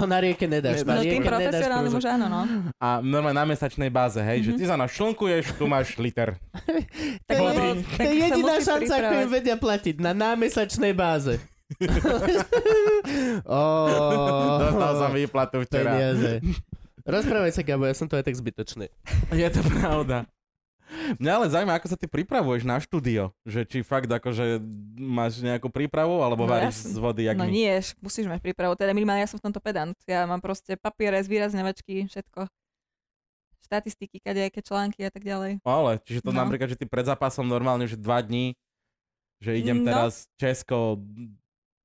To na rieke nedáš. Nedá- Na No tým rieke nedáš profesionálnym krúžok. už áno, no. A normálne na mesačnej báze, hej, Mhm. že ty sa našlnkuješ, tu máš liter. <laughs> Tak, Body. lebo- To tak je sa jediná musí šanca, ako pripravať. im vedia platiť. Na námesačnej <laughs> báze. <laughs> oh, Dostal som výplatu včera. <laughs> Peniaze. Rozprávaj sa, Gabo, ja som to aj tak zbytočný. Je to pravda. Mňa ale zaujíma, ako sa ty pripravuješ na štúdio. Že či fakt akože máš nejakú prípravu, alebo No varíš jasne. z vody, jak no my. nie, š- musíš mať prípravu. Teda minimálne ja som v tomto pedant. Ja mám proste papiere, zvýrazňovačky, všetko. Štatistiky, kadejaké články a tak ďalej. Ale, čiže to No. napríklad, že ty pred zápasom normálne, že dva dní, že idem No. teraz Česko,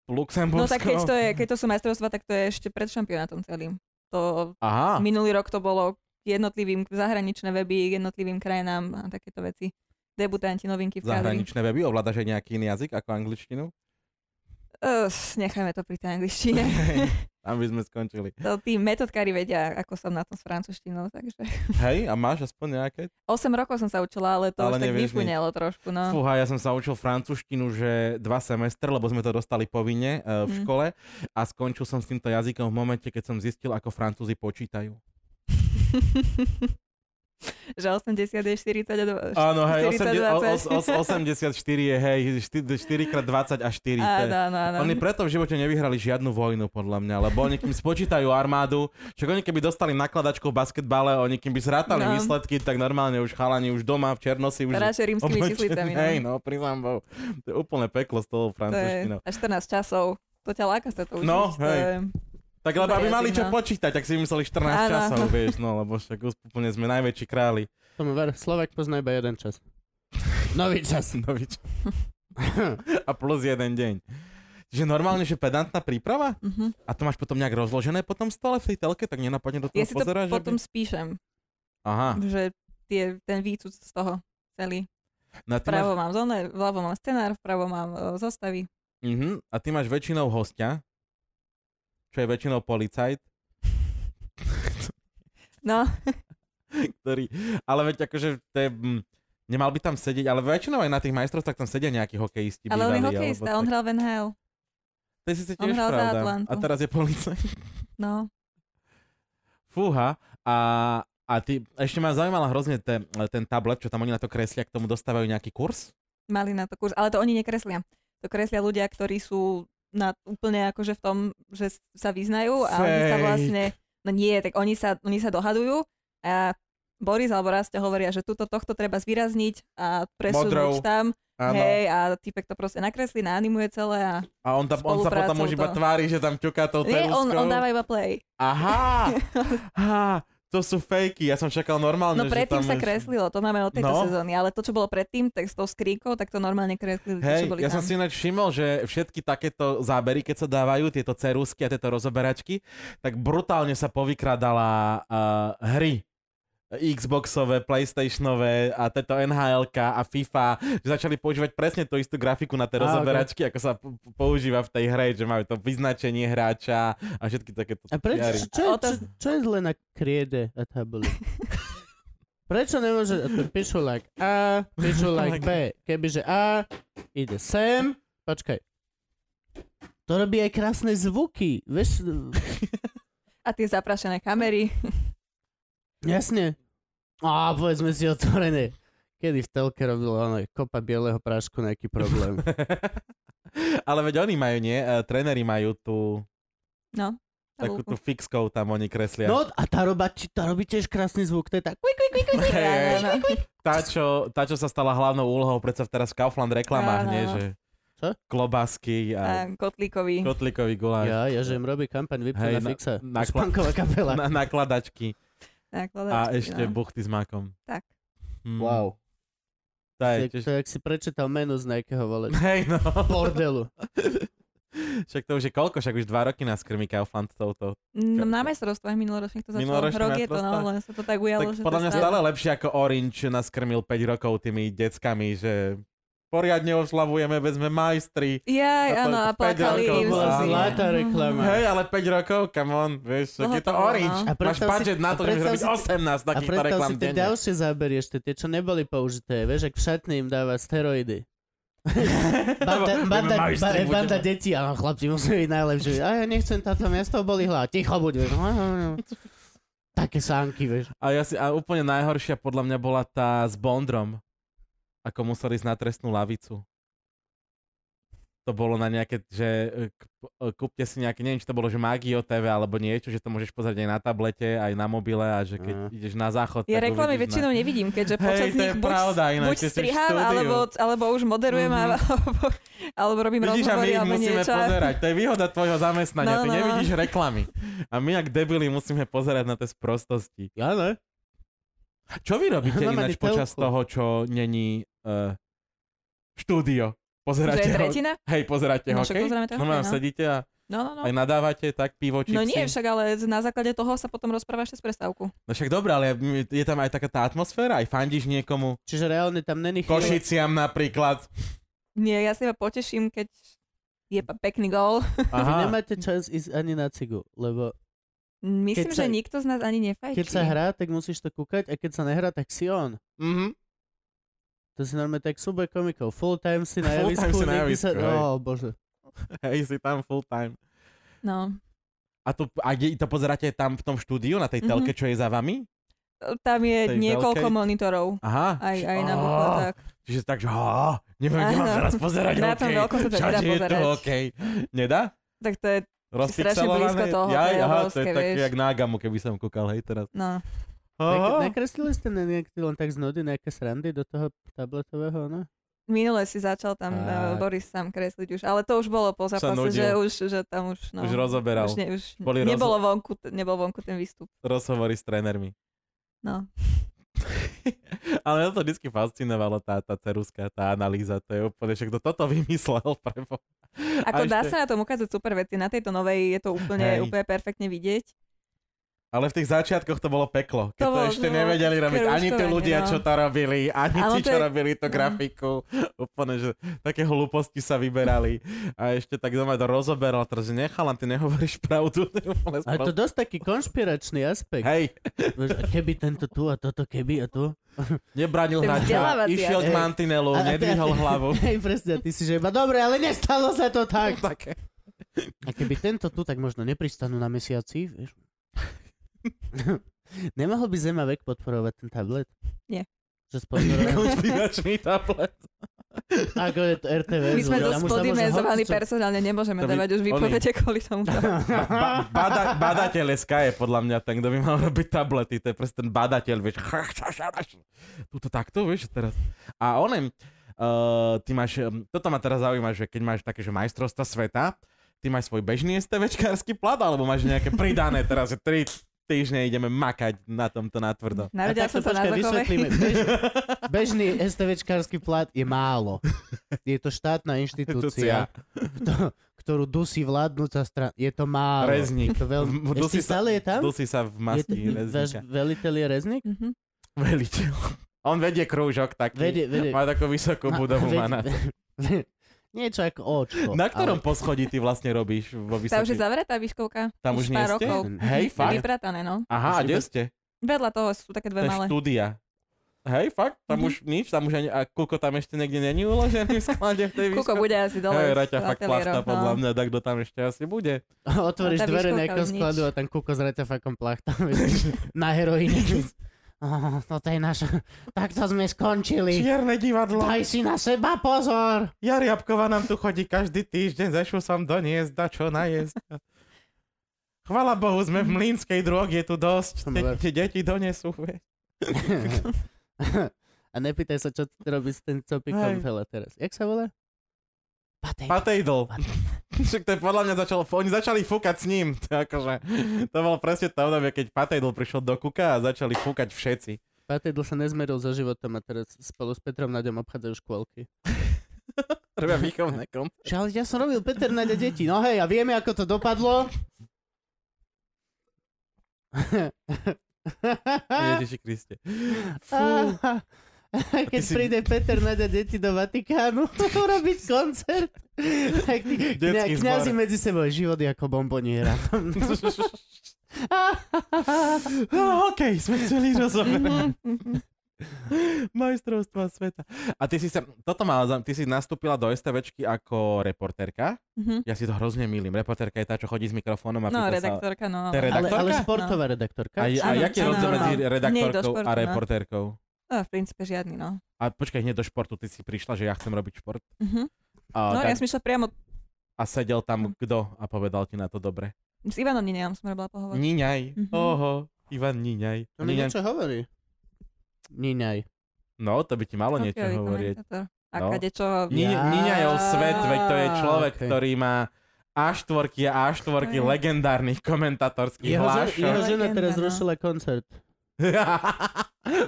Luxembursko. No tak keď to, je, keď to sú majstrovstvá, tak to je ešte pred šampionátom celým. To Aha, minulý rok to bolo k jednotlivým zahraničné weby, k jednotlivým krajinám a takéto veci. Debutanti, novinky v kádri. zahraničné weby, ovládaš aj nejaký iný jazyk ako angličtinu? Uh, nechajme to pri tej <laughs> angličtine. Tam by sme skončili. to tí metodkári vedia, ako som na tom s francúzštinou, takže... Hej, a máš aspoň nejaké? 8 rokov som sa učila, ale to Ale ale už tak nevieš nič. vyfunelo trošku, no. Fúha, ja som sa učil francúzštinu, že dva semestre, lebo sme to dostali povinne e, v Mhm. škole a skončil som s týmto jazykom v momente, keď som zistil, ako francúzi počítajú. <laughs> že 80 je 42. Áno, hej, 40, 80, <laughs> 84 je, hej, 4x20 a 4. Áno, áno, áno. Oni preto v živote nevyhrali žiadnu vojnu, podľa mňa, lebo oni kým spočítajú armádu, čo oni keby dostali nakladačku v basketbale, oni kým by zrátali No. výsledky, tak normálne už chalani už doma v Černosi už... Radšej rímskymi oblečení. číslicami. Hej, no, no. priznám Bohu. To je úplne peklo s tou To je francúzštinou. až 14 časov. To ťa láka sa to učiť. No, to hej. je- Tak lebo aby Super mali čo jazyk, no. počítať, tak si mysleli 14 Áno. časov, vieš, no, lebo však úplne sme najväčší <laughs> králi. Tomu ver, Slovak pozná iba jeden čas. Nový čas. Nový čas. A plus jeden deň. Že normálne, že pedantná príprava? Mhm. A to máš potom nejak rozložené potom stole v tej telke? Tak nenapadne do toho Ja si to pozeráš? No, že by- potom spíšem, Aha. že tie, ten výcud z toho celý. No a ty máš, Vpravo mám zóne, vľavo mám scenár, vpravo mám e, zostavy. Mhm. a ty máš väčšinou hostia, čo je väčšinou policajt, No, ktorý, ale veď akože to je, mm, nemal by tam sedieť, ale väčšinou aj na tých majstrovstvách tam sedia nejakí hokejisti. ale on je bývalí, alebo hokejista, on tak. hral v NHL. To je síce on tiež hral za pravda. Atlantu. A teraz je policajt. No, <laughs> Fúha. A, a ty, ešte ma zaujímala hrozne ten, ten tablet, čo tam oni na to kreslia, k tomu dostávajú nejaký kurz. mali na to kurz, ale to oni nekreslia. To kreslia ľudia, ktorí sú na, úplne akože v tom, že s- sa vyznajú a oni sa Fake. vlastne, no nie, tak oni sa, oni sa dohadujú a Boris alebo Rasta hovoria, že tuto tohto treba zvýrazniť a Modrou. presunúť tam. Áno. Hej, a typek to proste nakreslí, naanimuje celé a... A on, tam, on sa potom Spoluprácou už iba to. tvári, že tam ťuká tou Nie, on, ceruzkou. on dáva iba play. <laughs> Aha! Aha! To sú fejky, ja som čakal normálne, No že predtým tam sa už- kreslilo, to máme od tejto No. sezóny, ale to, čo bolo predtým, tak s tou skríkou, tak to normálne kreslili, tí, Hej, čo boli ja som tam. si ináč všimol, že všetky takéto zábery, keď sa dávajú, tieto cerusky a tieto rozoberačky, tak brutálne sa povykradala uh, hry Xboxové, Playstationové a tieto nhl a FIFA, že začali používať presne tú istú grafiku na tie Á, rozoberačky, ako sa p- p- používa v tej hre, že majú to vyznačenie hráča a všetky takéto A prečo, čiary. čo, A čo, otáz- čo je zle na kriede a tabuli? Prečo nemôže, a tu píšu like A, píšu like B. Kebyže A ide sem, počkaj. To robí aj krásne zvuky, vieš, A tie zaprašené kamery. jasne. Á, povedzme si otvorené. Kedy v telke robilo ono, kopa bieleho prášku nejaký problém. <laughs> Ale veď oni majú, nie? Eh, Tréneri majú tú, No. takú tú tabulku. fixkou tam oni kreslia. No a tá, roba, tá robí tiež krásny zvuk, to je tak. <laughs> <laughs> Hej, hej. Áno, áno. Tá čo, tá, čo sa stala hlavnou úlohou, predsa teraz v Kaufland reklamách, Áno, nie? áno. Že Čo? Klobásky A a Kotlíkovi. kotlikový guláš. Ja, ja, že im robí kampaň Hej, vypne na na- fixa. na- Španková kapela. <laughs> Na, nakladačky a nakladačky, ešte no. buchty s makom. Tak. Hm, Wow. To je Tak, tiež... to, jak si prečítal menu z nejakého vole. <laughs> Hej, no. Bordelu. Však to už je koľko? Však už dva roky nás krmi Kaufland touto. No, na majstrovstvách minuloročných to začalo. Minuloročné Rok je to, no, majstrovstvá? len sa to tak ujalo, tak že podľa to mňa stále lepšie ako Orange nás krmil 5 rokov tými deckami, že poriadne oslavujeme, veď sme majstri. A Jaj, to- áno, a päť plakali rokov im. bola slzy. zlatá Mhm. reklama. Hej, ale 5 rokov, come on, vieš, Dlho je to to bolo, orange. A no. Máš predstav si- budget na a to, že predstav môžeš si- robiť 18 A takýchto predstav reklám si tie denne. ďalšie zábery ešte, tie, čo neboli použité, vieš, ak v šatni im dáva <laughs> steroidy. banda, Lebo banda, majú ba, stribu, banda čo? detí, ale chlapci musí byť najlepšie. A ja nechcem táto miesto boli hľa, ticho buď, vieš. <laughs> Také sánky, vieš. A, ja si, a úplne najhoršia podľa mňa bola tá s Bondrom, ako musel ísť na trestnú lavicu. To bolo na nejaké, že e, k- e, kúpte si nejaké, neviem, či to bolo, že Magio TV alebo niečo, že to môžeš pozrieť aj na tablete, aj na mobile a že keď Mm. ideš na záchod, Ja tak reklamy uvidíš väčšinou nevidím, Hej, keďže počas to je nich buď, pravda, inak buď keď si v strihám, štúdiu. alebo, alebo už moderujem, Mhm. alebo, alebo robím Vidíš, a my rozhovory, ich alebo musíme niečo. pozerať. To je výhoda tvojho zamestnania. No, Ty no, no. nevidíš reklamy. A my, ak debili, musíme pozerať na tie sprostosti. Ja ne. Čo vy robíte Normálne ináč počas telku. toho, čo není uh, štúdio? Že Pozeráte je ho, tretina? hej, pozeráte No, však hokej? pozeráme to Normálne hokej, no. sedíte a No, no, no. aj nadávate, tak pivo, čipsy. No nie, však ale na základe toho sa potom rozprávaš cez prestávku. no však dobré, ale je tam aj taká tá atmosféra, aj fandíš niekomu. Čiže reálne tam není chvíľa. Košiciam <laughs> napríklad. Nie, ja sa iba poteším, keď je pa- pekný gól. Vy Aha. nemáte čas ísť ani na cigu, lebo Keď Myslím, sa- že nikto z nás ani nefajčí. keď sa hrá, tak musíš to kúkať a keď sa nehrá, tak si on. Mhm. To si normálne tak súboj komikov. Full time si na Full time javisku. si na nikdy javisku, sa... hej. oh, bože. Hej, si tam full time. No. A to, a je, to pozeráte tam v tom štúdiu, na tej Mhm. telke, čo je za vami? Tam je Tej niekoľko veľkej- monitorov. Aha. Aj, aj na Á, buchu, tak. Čiže tak, že á, neviem, kde mám Áno. teraz pozerať Na tom hokej. veľkom sa to nedá Všade je to pozerať. hokej. Nedá? Tak to je, strašne blízko Rozpixelované? toho, Jaj, to aha, je to obrovské, je tak vieš. jak na Agamu, keby som kúkal, hej, teraz. no. Nek- Aha. nakreslili ste na niekde len tak z nudy nejaké srandy do toho tabletového, no? Minule si začal tam uh, Tak. Boris sám kresliť už, ale to už bolo po Sa zápase, že nudil. už, že tam už, no, Už rozoberal. Už, ne, už Boli roz- nebolo vonku, t- nebol vonku ten výstup. Rozhovory s trénermi. No. Ale mňa to vždy fascinovalo, tá, tá ceruska, tá analýza, to je úplne, však kto toto vymyslel, <laughs> prebo. Ako A dá ešte- sa na tom ukázať super veci, na tejto novej je to úplne, Hej. úplne perfektne vidieť. Ale v tých začiatkoch to bolo peklo, keď to, To bolo- ešte to bolo nevedeli robiť ani tí krúžkovanie, ľudia, no. čo to robili, ani Ale tí, to čo je- robili to no. grafiku. Úplne, že také hlúposti sa vyberali. A ešte tak doma to rozoberal, teraz že nechalam, ty nehovoríš pravdu. To je úplne Ale to sprost- dosť taký konšpiračný aspekt. Hej, Vieš, a keby tento tu a toto keby a tu. nebranil To je hráča, vzdelávací išiel k aspekt. mantinelu, A- a- nedvihol <laughs> hlavu. No Hej, presne, a ty si že iba dobre, ale nestalo sa to tak. Také. A keby tento tu, tak možno nepristanú na mesiaci, <laughs> vieš. Nemohol by Zema vek podporovať ten tablet? Nie. <laughs> Že sponzoroval? <laughs> Konšpiračný tablet. Ako je to RTVS. My sme lebo tam dosť už sa môže podimenzovaní hocičo- personálne, nemôžeme To by- dávať už oni- výpovede kvôli <laughs> tomu. Ba- bada- badateľ SK je podľa mňa ten, kto by mal robiť tablety. To je presne ten badateľ, vieš. Tuto takto, vieš, teraz. A onem, uh, ty máš, um, toto ma teraz zaujíma, že keď máš také, že majstrovstva sveta, ty máš svoj bežný STVčkársky plat, alebo máš nejaké pridané teraz, že 3 týždne ideme makať na tomto natvrdo. A Narodila takto, som sa na počkaj, vysvetlíme. <laughs> Zokovej. Bež, bežný STVčkársky plat je málo. Je to <laughs> štátna inštitúcia, kto- ktorú dusí vládnúca strana. Je to málo. Je Rezník. to veľmi... V- Ešte stále je tam? <laughs> Dusí sa v Je masti. to- váš rezníka. veliteľ je rezník? Mhm. Veliteľ. On vedie krúžok taký. Vedie, vedie. Má takú vysokú <laughs> Ve- budovu. Má <laughs> na... ve- Niečo ako očko. na ktorom ale- poschodí ty vlastne robíš vo Tá už vysokej? je zavretá výškovka. Tam už nie pár ste? rokov. Hej, Vy- fakt? Vypratané, no. Aha, a Už kde iba- ste? Vedľa toho sú také To dve je malé. štúdia. Hej, fakt? Tam Mhm. už nič? Tam už ani... A kuko tam ešte niekde není uložený v sklade v tej Kuko výške? bude asi dole. Hej, v Raťa fakt ateliéroch, plachta no. podľa mňa, tak kto tam ešte asi bude. <laughs> Otvoríš A tá dvere výškovka nejakého už nič. skladu a tam kuko s reťafakom plachta. <laughs> vieš, na heroíne. <laughs> Oh, toto je naša... Takto sme skončili. Čierne divadlo. Daj si na seba pozor. Jariabkova nám tu chodí každý týždeň, zašlo som doniesť, da čo najesť. Chvala Bohu, sme v Mlínskej drog, je tu dosť. Som veľ- Tie deti donesú. vie. a nepýtaj sa, čo ty robíš s tým copikom Hej. veľa teraz. Jak sa volá? Patej. Patejdl. Však to je podľa mňa začalo, oni začali fúkať s ním. To, je akože, to bolo presne to obdobie, keď Patejdl prišiel do kuka a začali fúkať všetci. Patejdl sa nezmeril so životom a teraz spolu s Petrom Naďom obchádzajú škôlky. Robia výchovné kom. Že, ale ja som robil Peter Naďa deti. No hej, a vieme, ako to dopadlo. <laughs> Ježiši Kriste. Fú. <laughs> Keď si- príde Peter Naďa deti do Vatikánu <laughs> robiť koncert, tak tí kňa- Detský zbor. kňazi medzi sebou život je ako <laughs> bomboniera. <laughs> No, hokej sme chceli rozoberať. Mhm, <laughs> mhm. Majstrovstva sveta. A ty si sa, toto mala, za- ty si nastúpila do STVčky ako reportérka. Mhm. Ja si to hrozne milím. Reportérka je tá, čo chodí s mikrofónom a pýta sa... No, redaktorka, no. To je ale- Ale, ale Redaktorka? športová redaktorka. A, a Áno, jaký je áno, rozdiel áno. medzi Nie do redaktorkou a športu, no. reportérkou? no, v princípe žiadny, no. A počkaj, hneď do športu, ty si prišla, že ja chcem robiť šport. Mhm. A, No, tak, ja Mhm. som išla priamo a sedel tam kto a povedal ti na to dobre. s Ivanom Nineom som robila pohovor. Niňaj. Mhm. Oho, Ivan Niňaj. To mi Niňaj. niečo hovorí. Niňaj. No, to by ti malo niečo Hokejový hovoriť. komentátor. A No. kade čo... Ni- Niň- Ja. Niňajov svet, veď to je človek, Okay. ktorý má A4 a A4 Hej. legendárnych komentatorských Jeho, žen, jeho hlášok. žena Legenda, teraz no. rušila koncert. <laughs>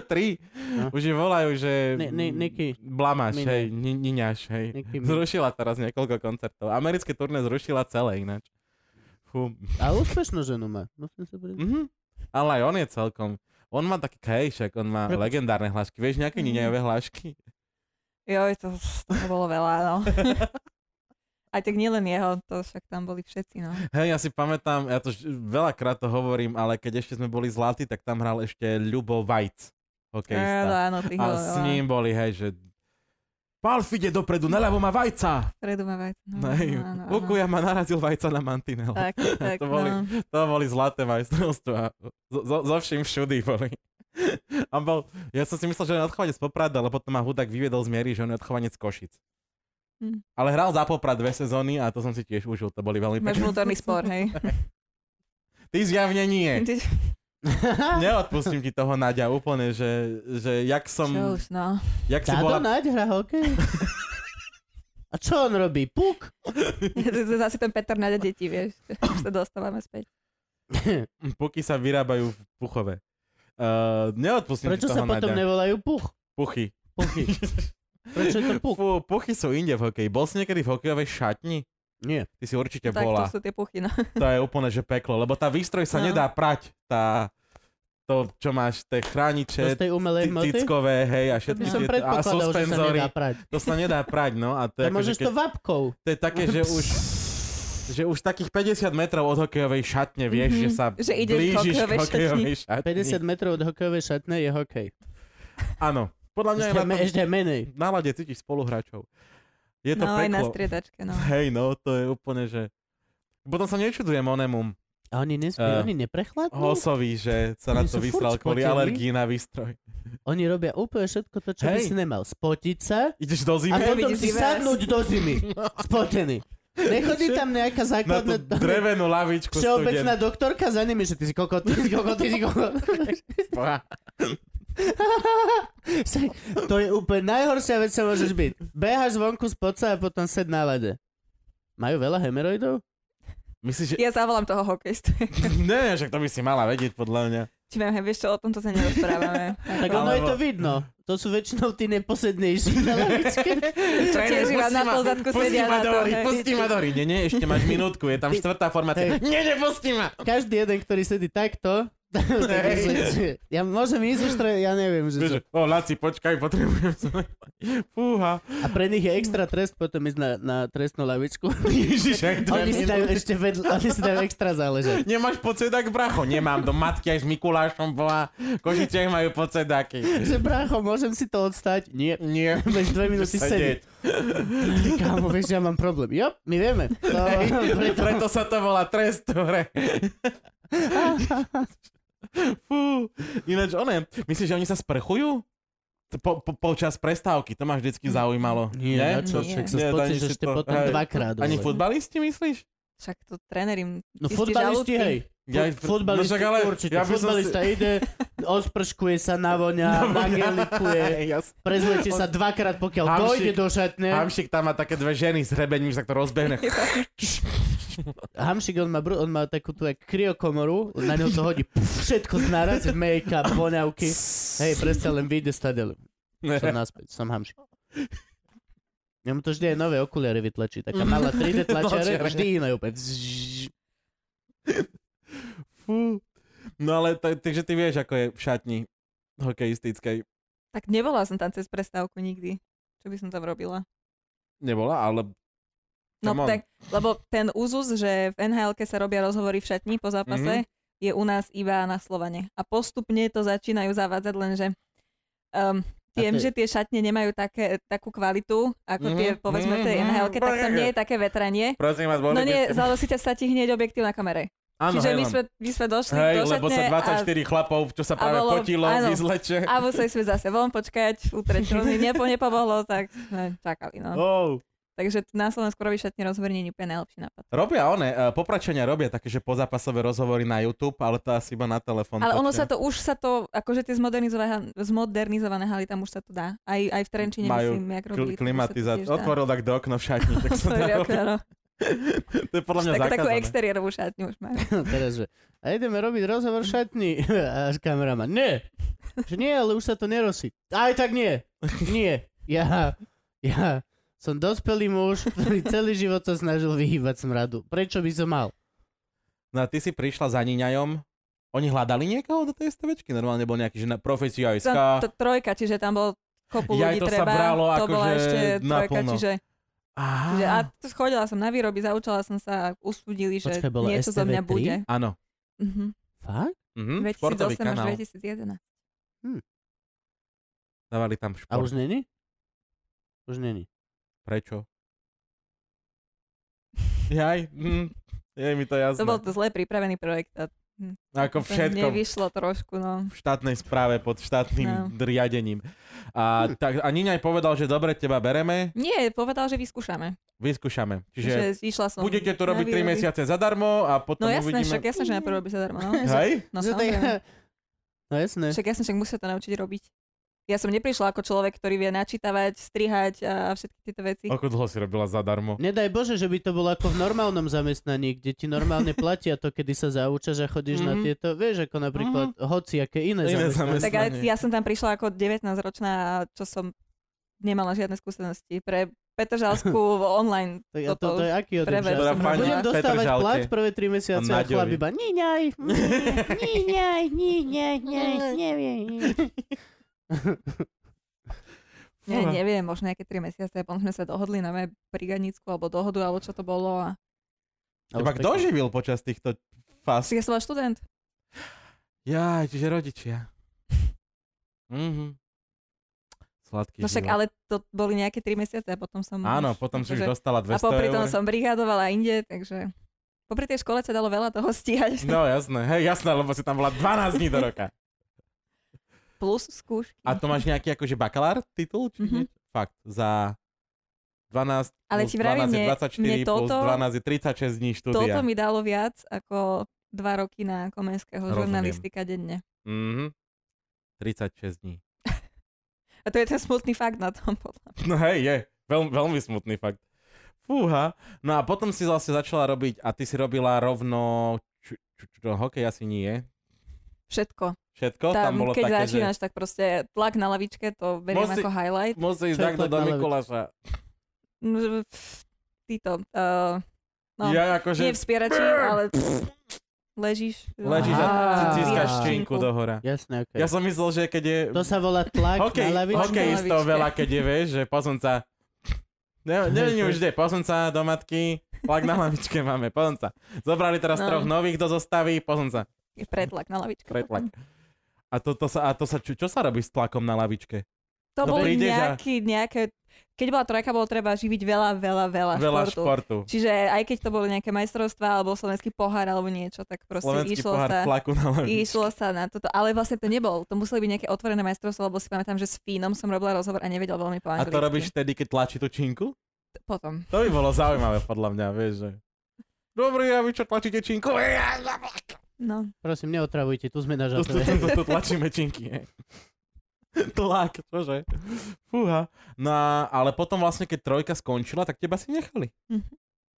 Tri. No. Už je volajú, že... Ni- ni- Niky. Blamáš, Miňaj. hej. Ni- Niňaš, hej. Niky mi- Zrušila teraz niekoľko koncertov. Americké turné zrušila celé ináč. Fú. A úspešnú ženu má. Musím sa <laughs> priznať. Mhm. Ale aj on je celkom... On má taký kajšak, on má Prepo- legendárne hlášky. Vieš nejaké Mhm. Niňajové hlášky? Joj, to, to bolo veľa, <laughs> no. A tak nielen jeho, to však tam boli všetci, no. Hej, ja si pamätám, ja to ž- veľakrát to hovorím, ale keď ešte sme boli zlatí, tak tam hral ešte Ľubo Vajc, Áno, hokejista. áno, ty A ho, s ním boli, hej, že Palf ide dopredu, naľavo má Vajca! Predumávať. No, hej, Kukuja ma narazil Vajca na mantinel. Tak, tak, To boli- no. To boli zlaté majstrovstvá. Zo, zo, zo vším všudy boli. <laughs> A bol, ja som si myslel, že on je odchovanec Poprada, lebo potom ma hudák vyvedol z miery, že on je odchovanec Košic. Hm. Ale hral za Poprad dve sezóny a to som si tiež užil, to boli veľmi Máš pekné. vnútorný spor, hej. Ty zjavne nie. <laughs> Ty- Neodpustím ti toho, Nadia, úplne, že, že jak som, Čo už, no. <laughs> jak si Táto bola... Naď hrá <laughs> hokej. A čo on robí? Puk? To je Zase ten Peter na deti, vieš. Už sa dostávame späť. Puky sa vyrábajú v puchove. Uh, neodpustím Prečo ti sa toho, potom Nadia. nevolajú puch? Puchy. Puchy. Prečo je to puk? Fú, puchy sú inde v hokeji. Bol si niekedy v hokejovej šatni? Nie. Ty si určite Tak to bola. sú tie puchy, no. To je úplne, že peklo. Lebo tá výstroj sa No. nedá prať. Tá, to, čo máš, tie To z chrániče, tej umelej hmoty? cickové, hej, a To by všetky som tie, a predpokladal, že sa suspenzory. nedá prať. To sa nedá prať, no. A to, je To ako, že môžeš keď, to vapkou. to je také, že už... že už takých 50 metrov od hokejovej šatne vieš, Mhm. že sa Že ideš k blížiš hokejovej k hokejovej šatni. 50 metrov od hokejovej šatne je hokej. Áno. Podľa mňa je Ešte, na me, tom, ešte aj menej. nálade cítiš spoluhráčov. Je to No aj na peklo. striedačke, no. Hej, no, to je úplne, že... Potom sa nečudujem onému. A A oni, nespi, Eh, oni neprechladnú? Hosový, že sa Oni na sú to furt vyslal kvôli spotení. alergii na výstroj. Oni robia úplne všetko to, čo by si Hej. nemal. Spotiť sa Ideš a do zimy? Robiť potom si divers. sadnúť do <laughs> zimy. Spotený. Nechodí tam nejaká No. Na tú základná... drevenú lavičku <laughs> Všeobecná doktorka za nimi, že ty si koko, ty si koko, ty si koko. <laughs> studenú. <laughs> to je úplne najhoršia vec, čo môžeš byť. Behaš vonku z poca a potom sed na lade. Majú veľa hemeroidov? Myslíš, že... <laughs> Ja zavolám toho hokejistu. <laughs> Ne, však to by si mala vedieť, podľa mňa. Či mám, vieš čo, o tomto sa <laughs> nerozprávame. Tak ono je Alebo- to vidno. To sú väčšinou tí <laughs> neposednejší na lavičke. Čo tiež iba na pozadku pustí sedia ma na do to, hry, hej. pustí ma do hry. Nie, nie, ešte máš minútku, je tam Ty- štvrtá formácia. Hej. Nie, nie, pustí ma. Každý jeden, ktorý sedí takto, <laughs> tak Hej. myslí, že- ja môžem ísť už, tre- ja neviem. Že čo. Vieš, že, O, Laci, počkaj, potrebujem sa. Fúha. A pre nich je extra trest potom ísť na, na trestnú lavičku. Ježiš, aj dve Oni si minúty. dajú ešte vedľa, oni si dajú extra záležať. Nemáš podsedak, bracho? Nemám, do matky aj s Mikulášom boha. Košice majú podsedaky. Že brácho, môžem si to odstať? Nie. Nie. Budeš dve minúty sedieť. Ty Kámo, vieš, ja mám problém. Jo, my vieme. To, Preto... preto, Preto sa to volá trest, dobre. Fú. Ináč, one, myslíš, že oni sa sprchujú? To Po, po, počas prestávky, to ma vždycky zaujímalo. nie, na čo, Nie. však sa Nie, spotíš daj si ešte to, potom hej. dvakrát. Ani vole. futbalisti, myslíš? Však to tréner im No čistí futbalisti, žalúdky. hej. Ja- Fut- futbalisti No však ale určite. ja by som <laughs> futbalista ide, osprškuje sa, navoňa, <laughs> nagelikuje, Jasne. prezlečie sa dvakrát, pokiaľ Hamšík. dojde do šatne. Hamšik tam má také dve ženy s hrebením, že sa to rozbehne. Hamšik, on má, bru- on má takú tú jak kryokomoru, na ňo to hodí pf, všetko z naraz, make-up, voňavky. <laughs> Hej, presne len vyjde stadel. Som naspäť, som Hamšik. Ja mu to vždy aj nové okuliare vytlačí. Taká <laughs> malá 3D tlačiare, Tlačiare. vždy iná úplne. <laughs> Zzzz. Fú. No ale to, takže ty vieš, ako je v šatni hokejistickej. Tak nebola som tam cez prestávku nikdy. Čo by som tam robila? Nebola, ale... No Come on. tak, lebo ten úzus, že v nhl sa robia rozhovory v šatni po Mhm. zápase, je u nás iba na Slovane. A postupne to začínajú zavádzať, lenže um, A tým, to je- že tie šatne nemajú také, takú kvalitu, ako Mhm, tie, povedzme, v tej mhm, nhl tak tam nie je také vetranie. Prosím vás, boli No by nie, ste- zalosíte sa ti hneď objektív na kamere. Áno, Čiže hej, my len. sme, my sme došli Hej, do lebo sa šatne 24 a, chlapov, čo sa a práve bolo- potilo, áno. vyzleče. a museli sme zase von počkať, utrečili, nepo, nepomohlo, tak sme čakali. No. Oh. Takže na Slovensku robí šatne rozhovor nie je úplne najlepší nápad. Robia one, eh, popračenia robia také, že pozápasové rozhovory na YouTube, ale to asi iba na telefón. Ale ono sa to, už sa to, akože tie zmodernizované, zmodernizované haly, tam už sa to dá. Aj, aj v Trenčine Majú myslím, jak Kl- robili. tak už sa to klimatizátor. tiež dá. Otvoril tak do okno v šatni, tak sa dá <laughs> Otvorili <laughs> okno, robiť. no. To je podľa mňa Takú, takú zakázané. exteriérovú šatňu už majú. No teraz, že a ideme robiť rozhovor v šatni. A až kameraman, nie. Že nie, ale už sa to nerosí. Aj tak nie. Nie. Ja, ja som dospelý muž, ktorý celý život sa snažil vyhýbať smradu. Prečo by som mal? No a ty si prišla za Niňajom. Oni hľadali niekoho do tej stavečky? Normálne bol nejaký, že na profesia Tam, No, to, SK. trojka, čiže tam bol kopu Jaj, ľudí to sa treba. bralo to akože bola ešte trojka, naplno. čiže Á, Že, a t- chodila som na výroby, zaučila som sa, usúdili, že Počkaj, bola niečo zo mňa STV3? bude. Áno. Mhm. Fakt? Mhm, športový 2008 až kanál. 2011. Dávali tam A šport. už není? Už není. Prečo? Jaj, hm, je mi to jasné. To bol to zle pripravený projekt a Ako to No všetko v nevyšlo trošku, no. štátnej správe pod No. štátnym riadením. A, Hm. tak, a Niňaj povedal, že dobre, teba bereme, Nie, povedal, že vyskúšame. vyskúšame. Čiže Že, išla som budete to na robiť 3 výroby. mesiace zadarmo a potom No jasné, uvidíme. však jasné, že najprv robíš zadarmo, no. Hej? No Že to je- samozrejme. <laughs> No jasné. Však jasne, však musia to naučiť robiť. Ja som neprišla ako človek, ktorý vie načítavať, strihať a všetky tieto veci. Ako dlho si robila zadarmo? Nedaj Bože, že by to bolo ako v normálnom zamestnaní, kde ti normálne platia to, kedy sa zaučaš a chodíš na Mhm. tieto, vieš, ako napríklad hociaké iné, iné Iné zamestnanie. zamestnanie. Tak ale Poslanie. ja som tam prišla ako 19-ročná, a čo som nemala žiadne skúsenosti. Pre Petržalskú online Tak a toto to, to je aký odrúb, prever Ktorá som pani- Budem robila. do- dostávať Petržalke. plat prvé 3 mesiace A a chlap Naďovi. iba niňaj, niňaj, niňaj, niňaj, neviem. No, Ne, neviem, možno nejaké 3 mesiace, potom sme sa dohodli na moje brigadnícku alebo dohodu, alebo čo to bolo. A... Teba kto živil počas týchto fáz? Čiže ja som bola študent. Ja, čiže rodičia. Mhm. Sladký No však, život. ale to boli nejaké 3 mesiace a potom som... Áno, potom si už akože- dostala 200 A popri tom eur. som brigádovala inde, takže Popri tej škole sa dalo veľa toho <laughs> stíhať. No jasné, hej, jasné, lebo si tam bola 12 dní do roka. Plus skúšky. A to máš nejaký akože bakalár titul? Či Mhm. nie? Fakt, za 12 Ale plus ti vravím, 12 je mne- 24 mne plus toto- 12 je 36 dní štúdia. Toto mi dalo viac ako dva roky na komenského Rozumiem. žurnalistika denne. Mhm. 36 dní. A to je ten smutný fakt na tom. podľa mňa. No hej, je. Veľ, veľmi smutný fakt. Fúha. No a potom si vlastne začala robiť, a ty si robila rovno, č, č, č, no, hokej asi nie, Všetko. všetko? Tam, bolo keď také, začínaš, tak proste tlak na lavičke, to beriem Musí- ako highlight. že musíš Čo je takto tlak do na lavičku? Mikuláša. No, že pff, Títo. Uh, no, Ja akože nie vspierači, ale pff, ležíš. ležíš a Á, ti- tiskaš á. činku do hora. Jasné, okej. Ja som myslel, že keď je... To sa volá tlak Hokej, na lavičku. hokej Na z toho lavičke. veľa, keď je, vieš, že posunca... <laughs> Ne, neviem už kde, posunca do matky, tlak na lavičke máme, posunca. Zobrali teraz No. troch nových do zostavy, posunca. Je pretlak na lavičke. pretlak. A to, to sa, a to sa čo, čo sa robí s tlakom na lavičke? To No bol prídeš a- nejaký, nejaké... Keď bola trojka, bolo treba živiť veľa, veľa, veľa, Veľa športu. športu. Čiže aj keď to boli nejaké majstrovstvá alebo slovenský pohár alebo niečo, tak proste Slovenský išlo pohár sa... tlaku na lavičke. Išlo sa na toto, ale vlastne to nebol. To museli byť nejaké otvorené majstrovstvo, lebo si pamätám, že s Fínom som robila rozhovor a nevedel veľmi po A anglicky. to robíš vtedy, keď tlačí tú činku? T- Potom. To by bolo zaujímavé, podľa mňa, vieš, že... Dobrý, a vy čo tlačíte činku? No. Prosím, neotravujte, tu sme na Tu, tu, tu, žatve. tu, tu tlačíme činky, hej. Tlak, čože? Fúha. No, a- ale potom vlastne, keď trojka skončila, tak teba si nechali. Mhm.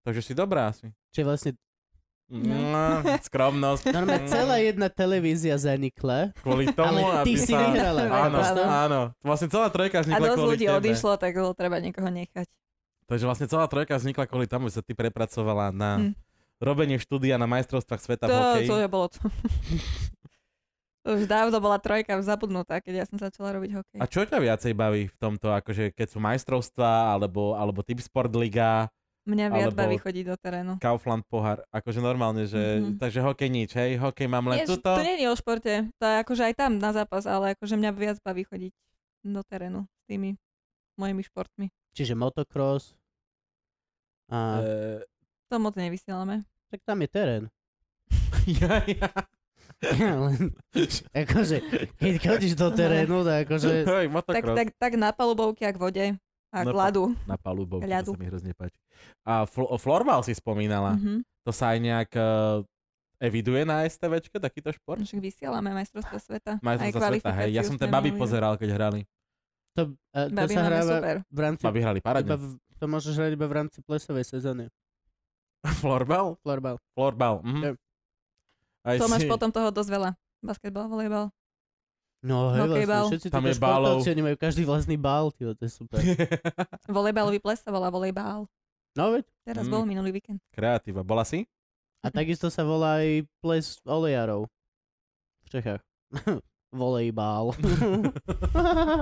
Takže si dobrá asi. Čiže vlastne No. Skromnosť. normálne celá jedna televízia zanikla, Kvôli tomu, ale aby ty si sa... vyhrala. Áno, Chápeš Áno. to? áno. Vlastne celá trojka A vznikla dosť kvôli ľudí tebe. odišlo, tak bolo treba niekoho nechať. Takže vlastne celá trojka vznikla kvôli tomu, že sa ty prepracovala na Hm. robenie štúdia na majstrovstvách sveta v To, hokeji. to je bolo to. <laughs> Už dávno bola trojka už zabudnutá, keď ja som začala robiť hokej. A čo ťa viacej baví v tomto, akože keď sú majstrovstvá, alebo, alebo typ Sport Liga, Mňa viac alebo- baví chodiť do terénu. Kaufland pohár, akože normálne, že... Mhm. Takže hokej nič, hej? Hokej mám len Nie, že- tuto. E, To nie je o športe, to je akože aj tam na zápas, ale akože mňa viac baví chodiť do terénu s tými mojimi športmi. čiže motocross. <laughs> A Eh, To moc nevysielame. tak tam je <laughs> terén. ja, ja. Len, akože, keď chodíš do terénu, tak akože... Hej, Tak, motocross. tak, tak na palubovke a k vode a k No, ľadu. Na palubovku, to Ľadu. sa mi hrozne páči. A fl- o florbal si spomínala. Mhm. To sa aj nejak eh, eviduje na STVčke, takýto šport? Však vysielame majstrovstvo sveta. Majstrom sa sveta, hej. Ja som ten baby pozeral, keď hrali. To, a, to Babi sa máme hráva super. v rámci... Baby hrali Iba paradne. v, to môžeš hrať iba v rámci plesovej sezóny. Florbal? Florbal. Florbal. Yep. Mhm. Aj To si- máš potom toho dosť veľa. Basketbal, volejbal. No hej, Hokejbal. vlastne, všetci Tam títo je bálov. športovci, oni majú každý vlastný bal, tío, to je super. Volejbalový ples sa volá volejbal. <laughs> No veď, Teraz Mm. bol minulý víkend. <laughs> Kreatíva. Bola si? a takisto sa volá aj ples olejarov. V Čechách. <laughs> Volejbal. <laughs>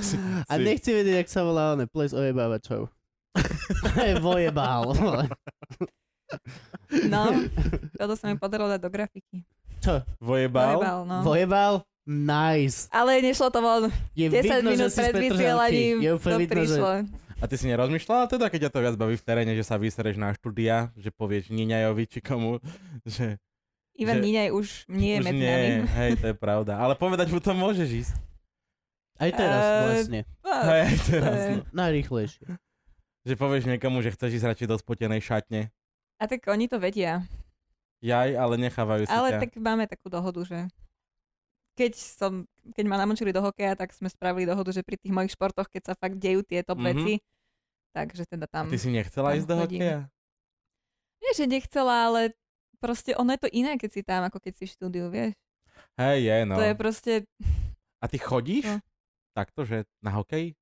si, a <laughs> nechci vedieť, jak sa volá one, ples ojebávačov. To je <laughs> vojebal. vole. No, toto sa mi podarilo dať do grafiky. <laughs> Čo? Vojebal? Volejbal, no. Vojebal? Nice. Ale nešlo to von. Je 10 vidno, že minút si z pred Petržalky. vysielaním Je úplne to vidno, že... prišlo. A ty si nerozmýšľala teda, keď ťa to viac baví v teréne, že sa vysereš na štúdia, že povieš Niňajovi či komu, že Ivan že- Níňaj už nie je už medzi nie, <laughs> nami. hej, to je pravda. Ale povedať mu to môžeš ísť. Aj teraz Eh, vlastne. Hej, aj teraz. to je- no. Najrýchlejšie. Že povieš niekomu, že chceš ísť radšej do spotenej šatne. A tak oni to vedia. Jaj, ale nechávajú si ťa. Ale tak máme takú dohodu, že keď, som, keď ma namočili do hokeja, tak sme spravili dohodu, že pri tých mojich športoch, keď sa fakt dejú tieto Mhm. mm-hmm. veci, takže teda tam... Ty si nechcela tam ísť do chodím. hokeja? Nie, že nechcela, ale proste ono je to iné, keď si tam, ako keď si v štúdiu, vieš. Hej, je, no. No. To je proste... A ty chodíš? No. Takto, že na hokej?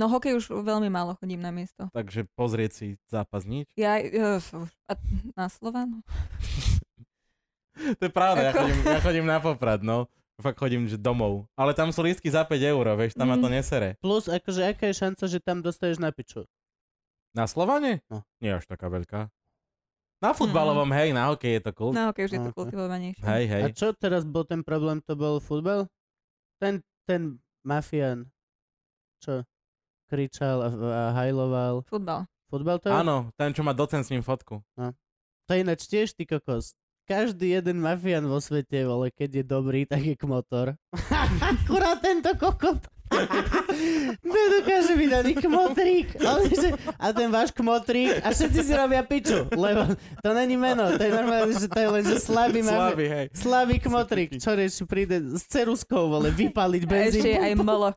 No hokej už veľmi málo chodím na miesto. Takže pozrieť si zápas nič? <laughs> Ja... eh, fú, A na Slovanu? To je pravda, ja Ako? chodím, ja chodím na poprad, no. Fakt chodím že domov. Ale tam sú lístky za 5 eur, vieš, tam ma to Mm. nesere. Plus, akože, aká je šanca, že tam dostaneš na piču? Na Slovane? No. Nie až taká veľká. Na Mhm. futbalovom, hej, na hokej je to cool. Na hokej už je to Aha. kultivovanejšie. Hej, hej. A čo teraz bol ten problém? To bol futbal? Ten, ten mafián, čo kričal a, a hajloval Futbal. Futbal to je? Áno, ten, čo má docen s ním fotku. To je ináč tiež, ty kokos. Každý jeden mafián vo svete, vole, keď je dobrý, tak je kmotor. <laughs> Akurát tento kokot. <laughs> Nedokáže byť ani kmotrík. Ale že, a ten váš kmotrík. A všetci si robia piču. Lebo to není meno. To je normálne, že to je len, že <laughs> slabý, slabý. Slabý, hej. slabý kmotrík. Čo rieši, príde s ceruskou, vole, vypaliť A benzín. ešte je aj molo.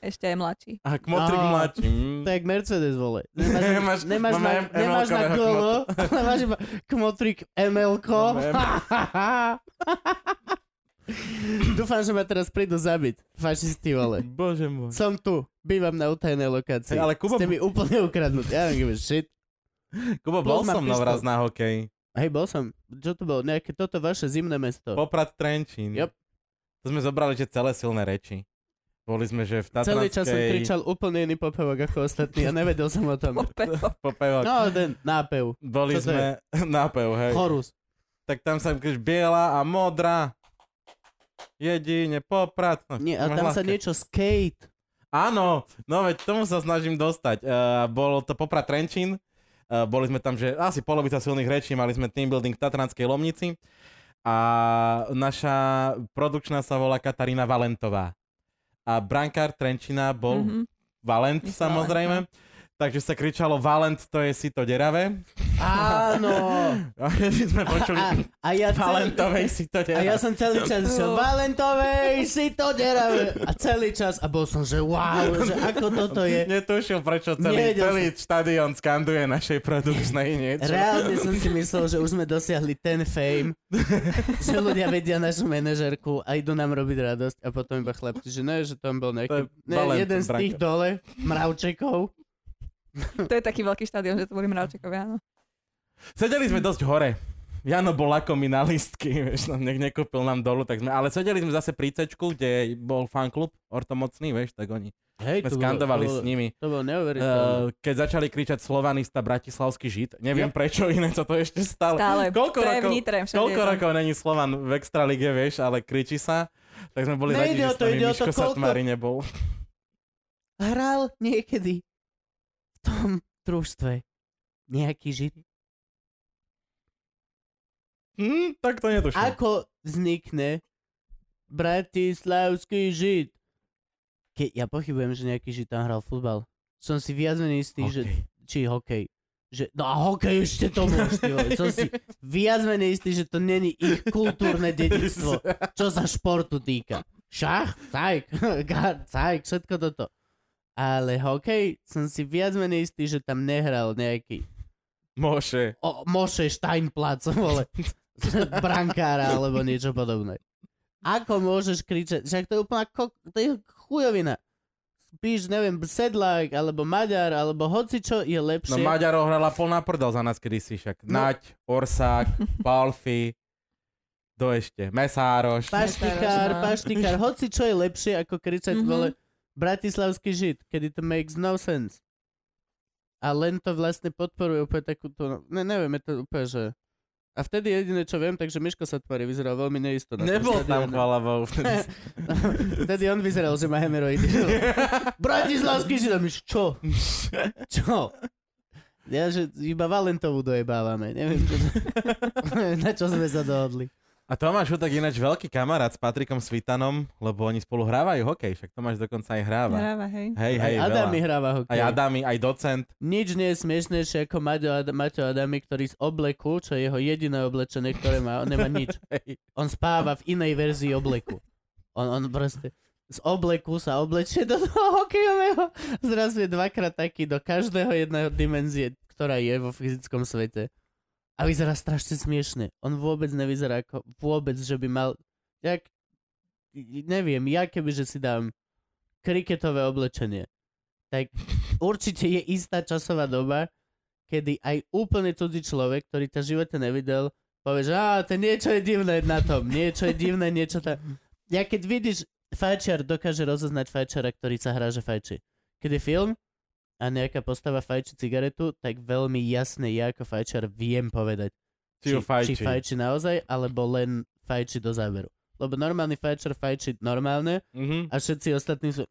Ešte aj <laughs> mladší. A kmotrik Á. mladší. Mm. To je jak Mercedes, vole. Nemáš- Nemáš, nemáš, máme na, M- nemáš na ML-kového golo, <laughs> ale máš iba kmotrik ML-ko. <laughs> Máme <laughs> Dúfam, že ma teraz prídu zabiť. Fašisti, vole. Bože môj. Som tu. Bývam na utajnej lokácii. Hej, ale Kubo- Ste mi úplne ukradnutí. Ja neviem, shit. Kubo, bol Plus má som na pistol. vraz na hokej. Hej, bol som. Čo to bolo? Nejaké toto vaše zimné mesto. Poprad Trenčín. Yep. To sme zobrali, že celé silné reči. Boli sme, že v Tatranskej... Celý čas som kričal úplne iný popevok ako ostatní a nevedel som o <laughs> tom. Opäť. Popevok. No, ten nápev. Boli čo to <laughs> sme nápev, hej. Chorus. Tak tam sa krič biela a modrá. Jedine Poprad. No, Nie, a máš tam sa ľahké. niečo skate. Áno, no veď tomu sa snažím dostať. Uh, bolo to Poprad Trenčín, uh, boli sme tam, že asi polovica silných rečí, mali sme team building v Tatranskej Lomnici a naša produkčná sa volá Katarína Valentová. A brankár Trenčina bol mm-hmm. Mhm. Valent Miss no. samozrejme, takže sa kričalo Valent to je sito deravé. <laughs> Áno. A my sme počuli A, <laughs> a ja celý, Valentovej sito a ja deravé. som celý čas No. išiel, Valentovej, si to deravé. A celý čas, a bol som, že wow, že ako toto je. Netušil, prečo celý, Nevedel celý štadión skanduje našej produkčnej niečo. Reálne som si myslel, že už sme dosiahli ten fame, že ľudia vedia našu manažerku a idú nám robiť radosť a potom iba chlapci, že ne, že tam bol To je nejaký, ne, Valent, jeden z Branko. tých dole, mravčekov. To je taký veľký štadión, že to boli mravčekovia, áno. Sedeli sme dosť hore. Jano bol ako mi na listky, <laughs> vieš, nám ne- nekúpil nám dolu, tak sme, ale sedeli sme zase pri cečku, kde bol fanklub ortomocný, vieš, tak oni Hej, sme to bolo- skandovali to s bolo- nimi. To bolo neuveriteľné. Uh, keď začali kričať slovanista bratislavský žid, neviem Yep. prečo <laughs> iné, co to ešte stále. Stále. Koľko to je rokov- v Nitre, všade Koľko je tam. rokov není Slovan v extralíge, vieš, ale kričí sa. Tak sme boli radi, Nejde o že s to, nami ide o to, Miško koľko- Satmári nebol. Hral niekedy v tom družstve nejaký žid. Hm, tak to netuším. Ako vznikne bratislavský žid? Ke, ja pochybujem, že nejaký žid tam hral futbal. Som si viac menej istý, okay. že, Hokej. či hokej. Že, no a hokej ešte to bol, ty vole. Som <laughs> si viac menej istý, že to není ich kultúrne dedictvo, <laughs> čo sa športu týka. Šach, cajk, <laughs> gar, cajk, všetko toto. Ale hokej, som si viac menej istý, že tam nehral nejaký Môže. o, Moše Steinplatz, <laughs> vole, brankára alebo niečo podobné. Ako môžeš kričať? Však to je úplná kok- to je chujovina. Spíš, neviem, sedlák, alebo Maďar, alebo hocičo je No lepšie. Maďarov hrala plná prdel za nás kedysi však. No. Naď, Orsák, <laughs> Palfi, do ešte, Mesároš. paštikár, Starožná. paštikár, hocičo je lepšie, ako kričať, Mhm. vole, bratislavský žid, kedy to makes no sense. A len to vlastne podporuje úplne takúto, no, ne, neviem, je to úplne, že... A vtedy jediné, čo viem, takže Miško sa tvorí, vyzeral veľmi neisto. na tom Nebol tam, štadióne. chvála Bohu. vtedy. <laughs> Vtedy on vyzeral, že má hemeroidy. <laughs> Bratislavský židom, čo? Čo? Ja, že iba Valentovú dojebávame. Neviem, čo... <laughs> na čo sme sa dohodli. A Tomáš Hutak je ináč veľký kamarát s Patrikom Svitanom, lebo oni spolu hrávajú hokej, však Tomáš dokonca aj hráva. Hráva, hej. Hej, hej, Aj Adam mi veľa. hráva hokej. Aj Adami, aj docent. Nič nie je smiešnejšie ako Maťo, Ad- Maťo Adami, ktorý z obleku, čo je jeho jediné oblečenie, ktoré má, on nemá nič. Hej. On spáva v inej verzii obleku. On, on proste z obleku sa oblečie do toho hokejového. Zrazu je dvakrát taký do každého jedného dimenzie, ktorá je vo fyzickom svete. A vyzerá strašne smiešne. On vôbec nevyzerá ako vôbec, že by mal... Jak, neviem, ja keby, že si dám kriketové oblečenie, tak určite je istá časová doba, kedy aj úplne cudzí človek, ktorý ťa v živote nevidel, povie, že á, to niečo je divné na tom, niečo je divné, niečo tam. Ja keď vidíš, fajčiar dokáže rozoznať fajčiara, ktorý sa hrá, že fajči. Keď je film a nejaká postava fajči cigaretu, tak veľmi jasne ja ako fajčiar viem povedať, Či ju či fajči. fajči naozaj, alebo len fajči do záveru. Lebo normálny fajčer fajči normálne Mhm. a všetci ostatní sú...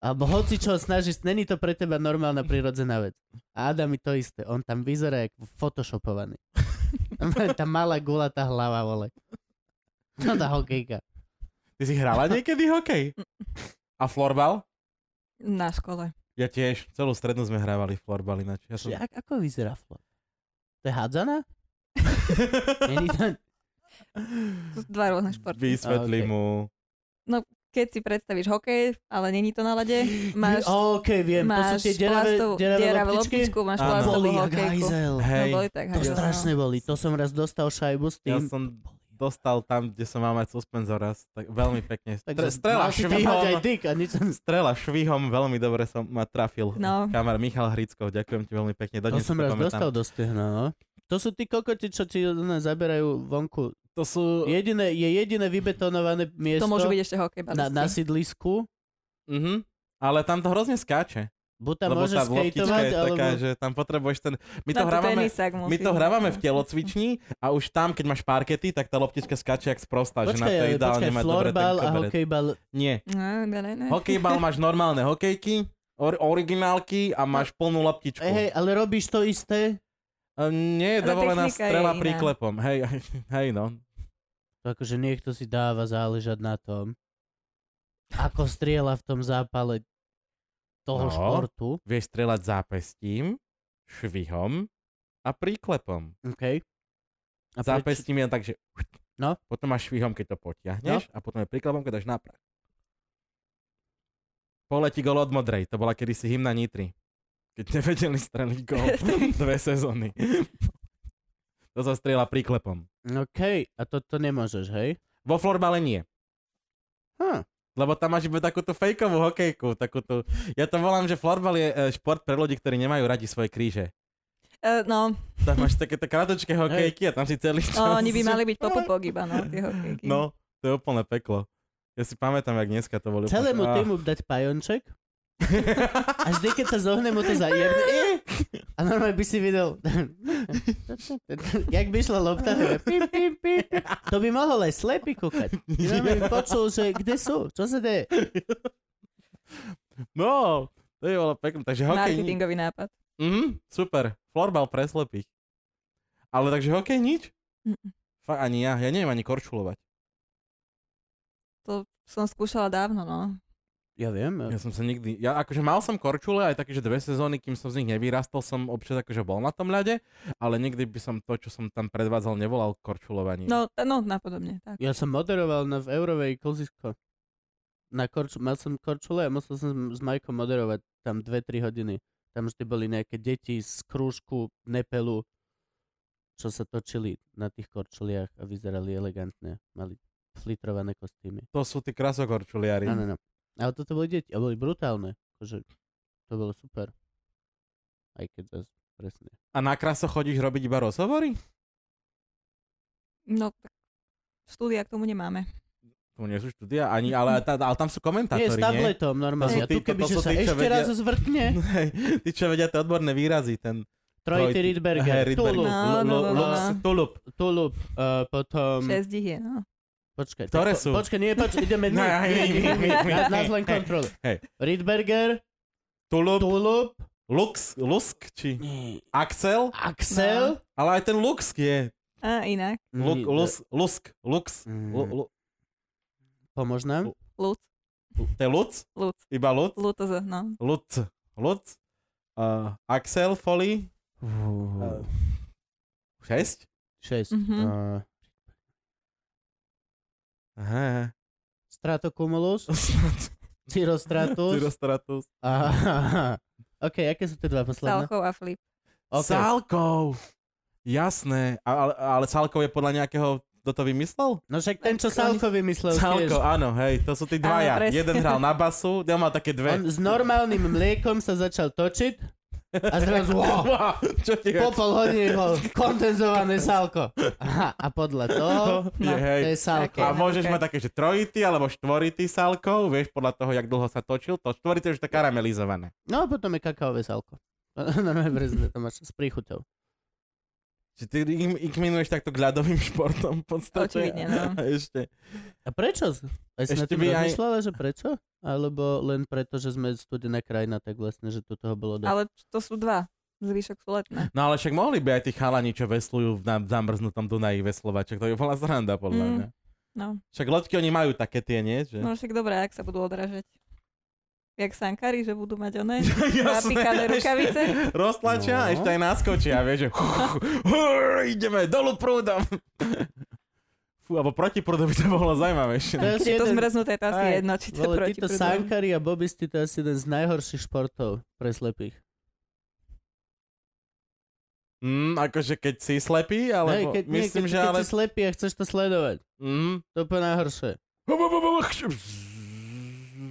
Alebo hoci čo snažíš, není to pre teba normálna prirodzená vec. A Adam je to isté, on tam vyzerá jak photoshopovaný. <laughs> Tam má tá malá gulatá hlava, vole. Čo tá hokejka? Ty si hrala niekedy hokej? Mm. A florbal? Na škole. Ja tiež. Celú strednú sme hrávali florbal ináč. Ja som... Či, ak, ako vyzerá flor? To je hádzaná? <laughs> Není to... To sú dva rôzne športy. Vysvetli A, okej. mu. Keď si predstavíš hokej, ale není to na <laughs> lade, <laughs> máš, OK, viem, to sú máš tie deravé, plastovú- deravé, deravú loptičky. loptičku, máš Áno. plastovú Boli jak hokejku. hajzel. No, Hej, boli tak To hajzel, no. strašne boli. To som raz dostal šajbu s ja tým. som dostal tam, kde som mal mať suspenzor raz. Tak veľmi pekne. Stre, Takže mal strela si tam mať aj švihom. dyk a nič som... Strela švihom, veľmi dobre som ma trafil. No. Kamar Michal Hrickov, ďakujem ti veľmi pekne. To Dodnes som si raz pamätám. dostal do stehna, no. To sú tí kokoti, čo ti ne, zaberajú vonku. To sú... Jediné, je jediné vybetonované miesto To môžu byť ešte na, na hokejbalisti. sídlisku. Mhm. Ale tam to hrozne skáče. Buď tam lebo môžeš tá loptička skejtovať, je taká, alebo... že tam potrebuješ ten... My to Tam tu hrávame... tenisák My musí to byť. hrávame v telocvični a už tam, keď máš parkety, tak tá loptička skáče jak sprosta, že na Počkaj, to ale ideálne počkaj, mať dobre ten florbal a koberec. hokejbal. Nie. No, ne, ne, ne. Hokejbal máš normálne hokejky, or- originálky a máš plnú loptičku. Hej, ale robíš to isté? A Nie je Ale dovolená technika je strela iná. príklepom. Hej, hej, hej, no. To akože niekto si dáva záležať na tom, ako strieľa v tom zápale toho No. športu. Vieš strelať zápestím, švihom a príklepom. OK. A zápestím je tak, že... No. Potom máš švihom, keď to potiahneš No. a potom je príklepom, keď dáš naprach. Poletí gol od Modrej. To bola kedysi hymna Nitry. Keď nevedeli streliť <laughs> gol dve sezóny. to sa strieľa príklepom. OK, a to, to nemôžeš, hej? Hm. Vo florbale nie. Huh. Lebo tam máš iba takúto fejkovú hokejku, takúto... Ja to volám, že florbal je e, šport pre ľudí, ktorí nemajú radi svoje kríže. Eh, No, Tam máš takéto kratočké hokejky a tam si celý čas... no, oni by mali <laughs> byť popopok iba, no, tie hokejky. No, to je úplne peklo. Ja si pamätám, jak dneska to boli... Celému úplne... týmu dať pajonček a vždy, keď sa zohne, mu to zajebne. I! A normálne by si videl, jak by išla lopta, to, je pip, pip, pip. to by mohol aj slepý kúkať. Ty normálne by počul, že kde sú, čo sa deje. No, to je bolo peklo. Takže hokej... ni- Marketingový nápad. Mhm, super. Florbal pre slepých. Ale takže hokej nič? Mm. Fakt ani ja. Ja neviem ani korčulovať. To som skúšala dávno, no. Ja viem, Ja som sa nikdy... Ja akože mal som korčule aj také, že dve sezóny, kým som z nich nevyrastol, som občas akože bol na tom ľade, ale nikdy by som to, čo som tam predvádzal, nevolal korčulovanie. No, t- no napodobne, tak. ja som moderoval na, v Eurovej klzisko. Na korču, mal som korčule a musel som s Majkom moderovať tam 2-3 hodiny. Tam vždy boli nejaké deti z krúžku, nepelu, čo sa točili na tých korčuliach a vyzerali elegantne. Mali flitrované kostýmy. To sú tí krasokorčuliari. Áno, áno. Ale toto boli deti a boli brutálne. Akože, to bolo super. Aj keď zase presne. A na kraso chodíš robiť iba rozhovory? No, tak štúdia k tomu nemáme. Tu nie sú štúdia, ani, ale, tá, ale tam sú komentátori, Nie, s nie? tabletom To sú normálne. A tu tí- to- keby to sú sa tí, čo ešte vedia- raz zvrtne, <laughs> Hej, Tí, čo vedia tie odborné výrazy, ten... Trojty Trojty. Hej, Rydberger, Rydberger. Tulu, No, no, no, no, Lux, no. Tulup. Tulup, uh, Um. potom... Šesť ich je, no. Počkaj, Ktoré tak po- sú? Počkaj, nie, poč, <laughs> ideme No, nie, ja- nie, nie, nie, nie, my- nás- nás my- len hej, kontroluje. hej. Rydberger, Tulup. Tulup, Lux, Lusk, či nie, Axel, Axel, ale aj ten Lux je. A inak, Luk, Nie, lus, Lusk, Lux, Mm. lu, lu, Pomôž nám? ľud, to je Luc? ľud, Iba Luc? ľud to z- no. Luc. Luc. Uh, Axel Foley. Uh, 6? 6. Mhm. Aha. Stratocumulus, <laughs> Cirostratus. Tyrostratus. Aha. OK, aké sú tie dva posledné? Salchov a Flip. OK. Sálkov. Jasné. A, ale, ale Sálkov je podľa nejakého... Kto to vymyslel? No však ten, čo Salko vymyslel Sálkov, tiež. áno, hej, to sú tí dvaja. presne. Jeden hral na basu, ten mal také On dve. s normálnym mliekom sa začal točiť a <laughs> zrazu... Wow, Wow, čo ti Po pol hodine bol kondenzované sálko. Aha, a podľa toho, <laughs> je, No, hej. to je sálko. A Také. môžeš Okay. mať také, že trojity alebo štvority sálkov, vieš, podľa toho, jak dlho sa točil, to štvorité je už tak karamelizované. <laughs> No a potom je kakaové sálko. Normálne brezne to máš s príchuťou. Čiže ty im- inkminuješ takto ľadovým <laughs> športom v podstate. Očividne, no. A ešte. A prečo? Aj si na Ešte tým by aj- rozmýšľala, že prečo? Alebo len preto, že sme studená krajina, tak vlastne, že do toho bolo dosť. Ale to sú dva. Zvyšok sú letné. No ale však mohli by aj tí chalani, čo veslujú v nám- zamrznutom Dunaji veslovať, však to by bola zranda podľa Mm. mňa. No. Však loďky oni majú také tie, nie? Že... No však dobré, ak sa budú odražať. Jak sankári, že budú mať <laughs> <laughs> oné. Jasné, Napíkané ešte rukavice. Roztlačia a No. ešte aj naskočia, vieš, že <laughs> hur, ideme dolu prúdom. <laughs> Fú, alebo proti prúdu by to bolo To zaujímavejšie. je asi Je to jeden, zmrznuté, to asi Aj, jedno, či to vole, proti títo sankári a bobisti, to je asi jeden z najhorších športov pre slepých. Mm, akože keď si slepý, Ne, alebo No, keď, nie, myslím, keď, že keď ale... si slepý a chceš to sledovať, Mm. to je úplne najhoršie. Mm.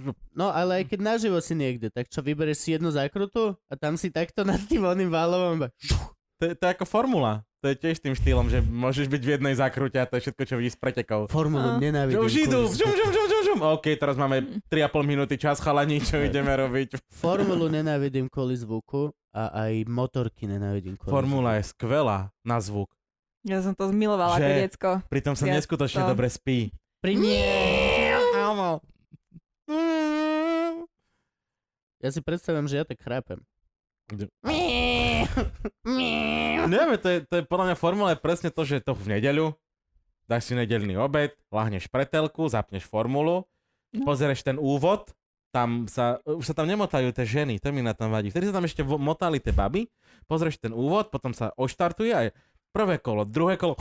<laughs> No ale aj keď naživo si niekde, tak čo, vyberieš si jednu zákrutu a tam si takto nad tým oným válovom iba- To, je- to je ako formula. To je tiež tým štýlom, že môžeš byť v jednej zakrute a to je všetko, čo vidíš z pretekov. Formulu A. nenávidím. Že už idú, kurz. žum, žum, žum, žum, žum. OK, teraz máme 3,5 minúty čas, chalani, čo ideme robiť. Formulu nenávidím kvôli zvuku a aj motorky nenávidím kvôli Formula je skvelá na zvuk. Ja som to zmilovala ako Že- decko. Pritom sa Ja neskutočne to- dobre spí. Pri nie! Áno. Mm. Ja si predstavím, že ja tak chrápem. Neviem, to je, to je podľa mňa formula je presne to, že to v nedeľu, dáš si nedeľný obed, lahneš pretelku, zapneš formulu, No. pozereš ten úvod, tam sa, už sa tam nemotajú tie ženy, to mi na tom vadí. Vtedy sa tam ešte vo- motali tie baby, pozrieš ten úvod, potom sa oštartuje aj prvé kolo, druhé kolo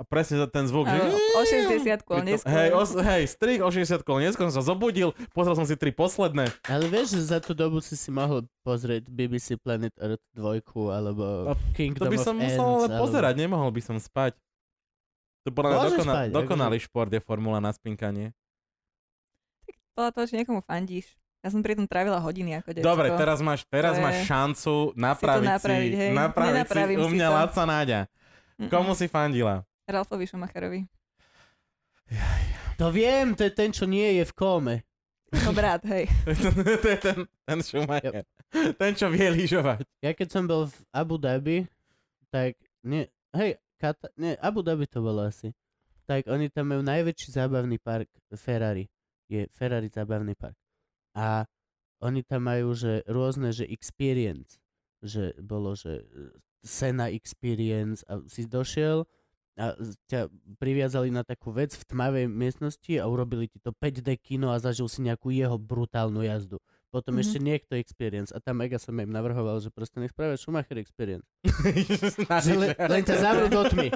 a presne za ten zvuk. že- Áno, O 60 kôl Pritom- neskôr. Hej, os, hej, strih o 60 kol neskôr som sa zobudil, pozrel som si tri posledné. Ale vieš, že za tú dobu si si mohol pozrieť BBC Planet Earth 2 alebo A Kingdom To by of som musel Ants, ale alebo- pozerať, nemohol by som spať. To podľa mňa Môžeš dokona, spať, akože- dokonalý šport je formula na spinkanie. Podľa toho, či niekomu fandíš. Ja som pritom trávila hodiny ako decko. Dobre, teraz máš, teraz To je- máš šancu napraviť si, napraviť, hej. napraviť si, Nenapravím u si mňa to. Laca Náďa. Mm-mm. Komu si fandila? <laughs> Ralfovi Schumacherovi. To viem, to je ten, čo nie je v kóme. No brat, hej. <laughs> to je ten, ten Schumacher. Ten, čo vie lyžovať. Ja keď som bol v Abu Dhabi, tak nie, hej, Kata, nie, Abu Dhabi to bolo asi. Tak oni tam majú najväčší zábavný park Ferrari. Je Ferrari zábavný park. A oni tam majú, že rôzne, že experience. Že bolo, že e, Sena experience a si došiel a z- ťa priviazali na takú vec v tmavej miestnosti a urobili ti to 5D kino a zažil si nejakú jeho brutálnu jazdu. Potom Mhm. ešte niekto experience a tam mega som im navrhoval, že proste nech spravia Schumacher experience. Že le, len <laughs> ťa zavrú do tmy.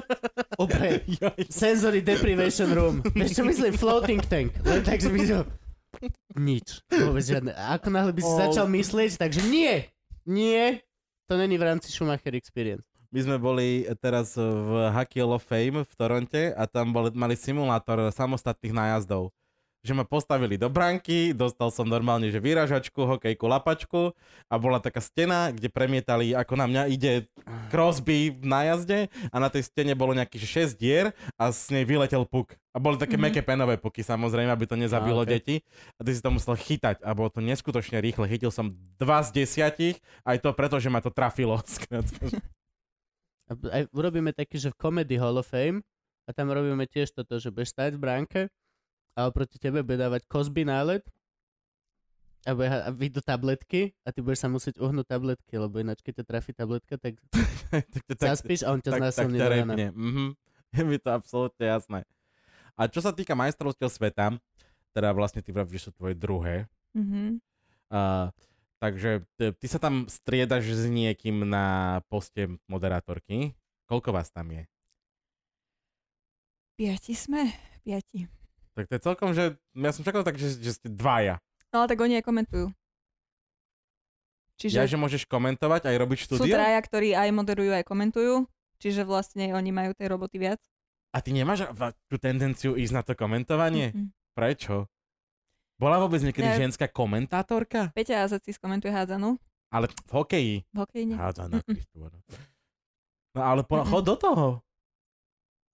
Úplne. Joj. Sensory deprivation room. Vieš čo myslím? Floating tank. Len tak, že by to... Nič. Vôbec žiadne. A ako náhle by si Oh. začal myslieť, takže nie. Nie. To není v rámci Schumacher experience. My sme boli teraz v Hockey Hall of Fame v Toronte a tam boli, mali simulátor samostatných nájazdov. Že ma postavili do branky, dostal som normálne, že vyražačku, hokejku, lapačku a bola taká stena, kde premietali, ako na mňa ide Crosby v nájazde a na tej stene bolo nejakých 6 dier a z nej vyletel puk. A boli také Mhm. mm-hmm. meké penové puky samozrejme, aby to Á, nezabilo okay. okej. deti. A ty si to musel chytať a bolo to neskutočne rýchle. Chytil som 2 z 10, aj to preto, že ma to trafilo. <laughs> Skrátka, že- A, a urobíme taký, že v Comedy Hall of Fame a tam robíme tiež toto, že budeš stať v bránke a oproti tebe bude dávať Cosby nálet a, bude, ha- a vyjdú tabletky a ty budeš sa musieť uhnúť tabletky, lebo ináč keď ťa trafí tabletka, tak <laughs> Tak- tak- tak- zaspíš a on ťa tak, tak znásilní to do rána. repne. Mhm. Je mi to absolútne jasné. A čo sa týka majstrovstiev sveta, teda vlastne ty vravíš, že sú tvoje druhé, Mhm. a, takže t- ty sa tam striedaš s niekým na poste moderátorky. Koľko vás tam je? Piati sme? Piati. Tak to je celkom, že ja som čakal tak, že, že ste dvaja. No ale tak oni aj komentujú. Čiže Ja, že môžeš komentovať aj robiť sú štúdio? traja, ktorí aj moderujú, aj komentujú. Čiže vlastne oni majú tej roboty viac. A ty nemáš a- tú tendenciu ísť na to <laughs> komentovanie? Mhm. Prečo? Bola vôbec niekedy Ne. ženská komentátorka? Peťa Azacis komentuje hádzanú. Ale v hokeji. V hokeji nie. Hádza na Mm-mm. Kristu. no. No ale po, Mm-mm. chod do toho.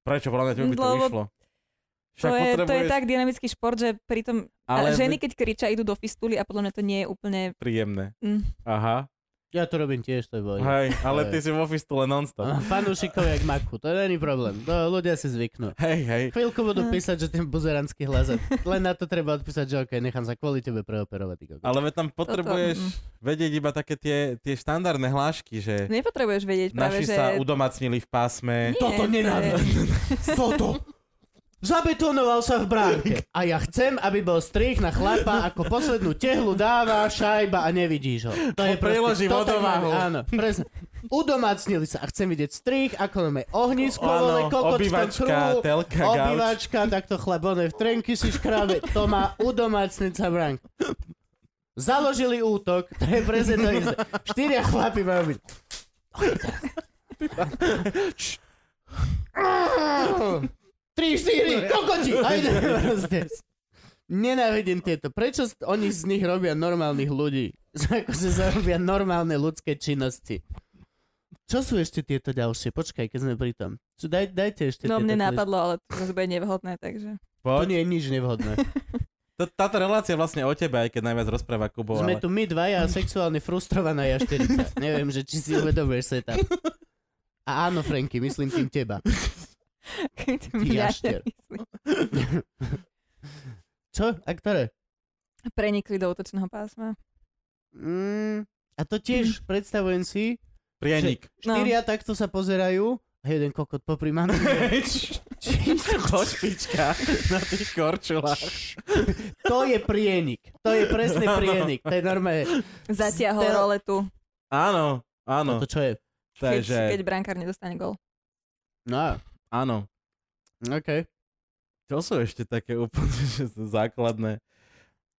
Prečo? Podľa mňa tebe by to Lebo vyšlo. To je, to je potrebuješ- tak dynamický šport, že pritom ale ale ženy, keď kričia, idú do fistuly a podľa mňa to nie je úplne... Príjemné. Mm. Aha. Ja to robím tiež, to je boj. Hej, ale Hej. ty si v A ofistule non-stop. Fanúšikov jak maku, to není problém. To ľudia si zvyknú. Hej, hej. Chvíľku budú písať, že ten buzeranský hlas. a Len na to treba odpísať, že OK, nechám sa kvôli tebe preoperovať. ty kokos. Ale veď tam potrebuješ mm. vedieť iba také tie, tie štandardné hlášky, že Nepotrebuješ vedieť práve, naši že... sa udomacnili v pásme. Nie, to je- Toto! Zabetonoval sa v bránke. A ja chcem, aby bol strich na chlapa, ako poslednú tehlu dáva, šajba a nevidíš ho. To je proste- Priloží to tak vodováhu. máme, Áno, presne. Udomacnili sa a chcem vidieť strich, ako máme ohnisko, Áno, vole, kokot v tom obývačka, kruhu, telka, gauč. obývačka, takto chlap, on je v trenky si škrábe, to má udomacniť sa v bránke. Založili útok, to je presne to isté. Štyria chlapi majú byť. Tri, štyri, kokoti! Ajde, proste. Nenávidím tieto. Prečo s- oni z nich robia normálnych ľudí? Že Ako sa zarobia normálne ľudské činnosti. Čo sú ešte tieto ďalšie? Počkaj, keď sme pri tom. Čo, daj, dajte ešte No tieto. mne ktoré- nápadlo, ale to zase bude nevhodné, takže... To Poď. nie je nič nevhodné. T- Táto relácia je vlastne o tebe, aj keď najviac rozpráva Kubo. Sme Ale... tu my dvaja a sexuálne frustrovaná ja 40. Neviem, že či si uvedomuješ setup. A áno, Franky, myslím tým teba. Keď jašter. nemyslím. Čo? A ktoré? Prenikli do útočného pásma. Mm, a to tiež predstavujem si, Prienik. <laughs> No. štyria takto sa pozerajú a jeden kokot popri mantinele. <laughs> <laughs> Do špička na tých korčulách. To je prienik. To je presne Áno. prienik. To je normálne. Zatiahol Zdel- roletu, Áno, áno. No to čo je? keď, keď Takže, brankár nedostane gol. No, áno. OK. To sú ešte také úplne <laughs> že sú základné.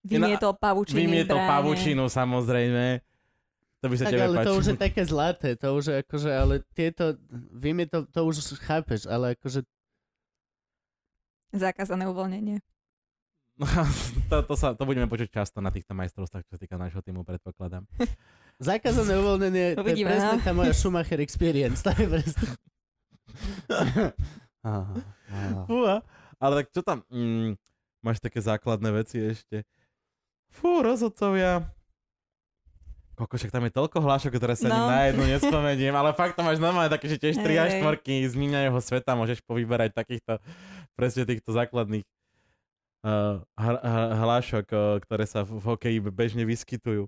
Vymietol pavučinu. Vymietol pavučinu, samozrejme. To by sa Tak tebe ale to páčilo. už <laughs> je také zlaté. To už je akože, ale tieto, viem, je to, to už chápeš, ale akože Zakázané uvoľnenie. No, to, to, sa, to budeme počuť často na týchto majstrovstvách, čo sa týka nášho týmu, predpokladám. zakázané uvoľnenie, to je Uvidíme, presne no. tá moja Schumacher experience. To je presne. Aha, aha. Fúha. Ale tak čo tam... Mm, máš také základné veci ešte. Fú, rozhodcovia. Koko, však tam je toľko hlášok, ktoré sa ani No. na jednu nespomeniem, ale fakt to máš normálne také, že tiež 3 až Hej. 4 z míňaného sveta môžeš povyberať takýchto, presne týchto základných uh, hr- hr- hlášok, uh, ktoré sa v v hokeji bežne vyskytujú.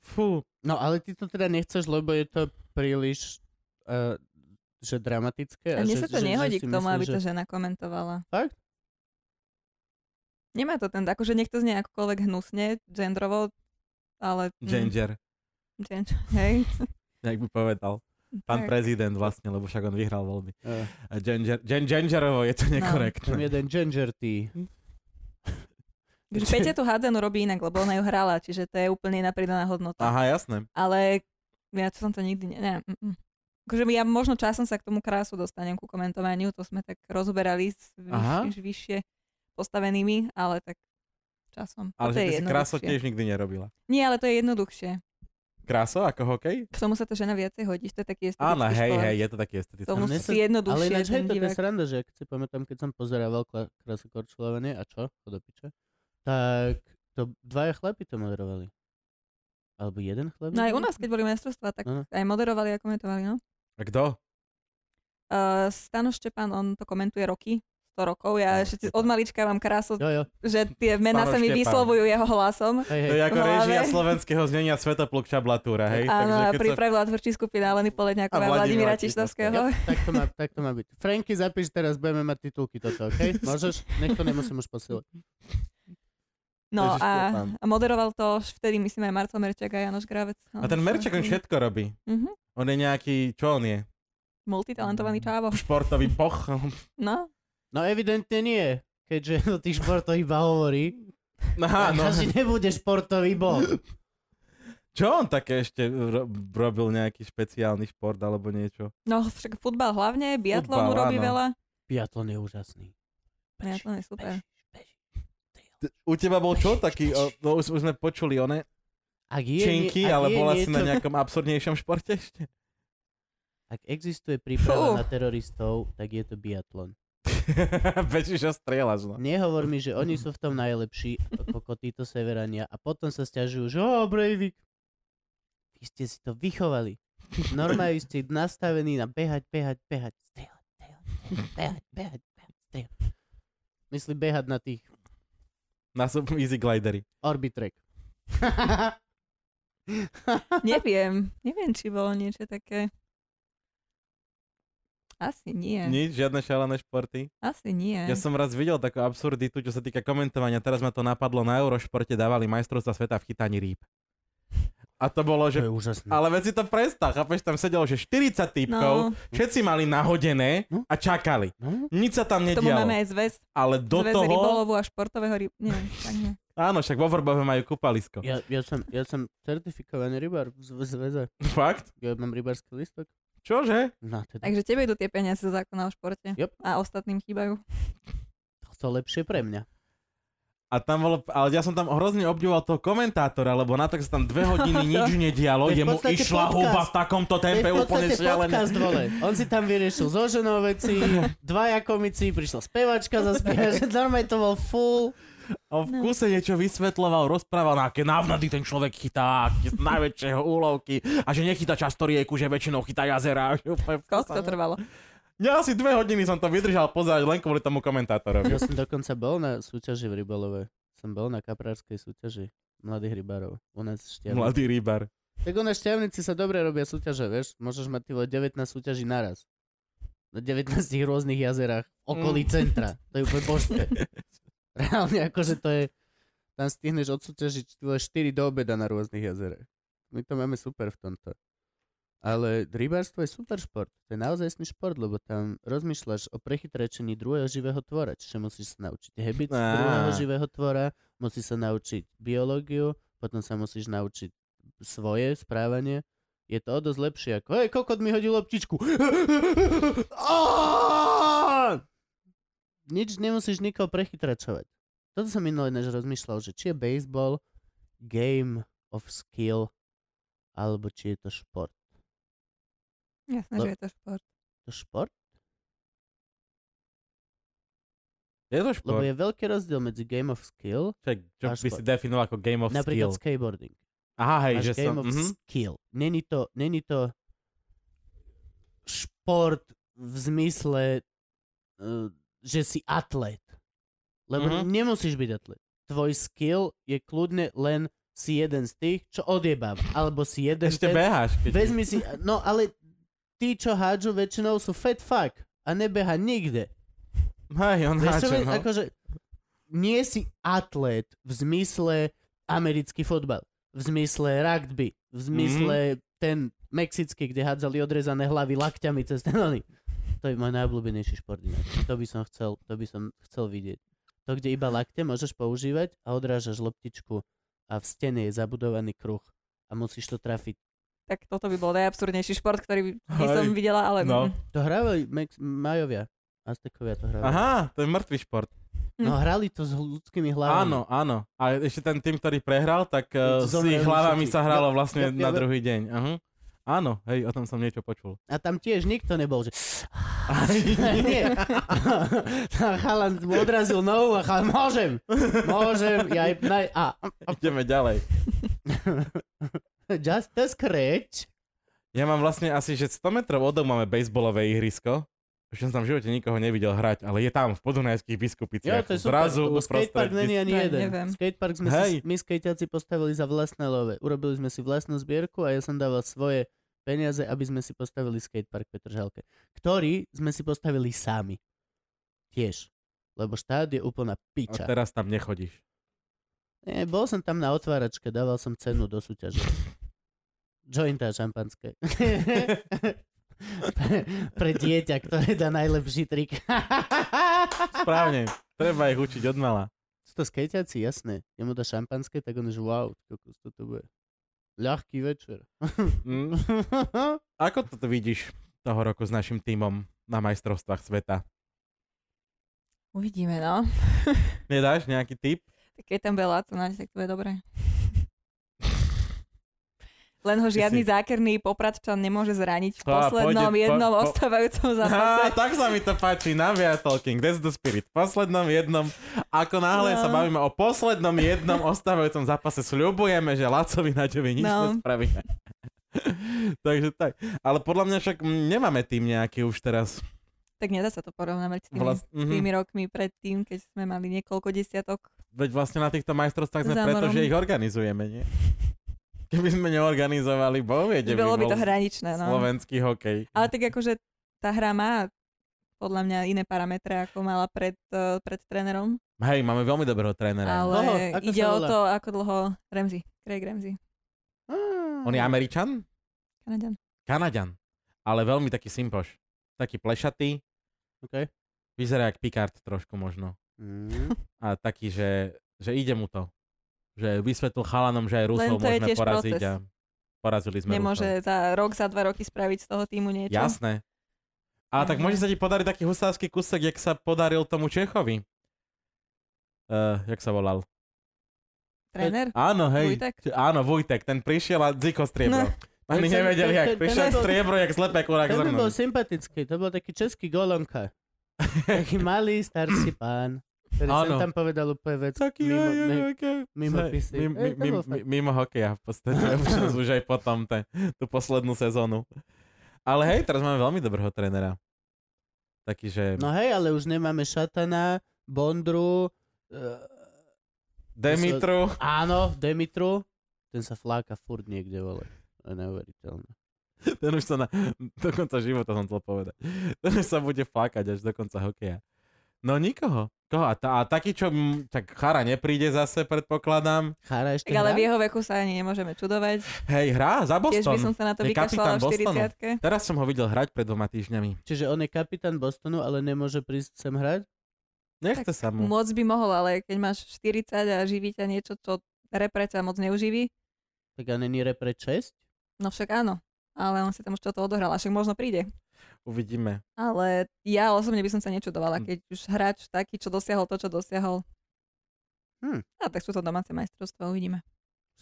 Fú, No ale ty to teda nechceš, lebo je to príliš uh, že dramatické. A mne že, sa to že, nehodí že si k tomu, myslím, aby že... to žena komentovala. Fakt? Nemá to ten, akože nech to znie akokoľvek hnusne, gendrovo, ale... mm, Ginger, gen- <laughs> hej. jak by povedal. <laughs> Pán tak. prezident vlastne, lebo však on vyhral voľby. Uh, A Ginger, gen, Gingerovo je to No. tam nekorektné. jeden ginger tea. Že Peťa tú hádzanú robí inak, lebo ona ju hrala, čiže to je úplne iná pridaná hodnota. Aha, jasné. Ale ja čo som to nikdy... Ne, ne, mm, mm. akože ja možno časom sa k tomu krásu dostanem ku komentovaniu, to sme tak rozoberali s Aha. vyš, vyššie postavenými, ale tak časom. Ale Ale No to že ty je si kráso jednoduchšie. tiež nikdy nerobila. Nie, ale to je jednoduchšie. Kráso ako hokej? K tomu sa tá žena viacej hodí, to je taký estetický Áno, hej, šport. hej, je to taký estetický. Tomu mne si sa- jednoduchšie Ale ináč, hej, ten to je divák. sranda, že ja keď si pamätám, keď som pozerával kla- krasokorčulovanie a čo, to do piče, tak to dvaja chlapi to moderovali. Alebo jeden chlap? No aj u nás, keď boli majstrovstvá, tak Áno. aj moderovali a komentovali, no. A kto? Uh, Stano Štepan, on to komentuje roky, 100 rokov. Ja Stano ešte Štepan. od malička mám krásu, Jo, jo, že tie mená Stano sa mi Štepan. vyslovujú jeho hlasom. hej, To hej. je ako v hlave. režia slovenského znenia Svetopluk Čablatúra, hej? No, Áno, keď a sa... pripravila tvrdší skupina Aleny A Poledňáková a Vladimíra Vladimíra Jo, Tištovského. tak, to má, tak to má byť. Franky, zapíš teraz, budeme mať titulky toto, OK? <laughs> Môžeš? Nech to nemusím už posielať. No Ježiš, a, Štepan. a moderoval to už vtedy, myslím, aj Marcel Merčák a Janoš Gravec. No, A ten Merček, on všetko robí. Mhm. On je nejaký, čo on je? Multitalentovaný čávo. Športový poch. <laughs> No, No evidentne nie, keďže <laughs> o tých športoch iba hovorí. Áno. Asi nebude športový bol. Čo on také ešte ro- robil nejaký špeciálny šport alebo niečo? no však futbal hlavne, biatlon Futbal, urobí áno. veľa. Piatlon je úžasný. Biatlon je <laughs> super. T- U teba bol čo taký, o, no už, už sme počuli one Ak je, činky, ak ale je bola si na niečo- nejakom absurdnejšom športe ešte? <laughs> Ak existuje príprava Fú. na teroristov, tak je to biatlon. Bežíš a strieľaš, no. Nehovor mi, že oni sú v tom najlepší, ako títo severania. A potom sa stiažujú, že oh, Breivik. aký ste si to vychovali. Normálne ste nastavení na behať, behať, behať, strieľať, strieľať, behať, behať, behať, strieľať. Myslím behať na tých Na sú <laughs> easy glidery. <laughs> Orbitrek. Neviem, neviem, či bolo niečo také. Asi nie, Nič, žiadne šialené športy. asi nie. Ja som raz videl takú absurditu, čo sa týka komentovania. Teraz ma to napadlo na Eurošporte, dávali majstrovstva sveta v chytaní rýb. A to bolo, To že... je úžasné. Ale veci to prestá, chápeš? Tam sedelo, že 40 týpkov, No, všetci mali nahodené No. a čakali. No? Nič sa tam k tomu máme nedialo. aj zväz, Ale do zväz toho... rybolovu a športového ryb... Neviem, tak <laughs> nie. Áno, však vo Vrbove majú kúpalisko. Ja, ja, som, ja som certifikovaný rybár v z- zväze. Fakt? Ja mám rybársky listok. Čože? No teda, Takže tebe idú tie peniaze zo zákona o športe. Yep. A ostatným chýbajú. to lepšie pre mňa. A tam bolo, ale ja som tam hrozne obdivoval toho komentátora, lebo na to, že sa tam dve <laughs> To- hodiny nič to nedialo, je v jemu podstate išla podcast. huba v takomto To je tempe v úplne podstate šialené. podcast, vole. On si tam vyriešil zo ženou veci, dvaja komici, prišla spevačka, zaspieva, <laughs> že normálne to bol full. On No. v kuse niečo vysvetloval, rozprával, na aké návnady ten človek chytá, aké z najväčšieho úlovky a že nechytá často rieku, že väčšinou chytá jazera. <laughs> že úplne v Koľko to kuse. trvalo? Ja asi dve hodiny som to vydržal pozerať len kvôli tomu komentátorovi. Ja <laughs> som dokonca bol na súťaži v Rybalove. Som bol na kaprárskej súťaži mladých rybárov. U nás šťavnici. Mladý rybár. Tak u nás šťavnici sa dobre robia súťaže, vieš. Môžeš mať ty vole, 19 súťaží naraz. Na 19 rôznych jazerách okolí Mm. centra. To je úplne <laughs> božské. Reálne akože to je... Tam stihneš odsúťažiť 4 do obeda na rôznych jazerách. My to máme super v tomto. Ale rybárstvo je super šport. To je naozaj šport, lebo tam rozmýšľaš o prechytrečení druhého živého tvora. Čiže musíš sa naučiť habits Á. druhého živého tvora, musíš sa naučiť biológiu, potom sa musíš naučiť svoje správanie. Je to o dosť lepšie ako, hej, kokot mi hodil loptičku. Á! Nič nemusíš nikoho prechytračovať. Toto som minulé než rozmýšľal, že či je baseball game of skill, alebo či je to šport. Jasné, No. že je to šport. To šport? Je to Lebo šport. je veľký rozdiel medzi game of skill, Čak, čo Máš by si definoval ako game of napríklad skill. skateboarding. Aha, hej, Máš že game som... of mhm. skill. Není to, není to šport v zmysle, eh, že si atlet. Lebo Mhm. nemusíš byť atlet. Tvoj skill je kľudne len si jeden z tých, čo odjebáva. Alebo si jeden Ešte ten, beháš. Keď... Vezmi si, no ale tí, čo hádžu, väčšinou sú fat fuck a nebeha nikde. Hej, on Vieš čo, háče, ve- no. akože nie si atlét v zmysle americký fotbal, v zmysle rugby, v zmysle Mhm. ten mexický, kde hádzali odrezané hlavy lakťami cez ten oný. To je môj najobľúbenejší šport inak. To by som chcel, to by som chcel vidieť. To, kde iba lakte môžeš používať a odrážaš loptičku a v stene je zabudovaný kruh a musíš to trafiť. Tak toto by bol najabsurdnejší šport, ktorý by by Hej. som videla, ale... No. mm, To hrávali Mex- Majovia. Aztekovia to hrávali. Aha, to je mŕtvý šport. No hrali to s ľudskými hlavami. Áno, áno. A ešte ten tým, ktorý prehral, tak uh, s Zomreli ich hlavami všetci. sa hralo vlastne Ja- ja- na ja- druhý deň. Aha. Áno, hej, o tom som niečo počul. A tam tiež nikto nebol, že... <laughs> Nie. Tam chalan mu odrazil nohu a chalan, môžem, môžem, ja aj... Na, a, Ideme ďalej. just a scratch. Ja mám vlastne asi, že 100 metrov od domu máme bejsbolové ihrisko. Už som tam v živote nikoho nevidel hrať, ale je tam v podunajských Jo, biskupiciach. to je super, Zrazu lebo uprostred skatepark není ani Ja jeden. neviem. Skatepark sme Hej. si, my skateáci postavili za vlastné love. Urobili sme si vlastnú zbierku a ja som dával svoje peniaze, aby sme si postavili skatepark v Petržalke, ktorý sme si postavili sami. Tiež. Lebo štát je úplná A <laughs> piča. teraz tam nechodíš. Nie, bol som tam na otváračke, dával som cenu do súťaže. Jointa a <laughs> šampanské. pre, pre dieťa, ktoré dá najlepší trik. Správne. Treba ich učiť od mala. Sú to skejťaci, jasné. Jemu dá šampanské, tak on už wow, kokos, to to bude. Ľahký večer. Mm. <laughs> Ako toto vidíš toho roku s našim týmom na majstrovstvách sveta? Uvidíme, no. Nedáš nejaký <laughs> tip? Tak keď tam bude Laco nájsť, tak to bude dobré. Len Ty ho žiadny si- zákerný popradčan nemôže zraniť v To a poslednom pôjde- po- jednom po- ostávajúcom zápase. Á, tak sa mi to páči, na We Are Talking, that's the spirit. V poslednom jednom, ako náhle No. sa bavíme o poslednom jednom ostávajúcom zápase, sľubujeme, že Lacovi Naďovi nič No. nespravíme. <laughs> Takže tak. Ale podľa mňa však mm, nemáme tým nejaký už teraz. Tak nedá sa to porovnávať s tými, Vlast... s Mhm. tými rokmi predtým, keď sme mali niekoľko desiatok. Veď vlastne na týchto majstrovstvách sme Za preto, morom. že ich organizujeme, nie? Keby sme neorganizovali, boh vie, kde by Bolo by bol to hraničné, no. slovenský hokej. Ale tak akože tá hra má podľa mňa iné parametre, ako mala pred, eh, pred trénerom. Hej, máme veľmi dobrého trénera. Ale Dlho? Ako ide sa o volá? to, ako dlho Ramsey, Craig Ramsey, On je Američan? Kanaďan. Kanaďan. Ale veľmi taký sympoš. Taký plešatý. OK. Vyzerá jak Picard trošku možno. Mm. A taký, že, že ide mu to. Že vysvetlil chalanom, že aj Rusov to je môžeme tiež poraziť. proces. A porazili sme Rusov. Nemôže za rok, za dva roky spraviť z toho týmu niečo. Mhm. Jasné. A tak Takže- môže sa ti podariť taký husársky kúsok, jak sa podaril tomu Čechovi. Uh, jak sa volal? Tréner? Áno, hej. Vujtek? Č- Áno, Vujtek. Ten prišiel a dziko striebro. No. Ani Ten- nevedeli, ten- jak. ten- ten Prišiel bol- striebro, jak slepé kurák Ten z by bol sympatický, to bol taký český <laughs> golonka. Taký malý, starší pán, ktorý Áno. som tam povedal úplne vec. Taký, mimo, aj, aj, ne, aj, aj. mimo Hej, pisy. mim- Ej, mi- to bol mi- mi- Mimo hokeja v podstate <laughs> občas už aj potom te, tú poslednú sezónu. Ale hej, teraz máme veľmi dobrého trénera. Taký, že No hej, ale už nemáme Šatana, Bondru, eh, Demitru. áno, Demitru. Ten sa fláka furt niekde, vole. To je neuveriteľné. Ten už sa na... Do konca života som chcel povedať. Ten už sa bude flákať až do konca hokeja. No nikoho. Koho? A, tá, a taký, čo... m- Tak Chara nepríde zase, predpokladám. Chára ešte Tak ale hrá? v jeho veku sa ani nemôžeme čudovať. Hej, hrá za Tiež by Boston. som sa na to Je kapitán vykašľala v Bostonu. 40 Teraz som ho videl hrať pred dvoma týždňami. Čiže on je kapitán Bostonu, ale nemôže prísť sem hrať? Nechce sa Hm. mu. Moc by mohol, ale keď máš 40 a živí ťa niečo, čo repre ťa moc neuživí, Tak a není repre 6? no však áno. Ale on si tam už toto odohral, a však možno príde. Uvidíme. Ale ja osobne by som sa nečudovala, keď už hráč taký, čo dosiahol to, čo dosiahol. Hm. A tak sú to domáce majstrovstvá, uvidíme.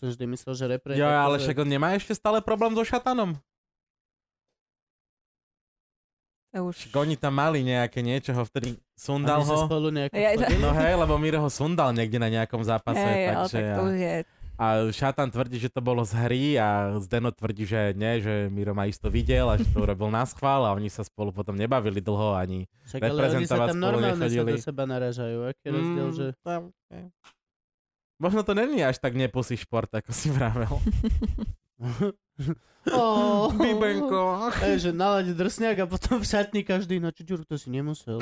Som vždy myslel, že repre... Jo, akože- ale však on nemá ešte stále problém so šatanom. To Však už... Oni tam mali nejaké niečoho, vtedy sundal Oni sa ho. spolu nejako Ja- chodili? No hej, lebo Miro ho sundal niekde na nejakom zápase. Hej, ale takže tak to a- už je... eh, A Šatan tvrdí, že to bolo z hry a Zdeno tvrdí, že nie, že Miro ma isto videl a že to urobil na schvál a oni sa spolu potom nebavili dlho ani. Však ale oni sa reprezentovať tam spolu normálne sa nechodili. do seba naražajú. Aký je rozdiel, <laughs> že... Mm, <laughs> Tam, nie. Možno to není až tak nepusí šport, ako si vravel. <laughs> Oh. Bibenko. Hej, že nalaď drsňák a potom v šatni každý, no čo Ďurk, to si nemusel.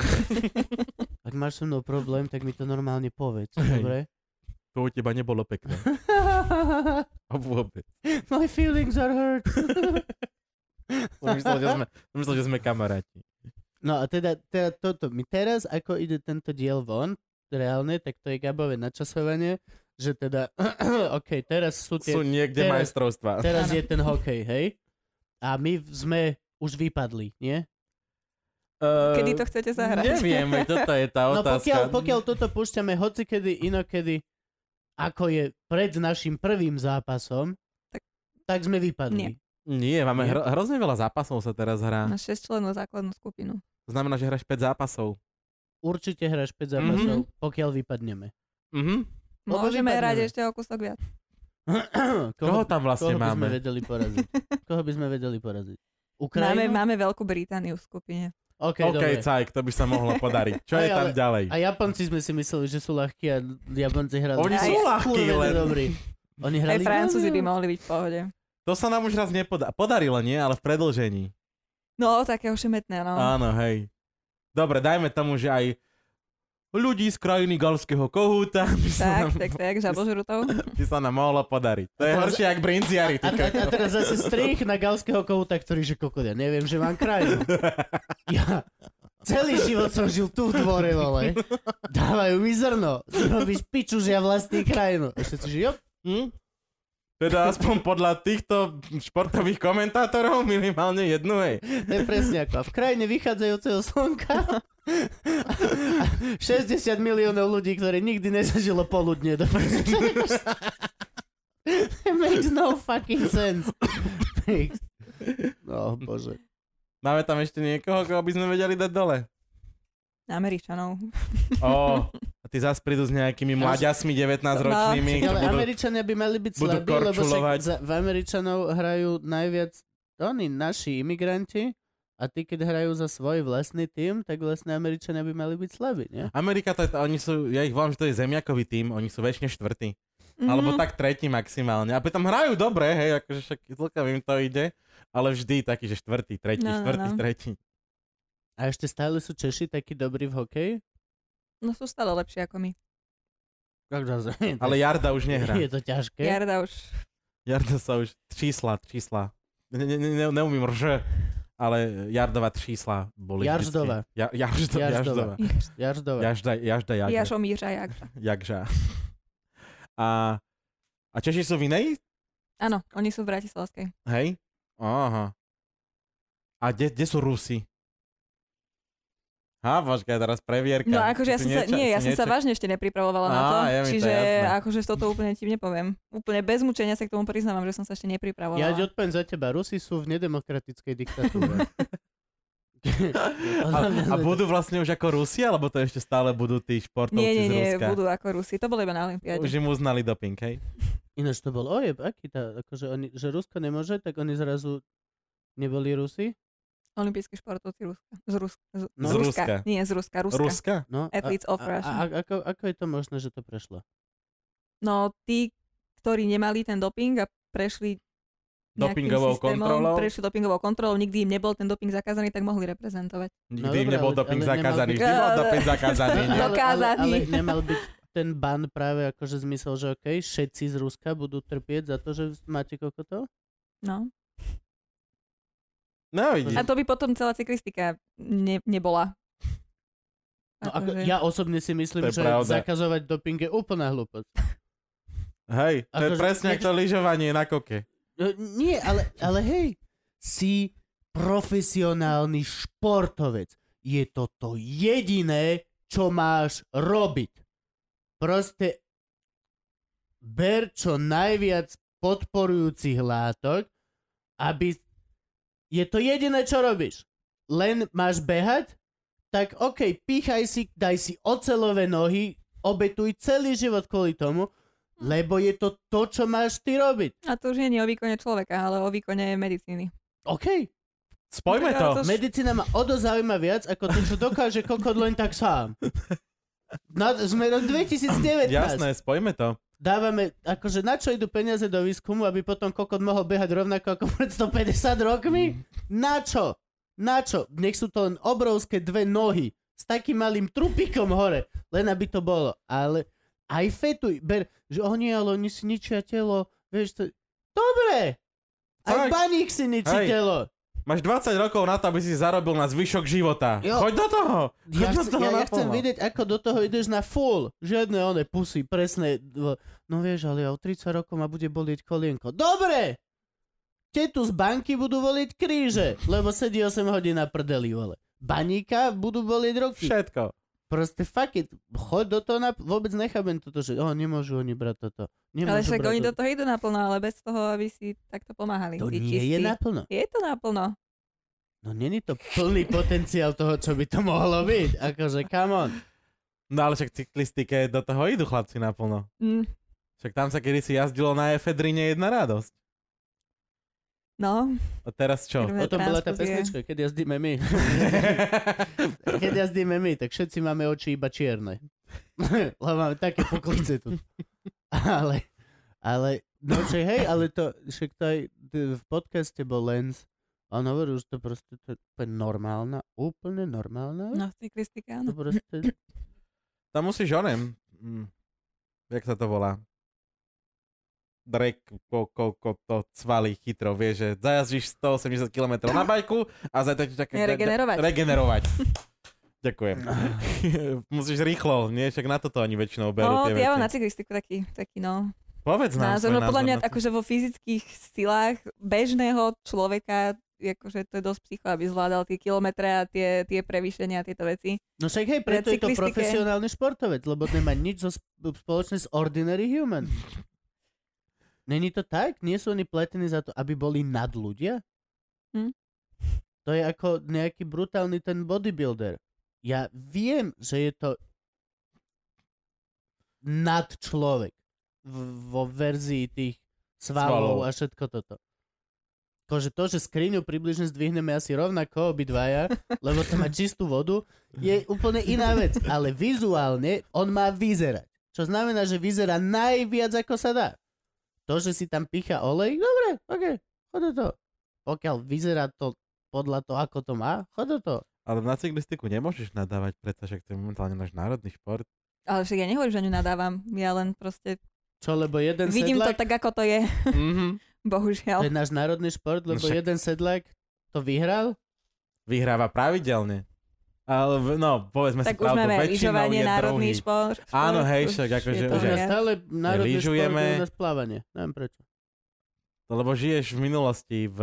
Ak máš so mnou problém, tak mi to normálne povedz, Hej. dobre? <laughs> To u teba nebolo pekné. A <laughs> vôbec. My feelings are hurt. Som myslel, že sme, som myslel, že sme kamaráti. No a teda, teda toto, my teraz, ako ide tento diel von, reálne, tak to je Gabové načasovanie, že teda, <clears throat> OK, teraz sú tie Sú niekde teraz- majstrovstvá. Teraz je Áno. ten hokej, hej? A my v- sme už vypadli, nie? Eh, Kedy to chcete zahrať? Neviem, <laughs> veď toto je tá No otázka. pokiaľ, pokiaľ toto púšťame hocikedy, inokedy, ako je pred našim prvým zápasom, tak, Tak- tak sme vypadli. Nie. Nie, máme Nie? hro, hrozne veľa zápasov sa teraz hrá. Na 6 No, členov základnú skupinu. To znamená, že hráš 5 zápasov. Určite hráš 5 zápasov, pokiaľ vypadneme. Mhm. Lebo Môžeme vypadneme. hrať ešte o kúsok viac. <clears throat> Koho tam vlastne koho by sme máme? vedeli <laughs> poraziť? Koho by sme vedeli poraziť? Máme, Ukrajinu? máme Veľkú Britániu v skupine. OK, OK, dobre. cajk, to by sa <laughs> mohlo podariť. Čo Aj, je tam ale- ďalej? A Japonci sme si mysleli, že sú ľahkí a Japonci hrali. Oni sú ľahkí, Kurve, len- Dobrý. Oni Aj hrali Francúzi by veľmi- mohli byť v pohode. To sa nám už raz nepodarilo. Podarilo, nie? Ale v predlžení. No, také ošemetné, no. Áno, hej. Dobre, dajme tomu, že aj ľudí z krajiny galského kohúta by sa, tak, <laughs> nám, tak, tak, žabožrutov. by sa nám mohlo podariť. To je teraz- horšie, jak brinciari. A, a, a teraz zase strich na galského kouta, ktorý že kokot, ja neviem, že mám krajinu. Ja celý život som žil tu v dvore, vole. Dávajú mi zrno. Robíš piču, že ja vlastní krajinu. A všetci, že jo, Hm? Teda aspoň podľa týchto športových komentátorov minimálne jednu, hej. to je presne ako. A v krajine vychádzajúceho slnka 60 miliónov ľudí, ktorí nikdy nezažilo poludne. do prd- It makes no fucking sense. No, bože. Máme tam ešte niekoho, koho by sme vedeli dať dole. Američanov. Ó, a A ty zás prídu s nejakými mláďasmi 19-ročnými, No. no, Ale budú... Američania by mali byť budú slabí, lebo však korčulovať. za, v Američanov hrajú najviac oni, naši imigranti, a tí, keď hrajú za svoj vlastný tým, tak vlastne Američania by mali byť slabí, nie? Amerika, to je, oni sú, ja ich volám, že to je zemiakový tým, oni sú väčšine štvrtí. Alebo Mhm. tak tretí maximálne. A pritom hrajú dobre, hej, akože však celkom im to ide. Ale vždy taký, že štvrtý, tretí, No, no, štvrtý, no. tretí. A ešte stále sú Češi takí dobrí v hokeji? No sú stále lepšie ako my. <laughs> Ale Jarda už nehrá. Je to ťažké. Jarda už. Jarda sa už... Čísla, čísla. Ne, ne, ne, ne- neumím rže, ale Jardova čísla boli Jarždova. vždycky. Ja, jarždo, Jarždova. Jarždova. Jaždové. Jažda, jažda, jažda, Jašo Míža Jagda. jakža. A, a Češi sú v inej? Áno, oni sú v Bratislavskej. Hej? Aha. A kde, kde sú Rusi? Ha, počkaj, teraz previerka. No akože ja Ty som sa, nieča- nie, ja si som sa nieča- <laughs> vážne ešte nepripravovala Á, na to. je mi to čiže jasné. akože toto úplne ti nepoviem. Úplne bez mučenia sa k tomu priznávam, že som sa ešte nepripravovala. Ja ti odpoviem za teba. Rusi sú v nedemokratickej diktatúre. <laughs> A, a budú vlastne už ako Rusi, alebo to ešte stále budú tí športovci nie, nie, nie, z Ruska? budú ako Rusi. To bolo iba na Už Olympiáde. im uznali doping, hej? Ináč to bol ojeb, aký tá, akože oni, že Rusko nemôže, tak oni zrazu neboli Rusi. Olympijskí športovci Ruska. Z, Ruska. z, No. z Z Ruska. Ruska. Nie, z Ruska. Ruska. Ruska? No, Athletes of a, Russia. a, a ako, ako je to možné, že to prešlo? No tí, ktorí nemali ten doping a prešli nejakým Dopingovou systémom, kontrolou? prešli dopingovou kontrolou, nikdy im nebol ten doping zakázaný, tak mohli reprezentovať. Nikdy No im dobre, nebol ale- doping ale nemal zakázaný. by- Vždy bol Ale- <laughs> doping zakázaný. nie? ale, ale, Zakázaný. ale nemal byť ten ban práve akože zmysel, že okej, všetci z Ruska budú trpieť za to, že máte kokotov? No. No A vidíš. to by potom celá cyklistika ne, nebola. No, ako, Akože- ja osobne si myslím, To je že pravda. zakazovať doping je úplná hlúposť. Hej, to je Akože- presne ako to lyžovanie na koke. No, nie, ale, ale hej, si profesionálny športovec. Je to to jediné, čo máš robiť. Proste ber čo najviac podporujúcich látok, aby... Je to jediné, čo robíš. Len máš behať? Tak okej, pýchaj si, daj si ocelové nohy, obetuj celý život kvôli tomu, lebo je to to, čo máš ty robiť. A to už nie je o výkone človeka, ale o výkone medicíny. OK, Spojme Tak, to. ale to- medicína ma o dosť zaujíma viac, ako to, čo dokáže kokot len tak sám. Na, sme rok 2019. Jasné, spojme to. Dávame, akože na čo idú peniaze do výskumu, aby potom kokot mohol behať rovnako ako pred 150 rokmi? Na čo? Na čo? Nech sú to len obrovské dve nohy s takým malým trupikom hore, len aby to bolo. Ale aj fetuj, ber, že oni, ale oni si ničia telo, vieš to... Dobre! Aj Tak. baník si ničí Hej. telo. Máš 20 rokov na to, aby si zarobil na zvyšok života. Jo. Choď do toho. Choď Ja, do chc- toho ja, ja naplno. chcem vidieť, ako do toho ideš na full. Žiadne one pusy, presné. dv- No vieš, ale ja o 30 rokov ma bude bolieť kolienko. Dobre! Tetu z banky budú voliť kríže, lebo sedí 8 hodín na prdeli, vole. Baníka budú bolieť roky. Všetko. Proste fuck it. Choď do toho na... Vôbec nechápem toto, že oh, nemôžu oni brať toto. Nemôžu ale však brať oni do toto. toho idú naplno, ale bez toho, aby si takto pomáhali. To si nie čistí. je naplno. Je to naplno. No není to plný potenciál toho, čo by to mohlo byť. Akože, come on. No ale však cyklistike do toho idú chlapci naplno. Mm. Však tam sa kedysi jazdilo na efedrine jedna radosť. No, A teraz <laughs> čo? <laughs> Krve. O tom bola tá Transfúzie. pesnička, keď jazdíme my. keď jazdíme my, tak všetci máme oči iba čierne. <laughs> Lebo máme také poklice tu. Ale, ale, no že hej, ale to, však to aj t- v podcaste bol Lenz. On hovoril, že to proste to je úplne normálna, úplne normálna. no cyklistika, To áno. proste, Tam musíš onem. Mm. Jak sa to volá? Drek, ko, ko, ko, to cvali chytro, vie, že zajazdíš 180 km na bajku a zajtra ti čaká... Regenerovať. Regenerovať. <laughs> Ďakujem. <laughs> Musíš rýchlo, nie? Však na toto oni väčšinou berú No, tie ja mám na veci. cyklistiku taký, taký no, Povedz nám názor, svoj no podľa mňa na to. akože vo fyzických silách bežného človeka, akože to je dosť psycho, aby zvládal tie kilometre a tie, tie prevýšenia a tieto veci. no však hej, preto je to cyklistike. profesionálny športovec, lebo nemá nič zo sp- spoločné s ordinary human. Není to tak? Nie sú oni platení za to, aby boli nad ľudia? Hm. To je ako nejaký brutálny ten bodybuilder. Ja viem, že je to nad človek. Vo verzii tých svalov Svalov. a všetko toto. Akože to, že skriňu približne zdvihneme asi rovnako obidvaja, lebo to má čistú vodu, je úplne iná vec. Ale vizuálne on má vyzerať. Čo znamená, že vyzerá najviac ako sa dá. To, že si tam picha olej, dobre, ok, chod do toho. Pokiaľ vyzerá to podľa toho, ako to má, chod do toho. Ale na cyklistiku nemôžeš nadávať, pretože to je momentálne náš národný šport. Ale však ja nehovorím, že ňu nadávam. Ja len proste Čo, lebo jeden vidím to sedlák... tak, ako to je. <laughs> Mm-hmm. To Bohužiaľ. je náš národný šport, lebo No však- jeden sedlák to vyhral. Vyhráva pravidelne. Ale v- no, povedzme Tak si už pravdu, máme väčšinou lyžovanie, je národný druhý. šport. Áno, šport, hej, už však akože je to Už už viac. nás stále národný šport Lyžujeme. je u nás plávanie. Neviem prečo. Lebo žiješ v minulosti v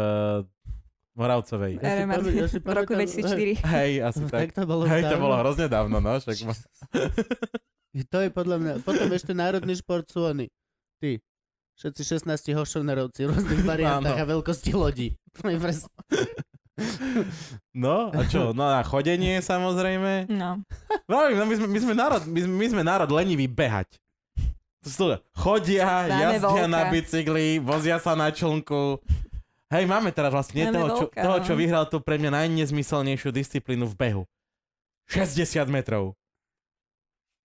Ja Moravcovej. si RMR. pamätám- ja si v roku pamätám- 2004. Hej, asi Tak tak. to bolo Hej, to dávno. bolo hrozne dávno, no. Však... ma- To je podľa mňa. Potom ešte národný šport sú oni. Ty. Všetci 16 hošovnerovci v <laughs> rôznych variantách a Áno. veľkosti lodí. To je presne- No, a čo? No a chodenie samozrejme. No. Vravím, no my sme, my sme národ, my sme, my sme národ lenivý behať. To sú ľudia, Chodia, Máme jazdia voľka. na bicykli, vozia sa na člnku. Hej, máme teraz vlastne Máme toho, čo, voľka, toho, no. čo vyhral tú pre mňa najnezmyselnejšiu disciplínu v behu. 60 metrov.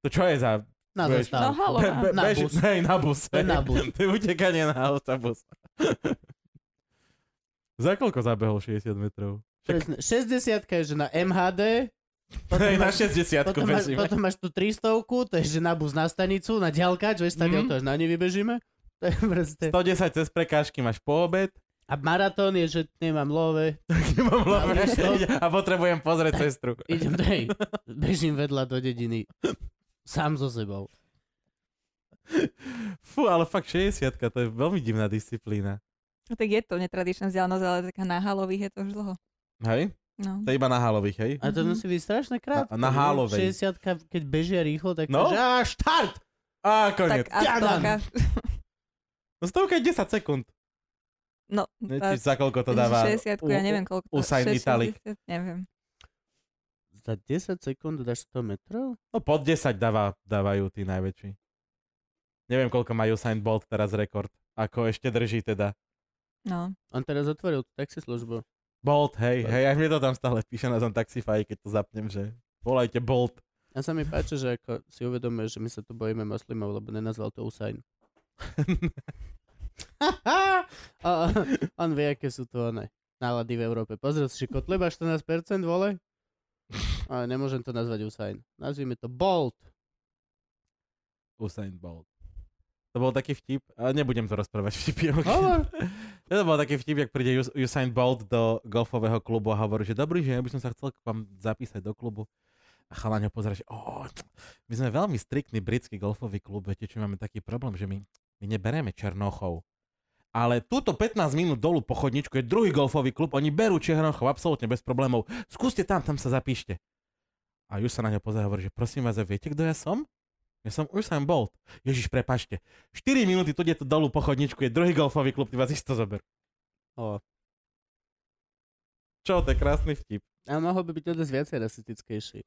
To čo je za... Na Vieš, zastávku. No halo. Be, be, Na bež, bus. Hej, na bus. To je na bus. To je utekanie na autobus. <laughs> za koľko zabehol 60 metrov? Presne. 60 je, že na MHD. Hej, na máš- 60 potom, máš, bežíme. potom máš tú 300 to je, že na bus na stanicu, na ďalkač, vieš, stadiel, Mhm. to až na ne vybežíme. To je proste... 110 cez prekážky máš po obed. <laughs> A maratón je, že nemám love, Nemám Mám hlavu. stop. a potrebujem pozrieť sestru. idem, hej, bežím vedľa do dediny. Sám so sebou. Fú, ale fakt 60 to je veľmi divná disciplína. No Tak je to netradičná vzdialenosť, ale taká na halových je to už dlho. Hej? No. To je iba na halových, hej? A to Mhm. musí byť strašne krátko. Na- na hálovej. 60 keď bežia rýchlo, tak No. to, že á, štart! A Tak koniec. a ťadám. stovka. No stovka je 10 sekúnd. <laughs> No, Či tá- za koľko to dáva? 60 ja U- neviem koľko. to- Usain 60, Italik. Neviem. Za 10 sekúnd dáš 100 metrov? No pod 10 dáva, dávajú tí najväčší. Neviem, koľko majú Usain Bolt teraz rekord. Ako ešte drží teda. No. On teraz otvoril tú taxislužbu. Bolt, hej, hej, aj mne to tam stále píše na tom Taxify, keď to zapnem, že volajte Bolt. A sa mi páči, že ako si uvedomuje, že my sa tu bojíme moslimov, lebo nenazval to Usain. a, a, on vie, aké sú to one nálady v Európe. Pozrel si, že Kotleba 14% vole? Ale nemôžem to nazvať Usain. Nazvime to Bolt. Usain Bolt. To bol taký vtip, a nebudem to rozprávať vtipy. ok? Hovor. <laughs> to bol taký vtip, jak príde Us- Usain Bolt do golfového klubu a hovorí, že dobrý, že ja by som sa chcel k vám zapísať do klubu. A chalán ho pozera, že "Ó, my sme veľmi striktný britský golfový klub, viete, čo máme taký problém, že my, my nebereme Černochov. Ale túto 15 minút dolu po chodničku je druhý golfový klub, oni berú Černochov absolútne bez problémov. Skúste tam, tam sa zapíšte. A Jus sa na ňo pozera a hovorí, že prosím vás, a viete, kto ja som? Ja som Usain Bolt. Ježiš, prepačte. 4 minúty tu ide to dolu po chodničku, je druhý golfový klub, ty vás isto zober. O. Čo, to je krásny vtip. A mohol by byť o dosť viacej rasistickejší.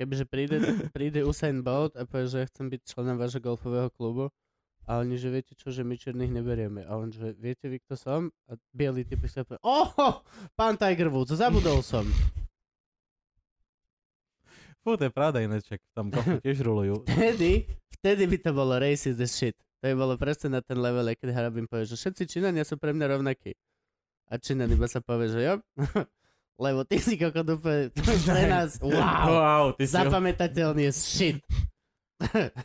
Kebyže príde, príde Usain Bolt a povie, že ja chcem byť členom vášho golfového klubu a oni, že viete čo, že my čiernych neberieme. A on, že viete vy, kto som? A bielý typ sa povie, oho, pán Tiger Woods, zabudol <laughs> som. Fú, to je pravda ináček, tam golfy tiež rulujú. Vtedy, vtedy by to bolo racist as shit. To by bolo presne na ten level, keď Harabin povie, že všetci Číňania sú pre mňa rovnakí. A Číňan iba sa povie, že jo, <laughs> lebo ty si kokot úplne, to je pre nás, <laughs> wow, wow ty si ho... zapamätateľný as <laughs> shit.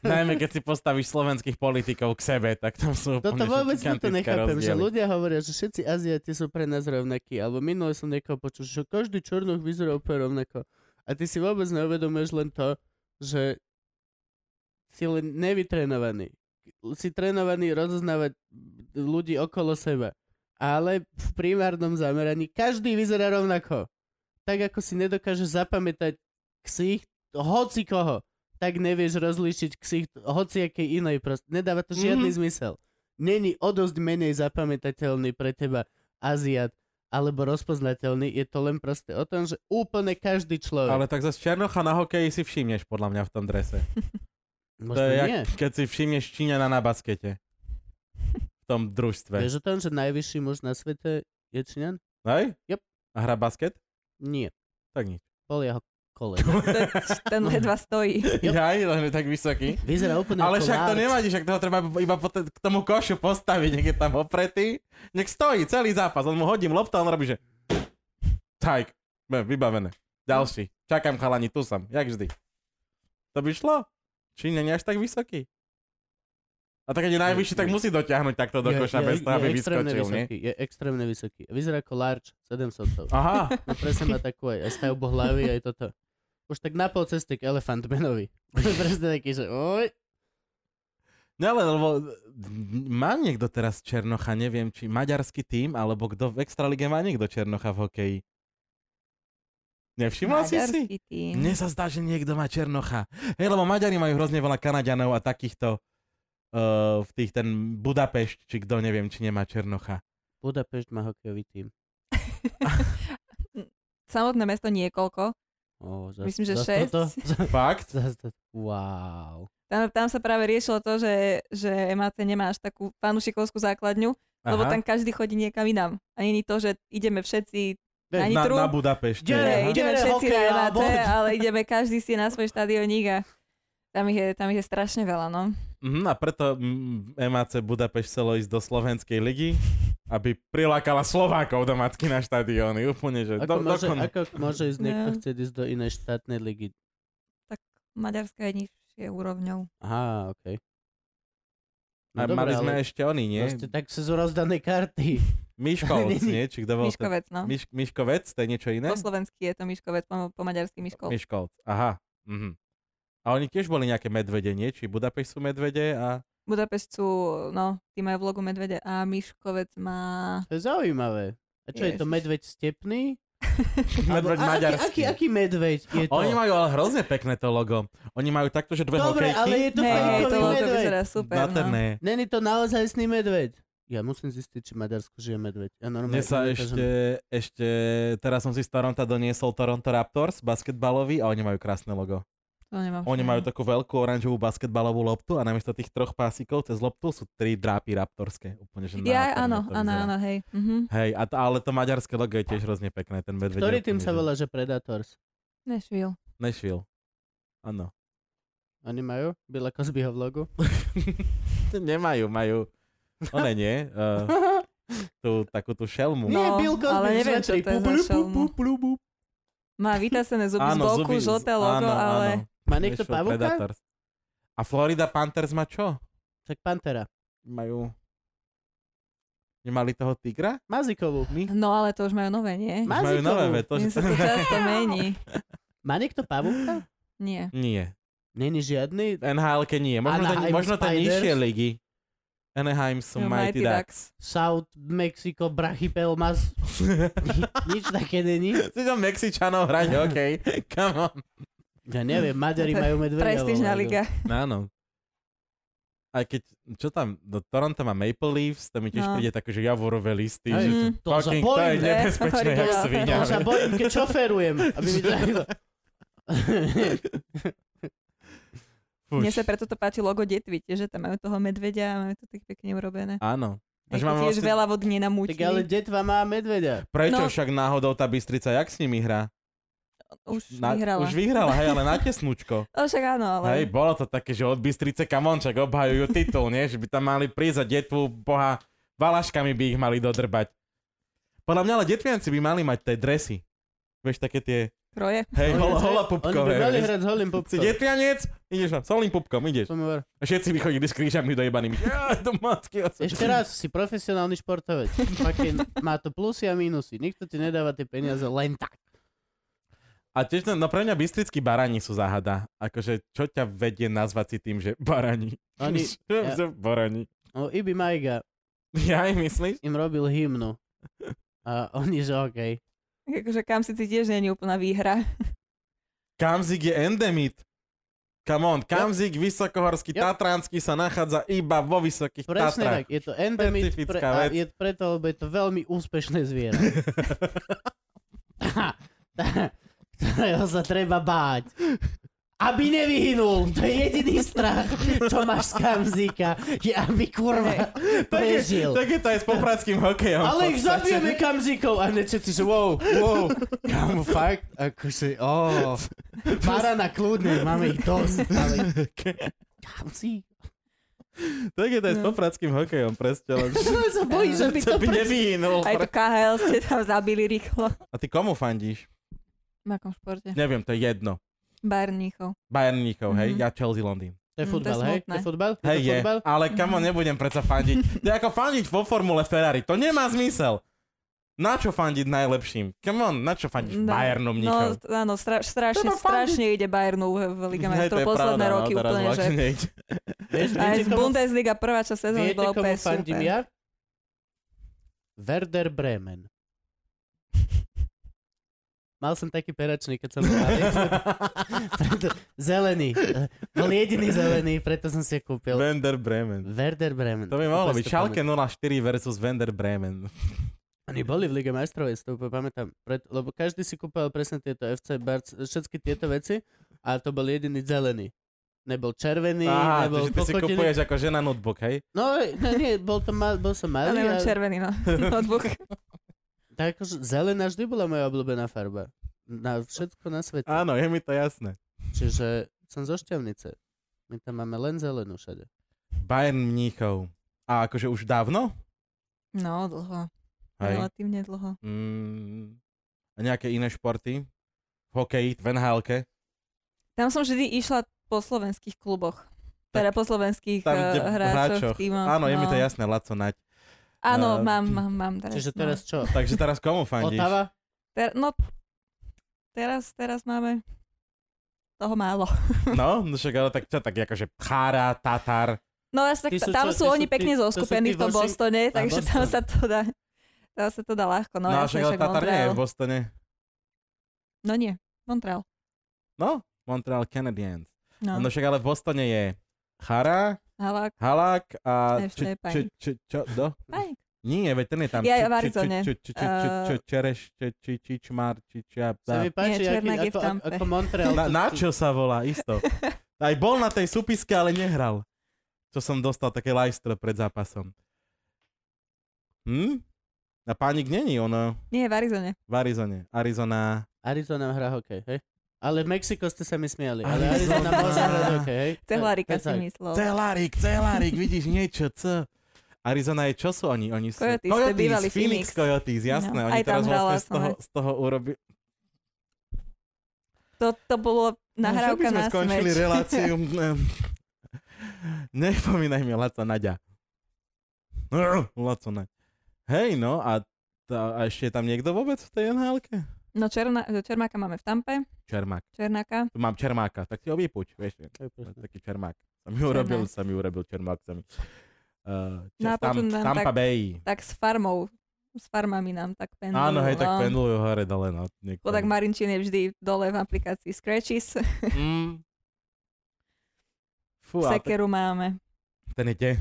Najmä keď si postavíš slovenských politikov k sebe, tak tam sú Toto úplne že vôbec toto gigantické nechápem, že rozdiely. ľudia hovoria, že všetci Aziati sú pre nás rovnakí, alebo minule som niekoho počul, že každý čornoch vyzerá úplne rovnako. A ty si vôbec neuvedomuješ len to, že si len nevytrénovaný. Si trénovaný rozoznávať ľudí okolo seba. Ale v primárnom zameraní každý vyzerá rovnako. Tak ako si nedokážeš zapamätať ksich hoci koho, tak nevieš rozlíšiť ksich hociakej inej prost. Nedáva to žiadny Mhm. zmysel není o dosť menej zapamätateľný pre teba Aziat alebo rozpoznateľný, je to len proste o tom, že úplne každý človek. Ale tak zase Černocha na hokeji si všimneš podľa mňa v tom drese. to Možno je nie. jak, keď si všimneš Číňana na baskete. V tom družstve. Vieš o tom, že najvyšší muž na svete je Číňan? Hej? Yep. A hra basket? Nie. Tak nič. Bol jeho <laughs> kolega. Ten- Ten No. ledva stojí. Jo. Jaj, len je tak vysoký. Vyzerá úplne Ale ako však to lárč. nevadí, však toho treba iba po te, k tomu košu postaviť, nech je tam opretý. Nech stojí celý zápas, on mu hodím loptu a on robí, že... Tak, be- vybavené. Ďalší. Čakám chalani, tu som, jak vždy. To by šlo. Či nie je až tak vysoký. A tak keď je najvyšší, tak musí dotiahnuť takto do Je- koša je- bez toho, je aby extrémne vyskočil, nie? vysoký, Je extrémne vysoký. Vyzerá ako large, 7 sotov. Aha, No presne má takú aj, aj stavbu hlavy, aj toto. Už tak na pol cesty k Elephant Manovi. <laughs> presne taký, že oj. nelen, No lebo má niekto teraz Černocha, neviem, či maďarský tým, alebo kto v Extralige má niekto Černocha v hokeji. Nevšimla si si? Maďarský tým. Mne sa zdá, že niekto má Černocha. Hej, lebo Maďari majú hrozne veľa Kanaďanov a takýchto uh, v tých ten Budapešť, či kto neviem, či nemá Černocha. Budapešť má hokejový tým. Samotné mesto niekoľko. Ó, zas, Myslím, že zas 6. Toto, <laughs> <laughs> Fakt? zas to, wow. Tam, tam sa práve riešilo to, že, že MAC nemá až takú fanušikovskú základňu, Aha. lebo tam každý chodí niekam inám. A není to, že ideme všetci, ani na, trú. na Budapešť. Dere, ne, ideme ideme všetci hokej, na MAC, alebo- ale ideme každý si na svoj štadioník a tam ich je, tam ich je strašne veľa, no. Mhm, a preto mm, MAC Budapešť chcelo ísť do Slovenskej ligy, aby prilákala Slovákov do matky na štadióny. Úplne, že Ako, do, môže, dokon... ako môže ísť niekto No. chcieť ísť do inej štátnej ligy? Maďarská je nižšie úrovňou. Aha, okej. A mali sme No ale ešte oni, nie? proste <laughs> tak sú rozdané karty. Miškovec, nie? Či kto bol to? Miškovec, no. Miš, Miškovec, to je niečo iné? Po slovensky je to Miškovec, po, po maďarsky Miškol. Miškolc, aha. Mhm. A oni tiež boli nejaké medvede, nie? Či Budapešť sú medvede a... Budapešť sú, no, tí majú v logu medvede a Miškovec má... To je zaujímavé. A čo je to, Ježiš. medveď stepný? medveď <laughs> Alebo- a maďarský. Aký, aký, aký medveď je to? Oni majú ale hrozne pekné to logo. Oni majú takto, že dve Dobre, hokejky. ale je to Hej, hej, to fejkový logo medveď. vyzerá super, no. Nádherné. Není to naozaj sný medveď. Ja musím zistiť, či v Maďarsku žije medveď. Ja normálne Mne sa nedokážem- ešte, ešte, teraz som si z Toronta doniesol Toronto Raptors, basketbalový, a oni majú krásne logo. To nemám Oni však. majú takú veľkú oranžovú basketbalovú loptu a namiesto tých troch pásikov cez loptu sú tri drápy raptorské. Úplne, že Ja, nádherné áno, to áno, vyzerá. áno, hej. Mhm. Hej, a to, ale to maďarské logo je tiež hrozne pekné, ten medveď. je Ktorý tým úplne, sa že- volá, že Predators? Nešvil. Nashville. <laughs> Áno. Oni majú? Byla Cosbyho v logu? Nemajú, majú. One nie. Uh, tú, takú tú šelmu. No, <laughs> Nie, Bill Cosby. ale neviem, čo zlatý. to je za no. Pu, pu, šelmu. pu, pu, pu. <laughs> Má vytasené zuby z boku, zuby- žlté logo, áno, ale... áno. Má niekto Nashville pavúka? Predators. A Florida Panthers má čo? Tak Pantera. Majú... Nemali toho tigra? Mazikovú. My? No ale to už majú nové, nie? Ma- Majú Mazikovú. nové veto. Im sa to často mení. Má niekto pavúka? Nie. <laughs> Nie. Není žiadny? nhl nie. Možno, to, Anaheim možno to Spiders? nižšie ligy. Anaheim sú Jo, Mighty Mighty Ducks. South Mexico <laughs> Brachypelmas. Nič také není. Si tam Mexičanov <laughs> hrať, okej. Come on. Ja neviem, Maďari majú medveďa. Prestížna vo vlaku. liga. No, Áno. Aj keď, čo tam, do Toronto má Maple Leafs, to mi tiež No. príde také, že javorové listy, Aj, že Mhm. To sa fucking, to je bojím, ne? nebezpečné, jak Horikova. svinia. To sa bojím, keď šoferujem. Aby mi to... Fuš. Mne sa preto to páči logo detvy, tiež, že tam majú toho medvedia a majú to tak pekne urobené. Áno. Takže Takže máme tiež vlastne, veľa vodne na tak ale múčni. detva má medveďa. prečo No. však náhodou tá Bystrica, jak s nimi hrá? Už Na- vyhrala. Už vyhrala, hej, ale na tesnúčko. No však áno, ale... Hej, bolo to také, že od Bystrice kamončak obhajujú titul, nie? Že by tam mali prísť a detvu, boha, valaškami by ich mali dodrbať. Podľa mňa ale detvianci by mali mať tie dresy. Vieš, také tie, Kroje. <laughs> hej, Oni by- hola, Oni hola by pupkové. mali vieš. hrať s holým Si pupkom. detvianec, ideš tam, solným pupkom, ideš. To mi hovor. A všetci by chodili s krížami <laughs> dojebanými. Ja, do matky. otca. Ešte raz, si profesionálny športovec. Fucking má to plusy a minusy. Nikto ti nedáva tie peniaze len tak. A tiež, no, no pre mňa bystrickí barani sú záhada. Akože, čo ťa vedie nazvať si tým, že barani? Oni, <laughs> Čo sú barani? no, Ibi Maiga Ja aj myslíš? im robil hymnu. A oni, že okej. Tak Akože kam si tiež nie je úplná výhra. Kamzik je endemit. Come on, Kamzik, vysokohorský, Jo. tatranský sa nachádza iba vo vysokých Presne tak, Tatrách. je to endemit, pre, Špecifická a vec. je preto, lebo je to veľmi úspešné <laughs> zviera. <laughs> ktorého sa treba báť. Aby nevyhynul, to je jediný strach, čo máš z Kamzíka, je aby <laughs> kurva Tak je, prežil. tak je to aj <laughs> s popradským hokejom. v Ale ich podstate. zabijeme Kamzíkov a ne všetci, že wow, wow. Kámo, fakt, akože, ó. Barana kľudne, máme ich dosť, ale Kamzík. <laughs> Tak je to aj s No. popradským hokejom, presne. Len, No sa bojí, <laughs> že by čo to by pre... nevyhynul. Aj to KHL ste tam zabili rýchlo. A ty komu fandíš? V akom športe? Neviem, to je jedno. Barníchov. Bayerníkov, hej? Mhm. Ja Chelsea Londýn. To je Mm, to je futbal, hej? To smutné. je futbal? To Mhm. Hej, je je, futbal? ale kamo, nebudem predsa fandiť. To je ako fandiť vo formule Ferrari, to nemá zmysel. Na čo fandiť najlepším? Come on, na čo fandiť No, Bayernom No, Nikov? t- áno, stra- strašne, Treba fandiť. strašne ide Bayernu v v <laughs> Lige majstrov posledné no, roky úplne, že... Vieš, Aj viete, z komu- Bundesliga prvá časť sezóny Viete, bola komu úplne fandím super. ja? Werder Bremen. <laughs> Mal som taký peračný, keď som bol malý. <laughs> preto, zelený. Eh, Bol jediný zelený, preto som si ho kúpil. Vender Bremen. Werder Bremen. To by mohlo Úplne byť si to Schalke 04 versus Vender Bremen. pamätám. Oni boli v Lige majstrov, ja si to úplne pamätám. Pred, lebo každý si kúpil presne tieto FC Barc, všetky tieto veci a to bol jediný zelený. Nebol červený, Á, nebol takže ty si pochodený. kupuješ ako žena notebook, hej? No, no nie, bol, to mal, bol som Ja malý. a- nemám červený, <laughs> no. Notebook. Tak akože zelená vždy bola moja obľúbená farba. Na všetko na svete. Áno, je mi to jasné. Čiže som zo Šťavnice. My tam máme len zelenú všade. Bayern Mníchov. A akože už dávno? No, dlho. Hej. Relatívne dlho. Mm. A nejaké iné športy? V hokeji, v nhl Tam som vždy išla po slovenských kluboch. Teda po slovenských Tam, eh, kde v hráčoch. hráčoch, tímoch. Áno, je mi to no. jasné, Laco Naď. Eh, Áno, mám, mám, mám teraz. Čiže no. teraz čo? Takže teraz komu fandíš? Otava? Ter- no, teraz, teraz máme toho málo. No, no však ale tak, čo, tak akože Chára, Tatar. No až tak, Ty sú tam čo- sú ty sú oni tí- pekne to sú tí zoskupení v tom Washing- Bostone, a takže tam Boston. sa to dá, tam sa to dá ľahko. No, No, no ja však ale som však Tatar nie je Montreal. v Bostone. No nie, Montreal. No, Montreal Canadiens. No, No, však ale v Bostone je Chára, Halák, Halák a... Ešte Či, je či, či, čo, do? Pajk. Nie, veď ten je tam. Či- Je v či- Arizone. či- či- či- či- Eh. či- Čereš, či- či- Čičmar, Čičia. Sa mi páči, Nie, aký, Černák je v ako, ako, Tampe. ako Montreal. Na, to- na to- čo sa volá, <laughs> isto. Aj bol na tej súpiske, ale nehral. Čo som dostal také lajstro pred zápasom. Hm? A pánik není, ono Nie, v Arizone. v Arizone. Arizona. Arizona hrá hokej, hej? Ale v Mexiko ste sa mi smiali. Ale Arizona Arizona. môže hrať hokej, <laughs> hej? Cehlarika To je si tak. myslel. Celárik, <laughs> celárik, vidíš niečo, co? Arizona je, čo sú oni? Oni sú... Coyotes, to je bývalý Phoenix. Phoenix. Coyotes, jasné. No, oni aj tam teraz hrala vlastne z som, toho, hej. z toho urobili... no, To, to bolo no, že nahrávka by sme na skončili smeč. reláciu. <laughs> Ehm, Nepomínaj mi Laco Naďa. Ehm, <laughs> Laco Naď. Hej, no a, tá, a ešte je tam niekto vôbec v tej nhl <laughs> No Černa, Čermáka máme v Tampe, Čermák. Černáka. Tu mám Čermáka, tak si ho vypuť, vieš. To je presne. Taký Čermák. Sa mi urobil, sa mi urobil Čermák. Sa mi, uh, No a tam, potom nám Tampa tak- Bay. tak s farmou, s farmami nám tak pendlujú. Áno, hej, tak no. pendlujú hore dole. No, niekto. Chudák Marinčín je vždy dole v aplikácii Scratches, Mm. Fú, ale tak- Sekeru máme, ten je <laughs> kde?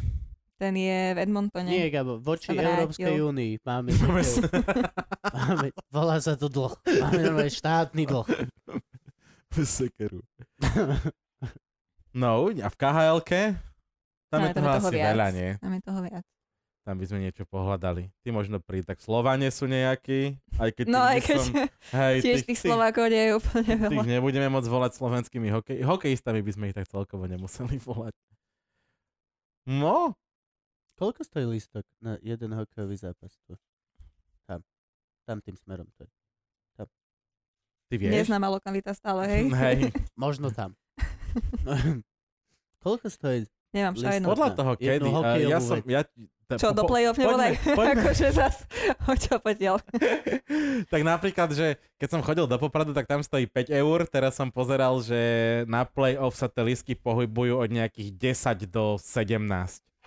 ten je v Edmontone. Nie, Gabo, voči Sa No vrátil. Európskej únii máme, <laughs> Máme sa- máme, volá sa to dlh. Máme normálne štátny dlh. <laughs> Sekeru. No, uvidí- a v khl tam No, je tam je toho toho asi viac. veľa, nie? Tam je toho viac. Tam by sme niečo pohľadali. Ty možno pri, tak Slovanie sú nejakí, aj keď tých No aj by keď <laughs> som, hej, tiež tých Slovákov nie je úplne tých, veľa. tých nebudeme môcť volať slovenskými hokej, hokejistami, by sme ich tak celkovo nemuseli volať. No, Koľko stojí lístok na jeden hokejový zápas tu? Tam. Tam tým smerom to je. ty vieš? Neznáma lokalita stále, hej. <laughs> Hej, Možno tam. <laughs> Koľko stojí? <laughs> Nemám List- šajnu. podľa Jednu toho, kedy. a hokejovú Ja som, ja, t- No. Čo, do po- play-off poďme, nebodaj? <laughs> poďme. <laughs> akože zas, o čo podiel. tak napríklad, že keď som chodil do Popradu, tak tam stojí 5 eur. Teraz som pozeral, že na play-off sa tie lístky pohybujú od nejakých 10 do 17.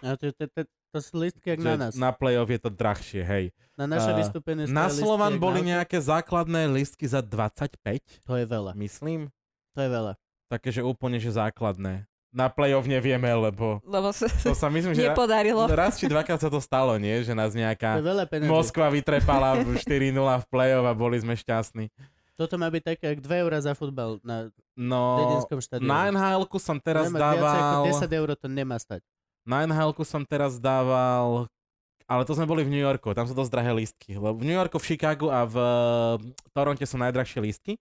No, to, to, to, to sú lístky jak Že na nás. Na, na play-off je to drahšie, hej. na naše a- vystúpenie stojí na lístky Slovan jak boli na... nejaké základné lístky za 25, To je veľa. myslím. To je veľa. Také, že úplne, že základné. Na play-off nevieme, lebo <laughs> Lebo sa to sa myslím, že ra- nepodarilo. raz či dvakrát sa to stalo, nie? Že nás To je nejaká veľa peniazí. Moskva vytrepala v 4-0 v play-off a boli sme šťastní. Toto má byť také, jak 2 eurá za futbal na No, dedinskom štadióne. na nhl som teraz Nemá Viac ako dával... 10 eur to nemá stať. Na nhl som teraz dával... Ale to sme boli v New Yorku, tam sú dosť drahé lístky. Lebo v New Yorku, v Chicagu a v eh, Toronte sú najdrahšie lístky.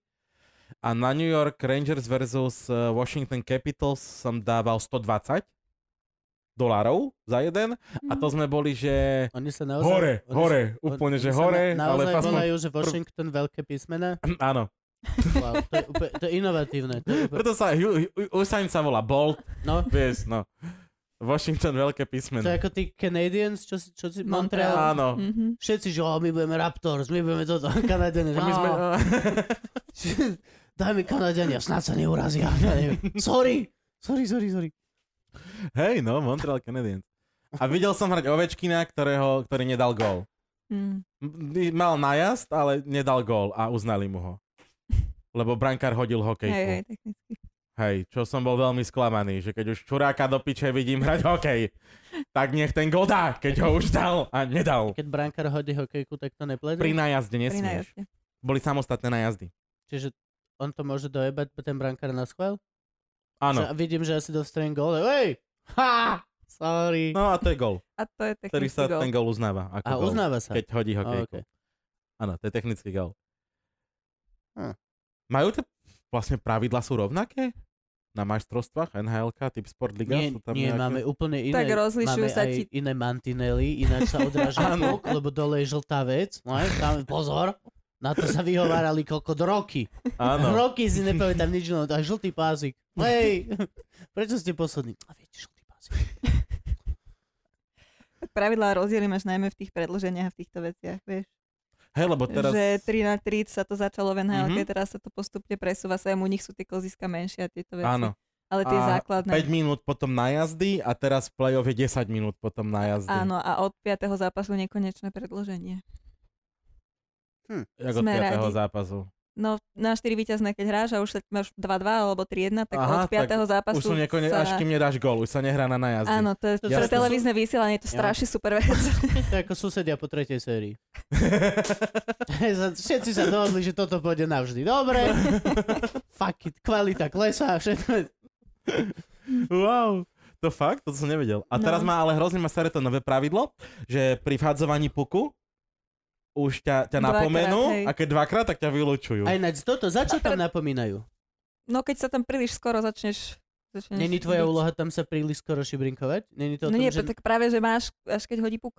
A na New York Rangers versus eh, Washington Capitals som dával 120 dolárov za jeden. A to sme boli, že... Oni sa naozaj... Hore, oni hore, sa, úplne, oni že sa hore, na, ale naozaj fast volajú, že Washington veľké písmena. <clears throat> Áno. Wow, to je, úplne, to je inovatívne. To je úplne, Preto sa Hu- Hu- Usain sa volá Bolt, no, vieš, no. Washington to veľké je písmeno. ako tí Canadians, čo si, čo si No, Montreal. Montreal. Áno. Mhm. Všetci, že oh, my budeme Raptors, my budeme toto, <laughs> Kanadiani. My <laughs> sme... <laughs> Daj mi Kanadiania, snáď sa neurazia. <laughs> Ja neviem. sorry, sorry, sorry, sorry. Hej, no, Montreal Canadiens. A videl som hrať Ovečkina, ktorého, ktorý nedal gól. Mm. M- Mal najazd, ale nedal gól a uznali mu ho. Lebo brankár hodil hokejku. Hej, Hej, hej, technicky. hej. čo som bol veľmi sklamaný, že keď už čuráka do piče vidím hrať hokej, tak nech ten gól dá, keď ho už dal a nedal. Keď brankár hodí hokejku, tak to neplatí. Pri najazde Pri nesmieš. najazde. Boli samostatné najazdy. Čiže on to môže dojebať ten brankár na schvál? Že Áno. vidím, že asi dostanem gól. Ej! Ha! Sorry. No a to je gol, A to je ktorý technický sa gol. ten gol uznáva. Ako a gól, uznáva sa. Keď hodí hokejku. okay. Áno, to je technický gol. Hm. Majú tie vlastne pravidla sú rovnaké? Na majstrovstvách NHLK, typ Sport Liga? Nie, sú tam nie nejaké? máme úplne iné. Tak rozlišujú máme sa aj ti- iné mantinely, ináč sa <laughs> odráža puk, lebo dole je žltá vec. No, aj tam, pozor, na to sa vyhovárali koľko do roky. <laughs> Áno. Roky si nepamätám nič, no aj žltý pázik. <laughs> Hej, prečo ste poslední? A viete, žltý pázik. Pravidlá rozdiely máš najmä v tých predlženiach a v týchto veciach, vieš. Hej, lebo teraz... Teraz... Že 3 na 3 sa to začalo v NHLke, Mhm. mm-hmm. teraz sa to postupne presúva sem, u nich sú tie klziska menšie a tieto veci. <laughs> Áno. Ale tie A základné. 5 minút potom najazdy a teraz v play-off je 10 minút potom najazdy. Áno, a od 5. zápasu nekonečné predlženie. Jak od Sme 5. radi. zápasu. No na 4 víťazné, keď hráš a už sa máš 2-2 alebo 3-1, tak Aha, od 5. zápasu Už sú nekone... sa... Až kým nedáš gól, už sa nehrá na najazdy. Áno, to je To pre jasné. televízne vysielanie, je to Ja. strašne super <laughs> vec. To je ako susedia po tretej <laughs> sérii. Všetci sa dohodli, že toto pôjde navždy. Dobre. Fuck it. Kvalita klesá. Všetko. Wow, to fakt? To som nevedel. A No. teraz má ale hrozne ma staré to nové pravidlo, že pri vhadzovaní puku už ťa, ťa Dvakrát, hej. napomenú a keď dvakrát, tak ťa vylúčujú. Aj nať toto. Za čo tam napomínajú? No keď sa tam príliš skoro začneš... začneš Není tvoja byť- úloha tam sa príliš skoro šibrinkovať? Není to o Mm. No tom, nie, že... to tak práve, že máš, až keď hodí puk.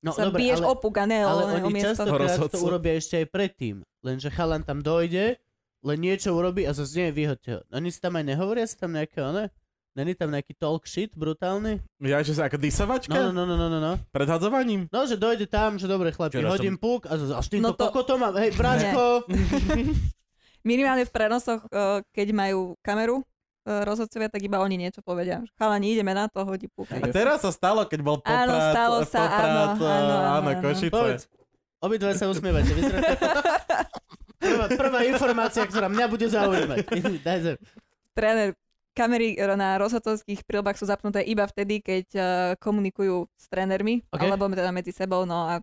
No, sa dobre, biješ ale, o puk a ne o, ale o oni miesto. častokrát to Horosodcu. urobia ešte aj predtým. Lenže chalan tam dojde, len niečo urobí a zase nie, vyhoďte ho. Oni si tam aj nehovoria, si tam nejaké, one? Není tam nejaký talk shit brutálny? Ja, že sa ako disavačka? No, no, no, no, no, no, no. Pred hadzovaním? No, že dojde tam, že dobre chlapi, Včera hodím puk a zase, až týmto No to... to- kokotom mám, hej, bračko. Minimálne v prenosoch, eh, keď majú kameru eh, rozhodcovia, tak iba oni niečo povedia. Chalani, ideme na to, hodí puk. A teraz sa stalo, keď bol poprat, Áno, stalo sa, poprat, áno, eh, áno, áno. Košice. Povedz. Obidva sa usmievate, vyzeráte ako... <laughs> Prvá, prvá informácia, ktorá mňa bude <laughs> zaujímať. Daj zem. Tréner, kamery eh, na rozhodcovských prílbách sú zapnuté iba vtedy, keď eh, komunikujú s trénermi, Ok. alebo teda medzi sebou, no a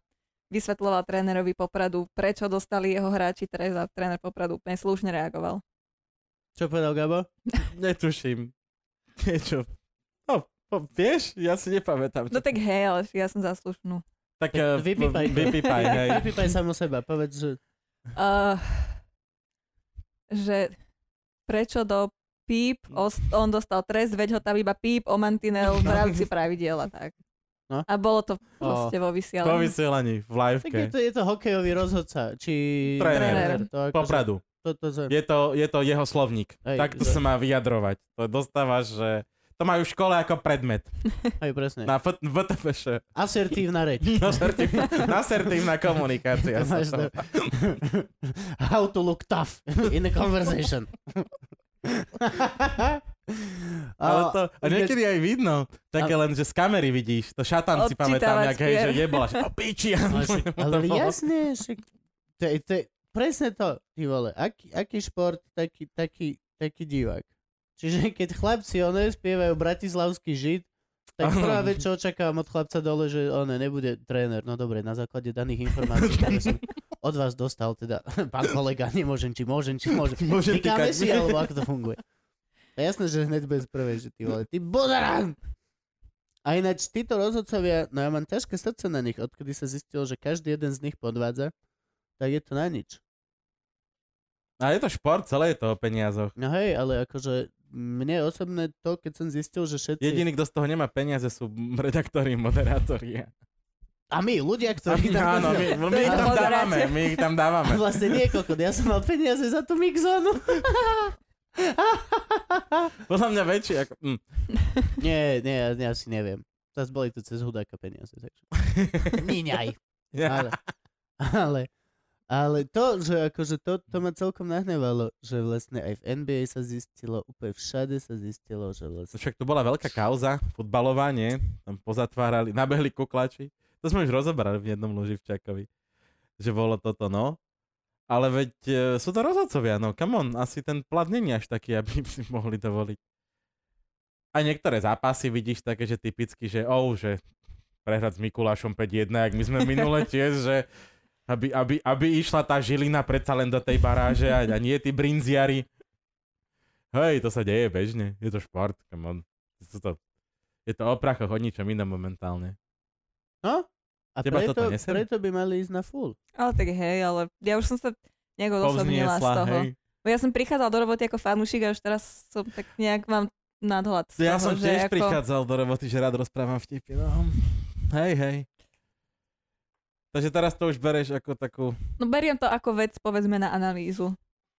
vysvetloval trénerovi popradu, prečo dostali jeho hráči trest a tréner popradu úplne slušne reagoval. Čo povedal Gabo? Netuším. Niečo. No, po, vieš, ja si nepamätám. No tak hej, ale ja som za slušnú. tak tak eh, vypípaj to. vypípaj, <laughs> hej. Vypípaj samu seba, povedz, že... Uh, že prečo do píp, Hm. os- on dostal trest, veď ho tam iba píp o <laughs> mantinel v rámci pravidiel a tak. No. A bolo to O, proste vo vysielaní. Po vysielaní, v tak je liveke. to, je to hokejový rozhodca, či... Tréner. To ako, Popradu. To, to, to, Je to, je to jeho slovník. Hej, Takto že- sa má vyjadrovať. To dostávaš, že... To majú v škole ako predmet. aj presne. Na F- VTFŠ. Asertívna reč. <laughs> Nasertívna, nasertívna komunikácia. To máš sa to. <laughs> to- How to look tough in a <laughs> conversation. Ale A- to a niekedy aj vidno. Také len, že z kamery vidíš. To šatan si pamätám, jak hej, že Odčítavač, jebola. Že, o piči. Ale však- Ale jasne, však, to, je- to je presne to, ty vole. Aký, aký šport, taký, taký, taký divák. Čiže keď chlapci one spievajú bratislavský žid, tak Áno. prvá vec, čo očakávam od chlapca dole, že one nebude tréner. No dobre, na základe daných informácií, ktoré som od vás dostal, teda pán kolega, nemôžem, či môžem, či môžem. Môžem Týkame týkať. si, alebo ako to funguje. A jasné, že hneď bez prvej, že ty vole, ty bodarán! A ináč títo rozhodcovia, no ja mám ťažké srdce na nich, odkedy sa zistilo, že každý jeden z nich podvádza, tak je to na nič. A je to šport, celé je to o peniazoch. No hej, ale akože mne osobne to, keď som zistil, že všetci... Jediný, kto z toho nemá peniaze, sú redaktori, moderátori. A my, ľudia, A ktorí... my- tam- Áno, my, my ich tam Moderácie. dávame, my ich tam <laughs> dávame. A vlastne nie, kokot, ja som mal peniaze za tú mixonu. Podľa mňa väčšie ako... Mm. nie, nie, ja, ja si neviem. Zas boli to cez hudáka peniaze, takže... <laughs> Míňaj. <laughs> Ja. Ale, ale, ale to, že akože to, to ma celkom nahnevalo, že vlastne aj v NBA sa zistilo, úplne všade sa zistilo, že vlastne... Však to bola veľká kauza, futbalová, nie? Tam pozatvárali, nabehli kuklači. To sme už rozobrali v jednom Luživčakovi, že bolo toto, no. Ale veď e, sú to rozhodcovia, no come on, asi ten plat není až taký, aby <laughs> si mohli dovoliť. A niektoré zápasy vidíš také, že typicky, že oh, že prehrať s Mikulášom 5-1, jak my sme minule tiež, že aby, aby, aby išla tá žilina predsa len do tej baráže a, a nie tí brinziari. Hej, to sa deje bežne, je to šport, come on. Sú to, je to o prachoch, o ničom inom momentálne. No? A Teba preto, toto nesere? preto by mali ísť na full. Ale tak hej, ale ja už som sa nejak odosobnila z Povzniesla, toho. hej. Bo Ja som prichádzala do roboty ako fanúšik a už teraz som tak nejak mám nadhľad. z Ja toho, som že tiež Akože ako... prichádzal do roboty, že rád rozprávam vtipy, no. Hej, hej. Takže teraz to už bereš ako takú... No beriem to ako vec, povedzme, na analýzu.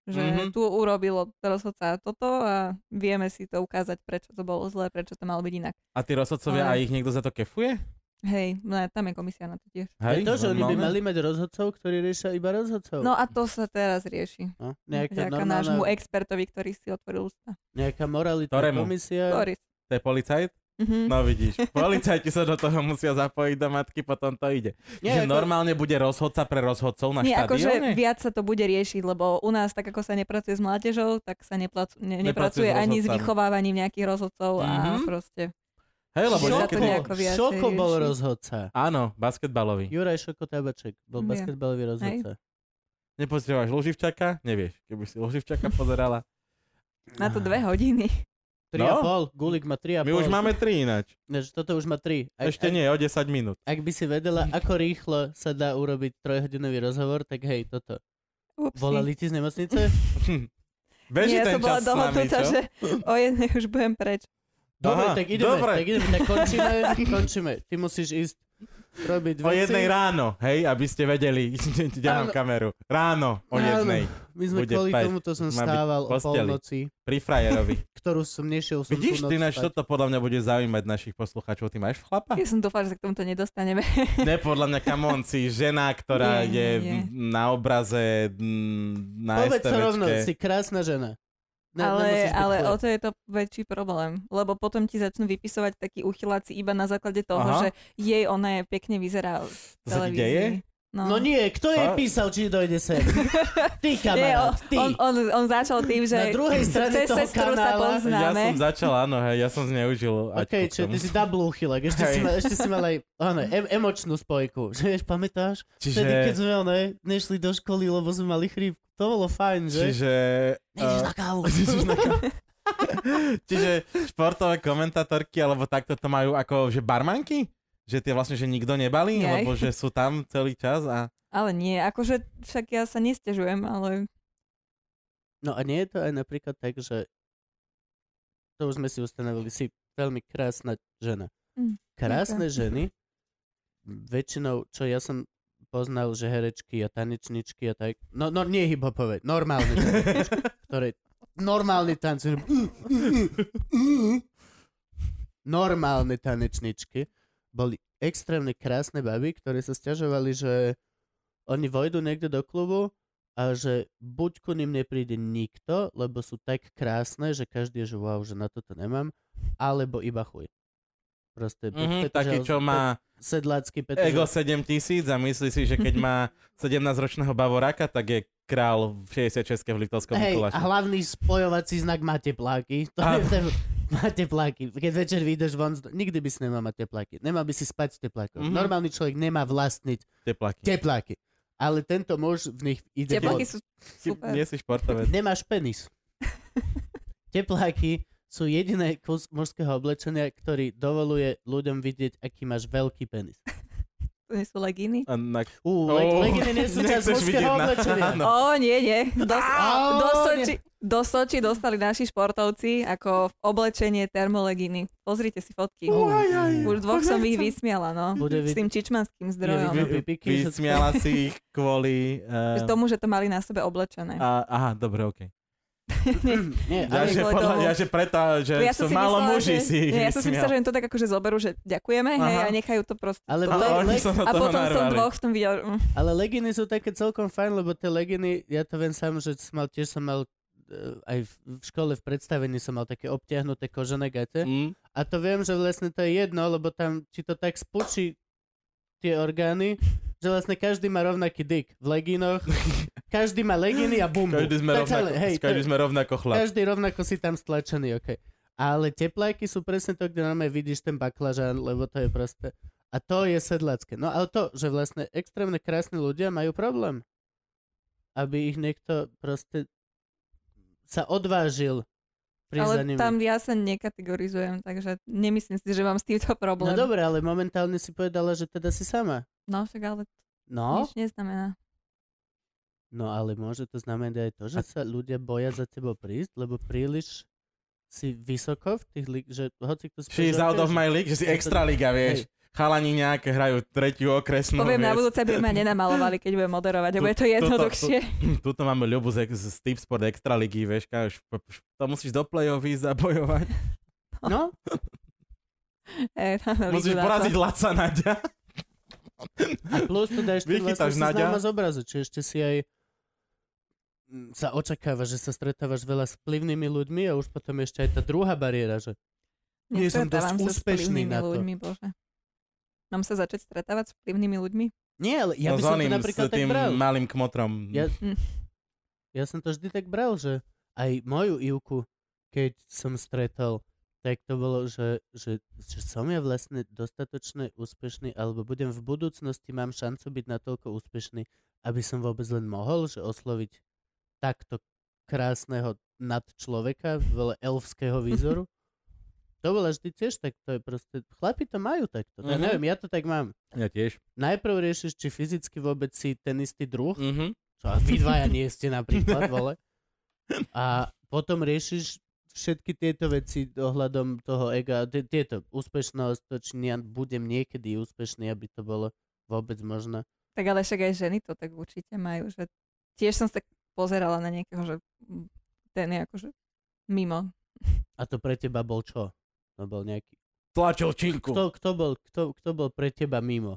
Že Mhm. mm-hmm. tu urobilo rozhodca toto a vieme si to ukázať, prečo to bolo zlé, prečo to malo byť inak. A tí rozhodcovia, a Ale- ich niekto za to kefuje? Hej, no, tam je komisia na to tiež. Hej, Hej, to, že oni by normálne? mali mať rozhodcov, ktorí riešia iba rozhodcov. No a to sa teraz rieši. no nejaká, Vďaka normálna, nášmu expertovi, ktorý si otvoril ústa. nejaká moralita Ktorému? komisia. Boris. To je policajt? Mhm. No <laughs> vidíš, policajti sa do toho musia zapojiť do matky, potom to ide. Nie, Nie, že ako- normálne bude rozhodca pre rozhodcov na Nie, akože štadióne? viac sa to bude riešiť, lebo u nás, tak ako sa nepracuje s mládežou, tak sa neplacu, ne, Nepracuje nepracuje s ani s rozhodcami. vychovávaním nejakých rozhodcov a Mhm. proste. Hej, lebo Že sa to niekedy... nejako viacej Šoko bol rieši. rozhodca. Áno, basketbalový. Juraj Šoko Tabaček bol Ja. basketbalový rozhodca. Nepozrievaš Luživčaka? Nevieš. Keby si Luživčaka pozerala. Na to dve hodiny. 3,5, No. Gulik má 3,5. My už máme tri ináč. Ináč, Toto už má 3. Ešte nie, o 10 minút. <laughs> Ak by si vedela, ako rýchlo sa dá urobiť trojhodinový rozhovor, tak hej, toto. Upsi. Volali ti z nemocnice? <laughs> Beží Nie, ja ten som čas bola s nami, dohodnutá, čo? že o jednej už budem preč. Dobre, Aha, tak ideme, dobre. tak ideme, tak končíme, končíme. Ty musíš ísť robiť O veci. jednej ráno, hej, aby ste vedeli. <laughs> Ďalám Áno. kameru. Ráno o Áno. jednej. My sme bude kvôli päť. tomuto som Má byť stával o posteli. polnoci, Pri <laughs> frajerovi. ktorú som nešiel som Vidíš, tú noc ty náš spať. toto podľa mňa bude zaujímať našich poslucháčov. Ty máš chlapa? Ja som dúfala, že sa k tomuto nedostaneme. <laughs> Ne, podľa mňa kamonci, žena, ktorá Nie, je nie. m, na obraze, m, na Povedz to STVčke. rovno, si krásna žena. Ne, ale nemusíš byť ale chuj. o to je to väčší problém. Lebo potom ti začnú vypisovať takí uchyláci iba na základe toho, Aha. že jej ona je pekne vyzerá v To sa ti televízii. deje? No nie, kto je Fakt? písal, či dojde <laughs> sem? Ty, Nie, on, kamarát, ty. on, on, on začal tým, že Na <laughs> druhej strane cez toho sestru sa kanála- Ja som poznáme. začal, áno, hej, ja som zneužil. OK, Aťku k čiže ty tomu. si double uchylek, ešte, si Hej. mal, ešte si mal aj áno, em- emočnú spojku, <laughs> že vieš, pamätáš? Čiže, Vtedy, keď sme ne, nešli do školy, lebo sme mali chrípku, to bolo fajn, že? čiže, Nejdeš <laughs> eh, na kávu. Ideš na ka- čiže športové komentátorky, alebo takto to majú ako, že barmanky? Že tie vlastne, že nikto nebali, Jej. lebo že sú tam celý čas <laughs> a... Ale nie, akože však ja sa nestežujem, ale No a nie je to aj napríklad tak, že to už sme si ustanovili, si veľmi krásna žena. Mm, Krásne ženy, väčšinou, čo ja som poznal, že herečky a tanečničky a tak, no, no nie hip-hopové, normálne <laughs> tanečničky, ktoré normálne tancujú. Normálne tanečničky boli extrémne krásne baby, ktoré sa stiažovali, že oni vojdu niekde do klubu a že buď ku ním nepríde nikto, lebo sú tak krásne, že každý je, že wow, že na toto nemám, alebo iba chuj. Proste Mhm, Petržal- taký, čo má sedlácky Petržal. ego 7000 a myslí si, že keď <laughs> má 17-ročného bavoráka, tak je král v 66 v Liptovskom Hej, a Mikuláši. hlavný spojovací znak má tepláky. To je Áno. ten, má tepláky. Keď večer vyjdeš von, z- nikdy by si nemal mať tepláky. Nemal by si spať s teplákom. Mhm. Normálny človek nemá vlastniť Teplaky. tepláky. ale tento muž v nich ide... Tepláky do- sú Si, super. nie si športovec. Nemáš penis. Tepláky sú jediné kus mužského oblečenia, ktorý dovoluje ľuďom vidieť, aký máš veľký penis. To nie sú legíny. A na... Ú, le- Ó, legíny nie sú časť nechceš mužského vidieť na- oblečenia. <laughs> áno. No. Ó, nie, nie. Do, Á, do, nie. Soči, do Soči dostali naši športovci ako oblečenie termoleginy. Pozrite si fotky. Už dvoch som ich vysmiala, no. Bude S vid- tým čičmanským Je zdrojom. vidieť- Vy, pipiky, všetko. vysmiala si ich kvôli... Uh, K tomu, že to mali na sebe oblečené. a, aha, dobre, okej. Nie, Ja, ale že kvôli podľa, tomu. ja, že preto, že Ja som som si málo myslela, muži že, si ich nie, Ja som si myslela, vysmial. že im to tak akože zoberú, že ďakujeme, hej, Aha. a nechajú to proste. ale, to- A le- oni le- sa na A toho potom som narvali. dvoch v tom videl, mm, ale leginy sú také celkom fajn, lebo tie leginy, ja to viem sám, že som mal, tiež som mal e, aj v v škole v predstavení som mal také obtiahnuté kožené gate. Mm. A to viem, že vlastne to je jedno, lebo tam ti to tak spučí tie orgány, že vlastne každý má rovnaký dyk v legínoch. Každý má legíny a bum. Každý sme To je rovnako, celé, hej, to každý je- sme rovnako chlap. každý rovnako si tam stlačený, ok. Ale tepláky sú presne to, kde normálne vidíš ten baklažán, lebo to je proste... A to je sedlacké. No ale to, že vlastne extrémne krásni ľudia majú problém. Aby ich niekto proste sa odvážil pri za nimi. ale tam ja sa nekategorizujem, takže nemyslím si, že mám s týmto No problém. dobre, ale momentálne si povedala, že teda si sama. No však ale to No, nič neznamená. no ale môže to znamenať aj to, že sa ľudia boja za tebou prísť, lebo príliš si vysoko v tých li- že hoci kto si She's out of my league, že si extra liga, vieš. Chalani nejaké hrajú No, tretiu okresnú, Poviem na vieš. budúce, aby ma nenamalovali, keď budem moderovať, a Tu- bude to <laughs> jednoduchšie. <clears throat> Tuto máme ľubu z, z Tipsport extra ligy, vieš, káš, p- p- to musíš do play-off ísť a bojovať. No, Eh, dáme Musíš lídu na to. poraziť Laca Nadia. A plus teda ešte Vychytáš vlastne si Naďa? známa z obrazu, či ešte si aj mm, sa očakáva, že sa stretávaš veľa s vplyvnými ľuďmi a už potom ešte aj tá druhá bariéra, že Nie som dosť Nestretávam sa s úspešný vplyvnými na to. ľuďmi, bože. Mám sa začať stretávať s vplyvnými ľuďmi? nie, ale ja no, by s som to oným, s napríklad tak tým bral. malým kmotrom. Ja, Hm. ja som to vždy tak bral, že aj moju Ivku, keď som stretol, tak to bolo, že, že, že som ja vlastne dostatočne úspešný, alebo budem v budúcnosti, mám šancu byť natoľko úspešný, aby som vôbec len mohol, že osloviť takto krásneho nadčloveka, veľa elfského výzoru. to bola vždy tiež tak, to je proste, chlapi to majú takto, ja Mhm. neviem, ja to tak mám. ja tiež. Najprv riešiš, či fyzicky vôbec si ten istý druh, Mhm. čo a vy dvaja nie ste napríklad, vole. A potom riešiš všetky tieto veci ohľadom toho ega, t- tieto úspešnosť, to či nie, budem niekedy úspešný, aby to bolo vôbec možné. Tak ale však aj ženy to tak určite majú, že tiež som sa tak pozerala na niekoho, že mm, ten je akože mimo. A to pre teba bol čo? To bol nejaký... Tlačil činku. Kto, kto, bol, kto, kto bol pre teba mimo?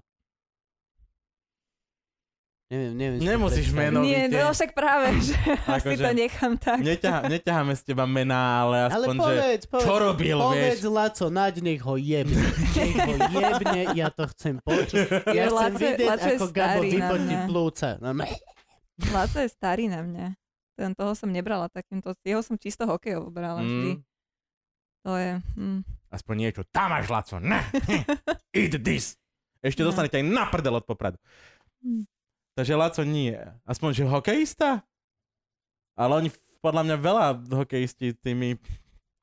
Neviem, neviem. si to Nemusíš predstaviť. meno- No, Nie, vidíte. no však práve, <laughs> že asi Akože- to nechám tak. Neťaha, neťaháme z teba mená, ale Ale aspoň, že... povedz, povedz, čo robil, povedz, vieš? Laco, naď nech ho jebne. Nech <laughs> ho jebne, ja to chcem počuť. Ja Laco chcem je- vidieť, Laco je ako Gabo starý na vypotí mňa. plúca. No, meh. Láca je starý na mňa. Ten, toho som nebrala takýmto, jeho som čisto hokejov brala vždy. Mm, To je, mm. aspoň niečo. Tam máš, Laco, <laughs> ne. Eat this. Ešte No. dostanete aj na prdel od popradu. Mm. Takže Laco nie. Aspoň, že hokejista? Ale oni f- podľa mňa veľa hokejisti tými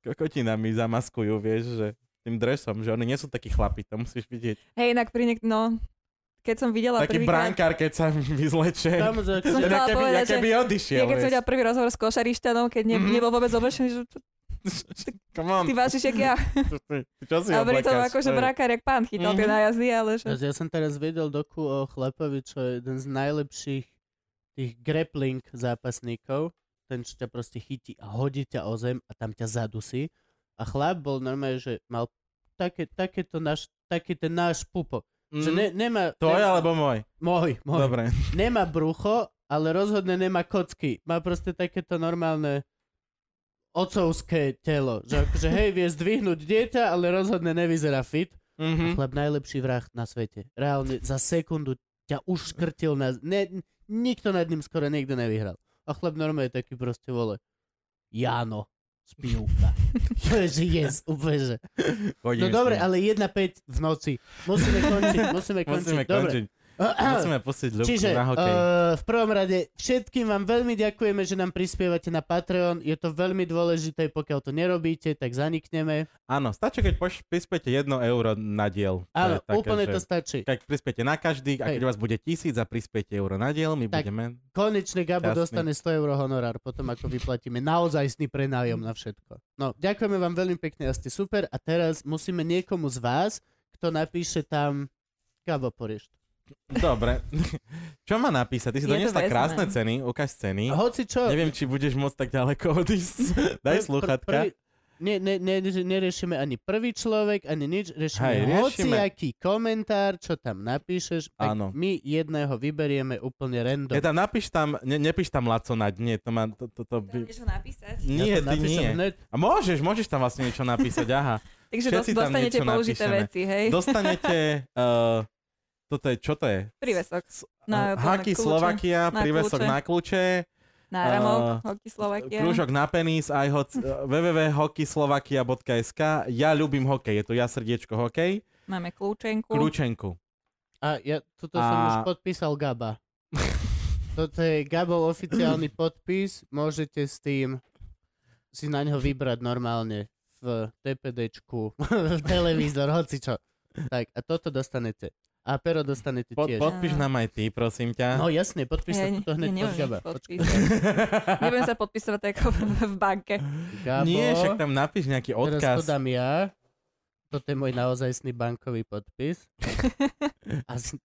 kokotinami zamaskujú, vieš, že tým dresom, že oni nie sú takí chlapi, to musíš vidieť. Hej, inak pri niek- no, keď som videla Taký prvýkrát, brankár, keď sa <laughs> vyzleče. Tam <laughs> za- som Ja chcela keby, povedať, ja že- keby odišiel, ja keď som vieš. videla prvý rozhovor s košarišťanom, keď ne, Mhm. nebol vôbec oblečený, že čo- <laughs> Come on. ty vážiš <laughs> jak ja. Čo si A pritom oblekáš? akože brakár jak pán chytal tie Mhm. nájazdy, ale že... Ja som teraz vedel doku o chlapovi, čo je jeden z najlepších tých grappling zápasníkov. Ten, čo ťa proste chytí a hodí ťa o zem a tam ťa zadusí. A chlap bol normálne, že mal také, takéto náš, taký ten náš pupo. Mm. Že ne, nemá... To ne, je alebo môj? Môj, môj. Dobre. Nemá brucho, ale rozhodne nemá kocky. Má proste takéto normálne ocovské telo. Že akože hej, vie zdvihnúť dieťa, ale rozhodne nevyzerá fit. Mhm. Chlap najlepší vrah na svete. Reálne za sekundu ťa už škrtil na... Ne, nikto nad ním skoro nikto nevyhral. A chlap normálne je taký proste vole. Jano. Spivka. <laughs> To je, že yes, úplne, že. No dobre, ale 1-5 v noci. Musíme končiť, musíme končiť. Musíme dobre. končiť. Musíme pustiť ľubku Čiže na hokej. eh, v prvom rade všetkým vám veľmi ďakujeme, že nám prispievate na Patreon. Je to veľmi dôležité, pokiaľ to nerobíte, tak zanikneme. Áno, stačí, keď poš- prispiete 1 euro na diel. To Áno, je také, úplne že- to stačí. Keď prispiete na každý, a Hej. keď vás bude tisíc a prispiete euro na diel, my Tak. budeme... Konečne Gabo Jasný. dostane 100 eur honorár potom, ako vyplatíme naozajstný prenájom na všetko. No, ďakujeme vám veľmi pekne a ste super. A teraz musíme niekomu z vás, kto napíše tam Gabo Porišt. Dobre. <laughs> Čo má napísať? Ty si Je to doniesla väzné. krásne ceny, ukáž ceny. Hoci čo... Neviem, či budeš môcť tak ďaleko odísť. pr- pr- Daj slúchatka. prvý- Ne, ne, ne, že neriešime ani prvý človek, ani nič, Hej, riešime riešime- hociaký komentár, čo tam napíšeš, tak Áno. my jedného vyberieme úplne random. Ja tam napíš tam, ne, nepíš tam Laco na dne, to má, to, to, to by... Chcem niečo napísať. Nie, to ty napíšem nie. Hneď, A môžeš, môžeš tam vlastne niečo napísať, aha. Takže Všetci dos- tam dostanete niečo použité napíšeme. veci, hej? Dostanete, uh, toto je, čo to je? Prívesok. S- Na- eh, Haki na kľúče. Slovakia, Na prívesok kľúče. na kľúče, Náramok, Eh, hoky Slovakia. krúžok na penis, aj hoc, www.hokyslovakia.sk eh, Ja ľubím hokej, je to ja srdiečko hokej, Máme kľúčenku. kľúčenku. a ja, toto som A- už podpísal <laughs> Gaba. Toto je Gabov oficiálny podpis, môžete s tým si na neho vybrať normálne v TPDčku, <laughs> v televízor, hoci čo. Tak, a toto dostanete. A pero dostanete Po, tiež. podpíš nám aj ty, prosím ťa. No jasne, podpíš sa Ja, to hneď ja od neviem Gaba. nič podpísať. Nebudem sa podpisovať tak ako v banke. Gabo, Nie, však tam napíš nejaký Teraz to <laughs> odkaz. dám ja. Toto je môj naozajstný bankový <laughs> podpis. A s-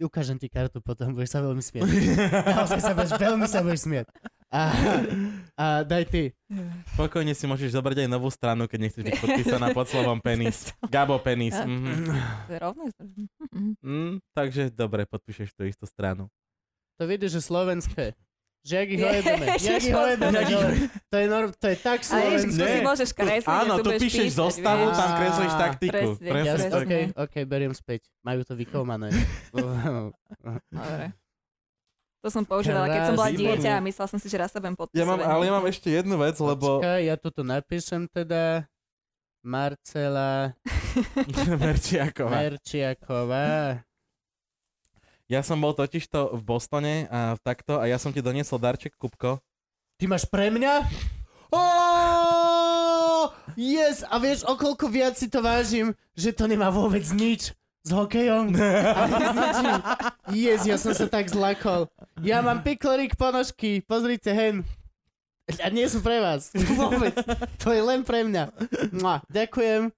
ukážem ti kartu potom, budeš sa veľmi smieť. Naozaj sa budeš, veľmi sa budeš smieť. A, a daj ty. Spokojne si môžeš zobrať aj novú stranu, keď nechceš byť podpísaná pod slovom <laughs> penis. Gabo penis. Tak. Mhm. To je rovné. Mhm. Mm, takže dobre, podpíšeš tú istú stranu. To vidíš, že slovenské. Že jak ich <laughs> ojedeme. Jak ich Ježiš, ojedeme. jak ich- dole. To je, nor- to je tak Ale ježiš, tu slovenské. si Ne. môžeš kresliť. a Áno, tu budeš píšeš písať, zostavu, vieš. tam kreslíš Á, taktiku. presne, Presne Jasne, tak. no. OK, OK, beriem späť. Majú to <laughs> vykomané. Dobre. To som používala, keď som bola Krásne. dieťa a myslela som si, že raz sa budem podpisovať. Ja mám, ale ja mám ešte jednu vec, lebo <laughs> Počkaj, ja toto napíšem teda. Marcela Merčiaková. Merčiaková. Ja som bol totižto v Bostone a takto a ja som ti doniesol darček, Kupko. Ty máš pre mňa? Oh! Yes! A vieš, o koľko viac si to vážim, že to nemá vôbec nič s <laughs> hokejom. A my s ničím. yes, ja som sa tak zlakol. Ja mám piklorik ponožky, pozrite hen. A nie sú pre vás. <laughs> Vôbec. To je len pre mňa. Mua. Ďakujem.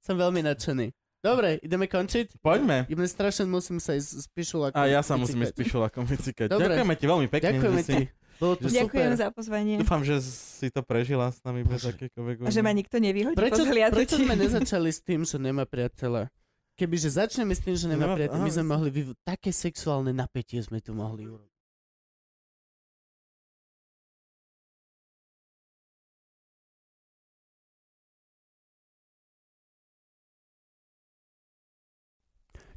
Som veľmi nadšený. Dobre, ideme končiť. Poďme. Ideme strašne, musím sa ísť spíšu ako A ja sa musím bicykať. spíšil ako bicykať. Dobre. Ďakujeme ti veľmi pekne. Ďakujeme že si- ti. Bolo to Ďakujem super. za pozvanie. Dúfam, že si to prežila s nami bez Bože. akékoľvek. A že ma nikto nevyhodí Prečo, po zhliadnutí. prečo <laughs> sme nezačali s tým, že nemá priateľa? Kebyže začneme s tým, že nemá Nemá- priateľa, my aha. sme mohli vyv- také sexuálne napätie sme tu mohli urobiť.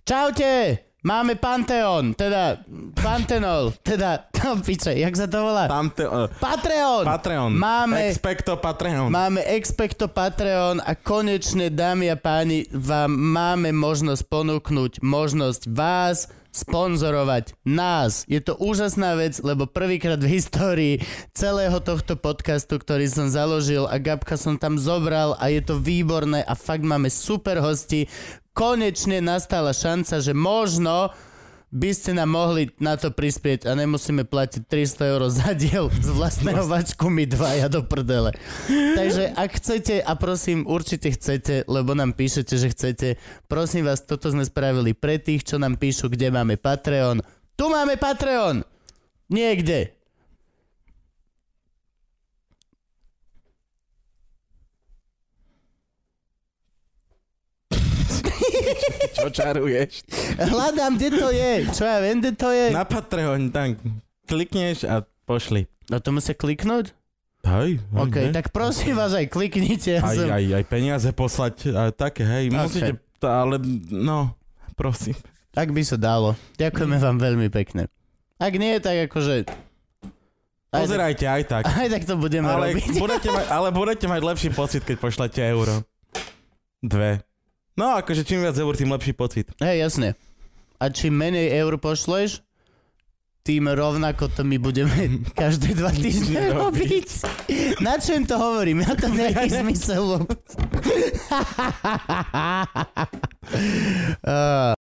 Čaute! Máme Panteon, teda Pantenol, teda, <laughs> no piče, jak sa to volá? Tamte, uh, Patreon! Patreon. Máme- Expecto Patreon. Máme Expecto Patreon a konečne, dámy a páni, vám máme možnosť ponúknuť možnosť vás sponzorovať nás. Je to úžasná vec, lebo prvýkrát v histórii celého tohto podcastu, ktorý som založil a Gabka som tam zobral a je to výborné a fakt máme super hosti. Konečne nastala šanca, že možno by ste nám mohli na to prispieť a nemusíme platiť 300 eur za diel z vlastného vačku my dvaja do prdele. Takže ak chcete, a prosím, určite chcete, lebo nám píšete, že chcete, prosím vás, toto sme spravili pre tých, čo nám píšu, kde máme Patreon. Tu máme Patreon! Niekde. <laughs> Čo čaruješ? Hľadám, kde to je. Čo ja viem, kde to je. Na Patreon, tak klikneš a pošli. No to musia kliknúť? Hej, hej OK, ne? tak prosím vás aj kliknite. Ja aj, som- aj, aj peniaze poslať, aj také, hej, Také. musíte, tá, ale no, prosím. Tak by sa dalo. Ďakujeme vám veľmi pekne. Ak nie, tak akože... Aj tak, Pozerajte aj <laughs> tak. aj tak to budeme Ale robiť. <laughs> budete, mať, ale budete mať lepší pocit, keď pošlete euro. Dve. No, akože čím viac eur, tým lepší pocit. Hej, jasne. A čím menej eur pošleš, tým rovnako to my budeme každé dva týždne robiť. Na čo im to hovorím? Ja to nejaký <laughs> zmysel vôbec. Á,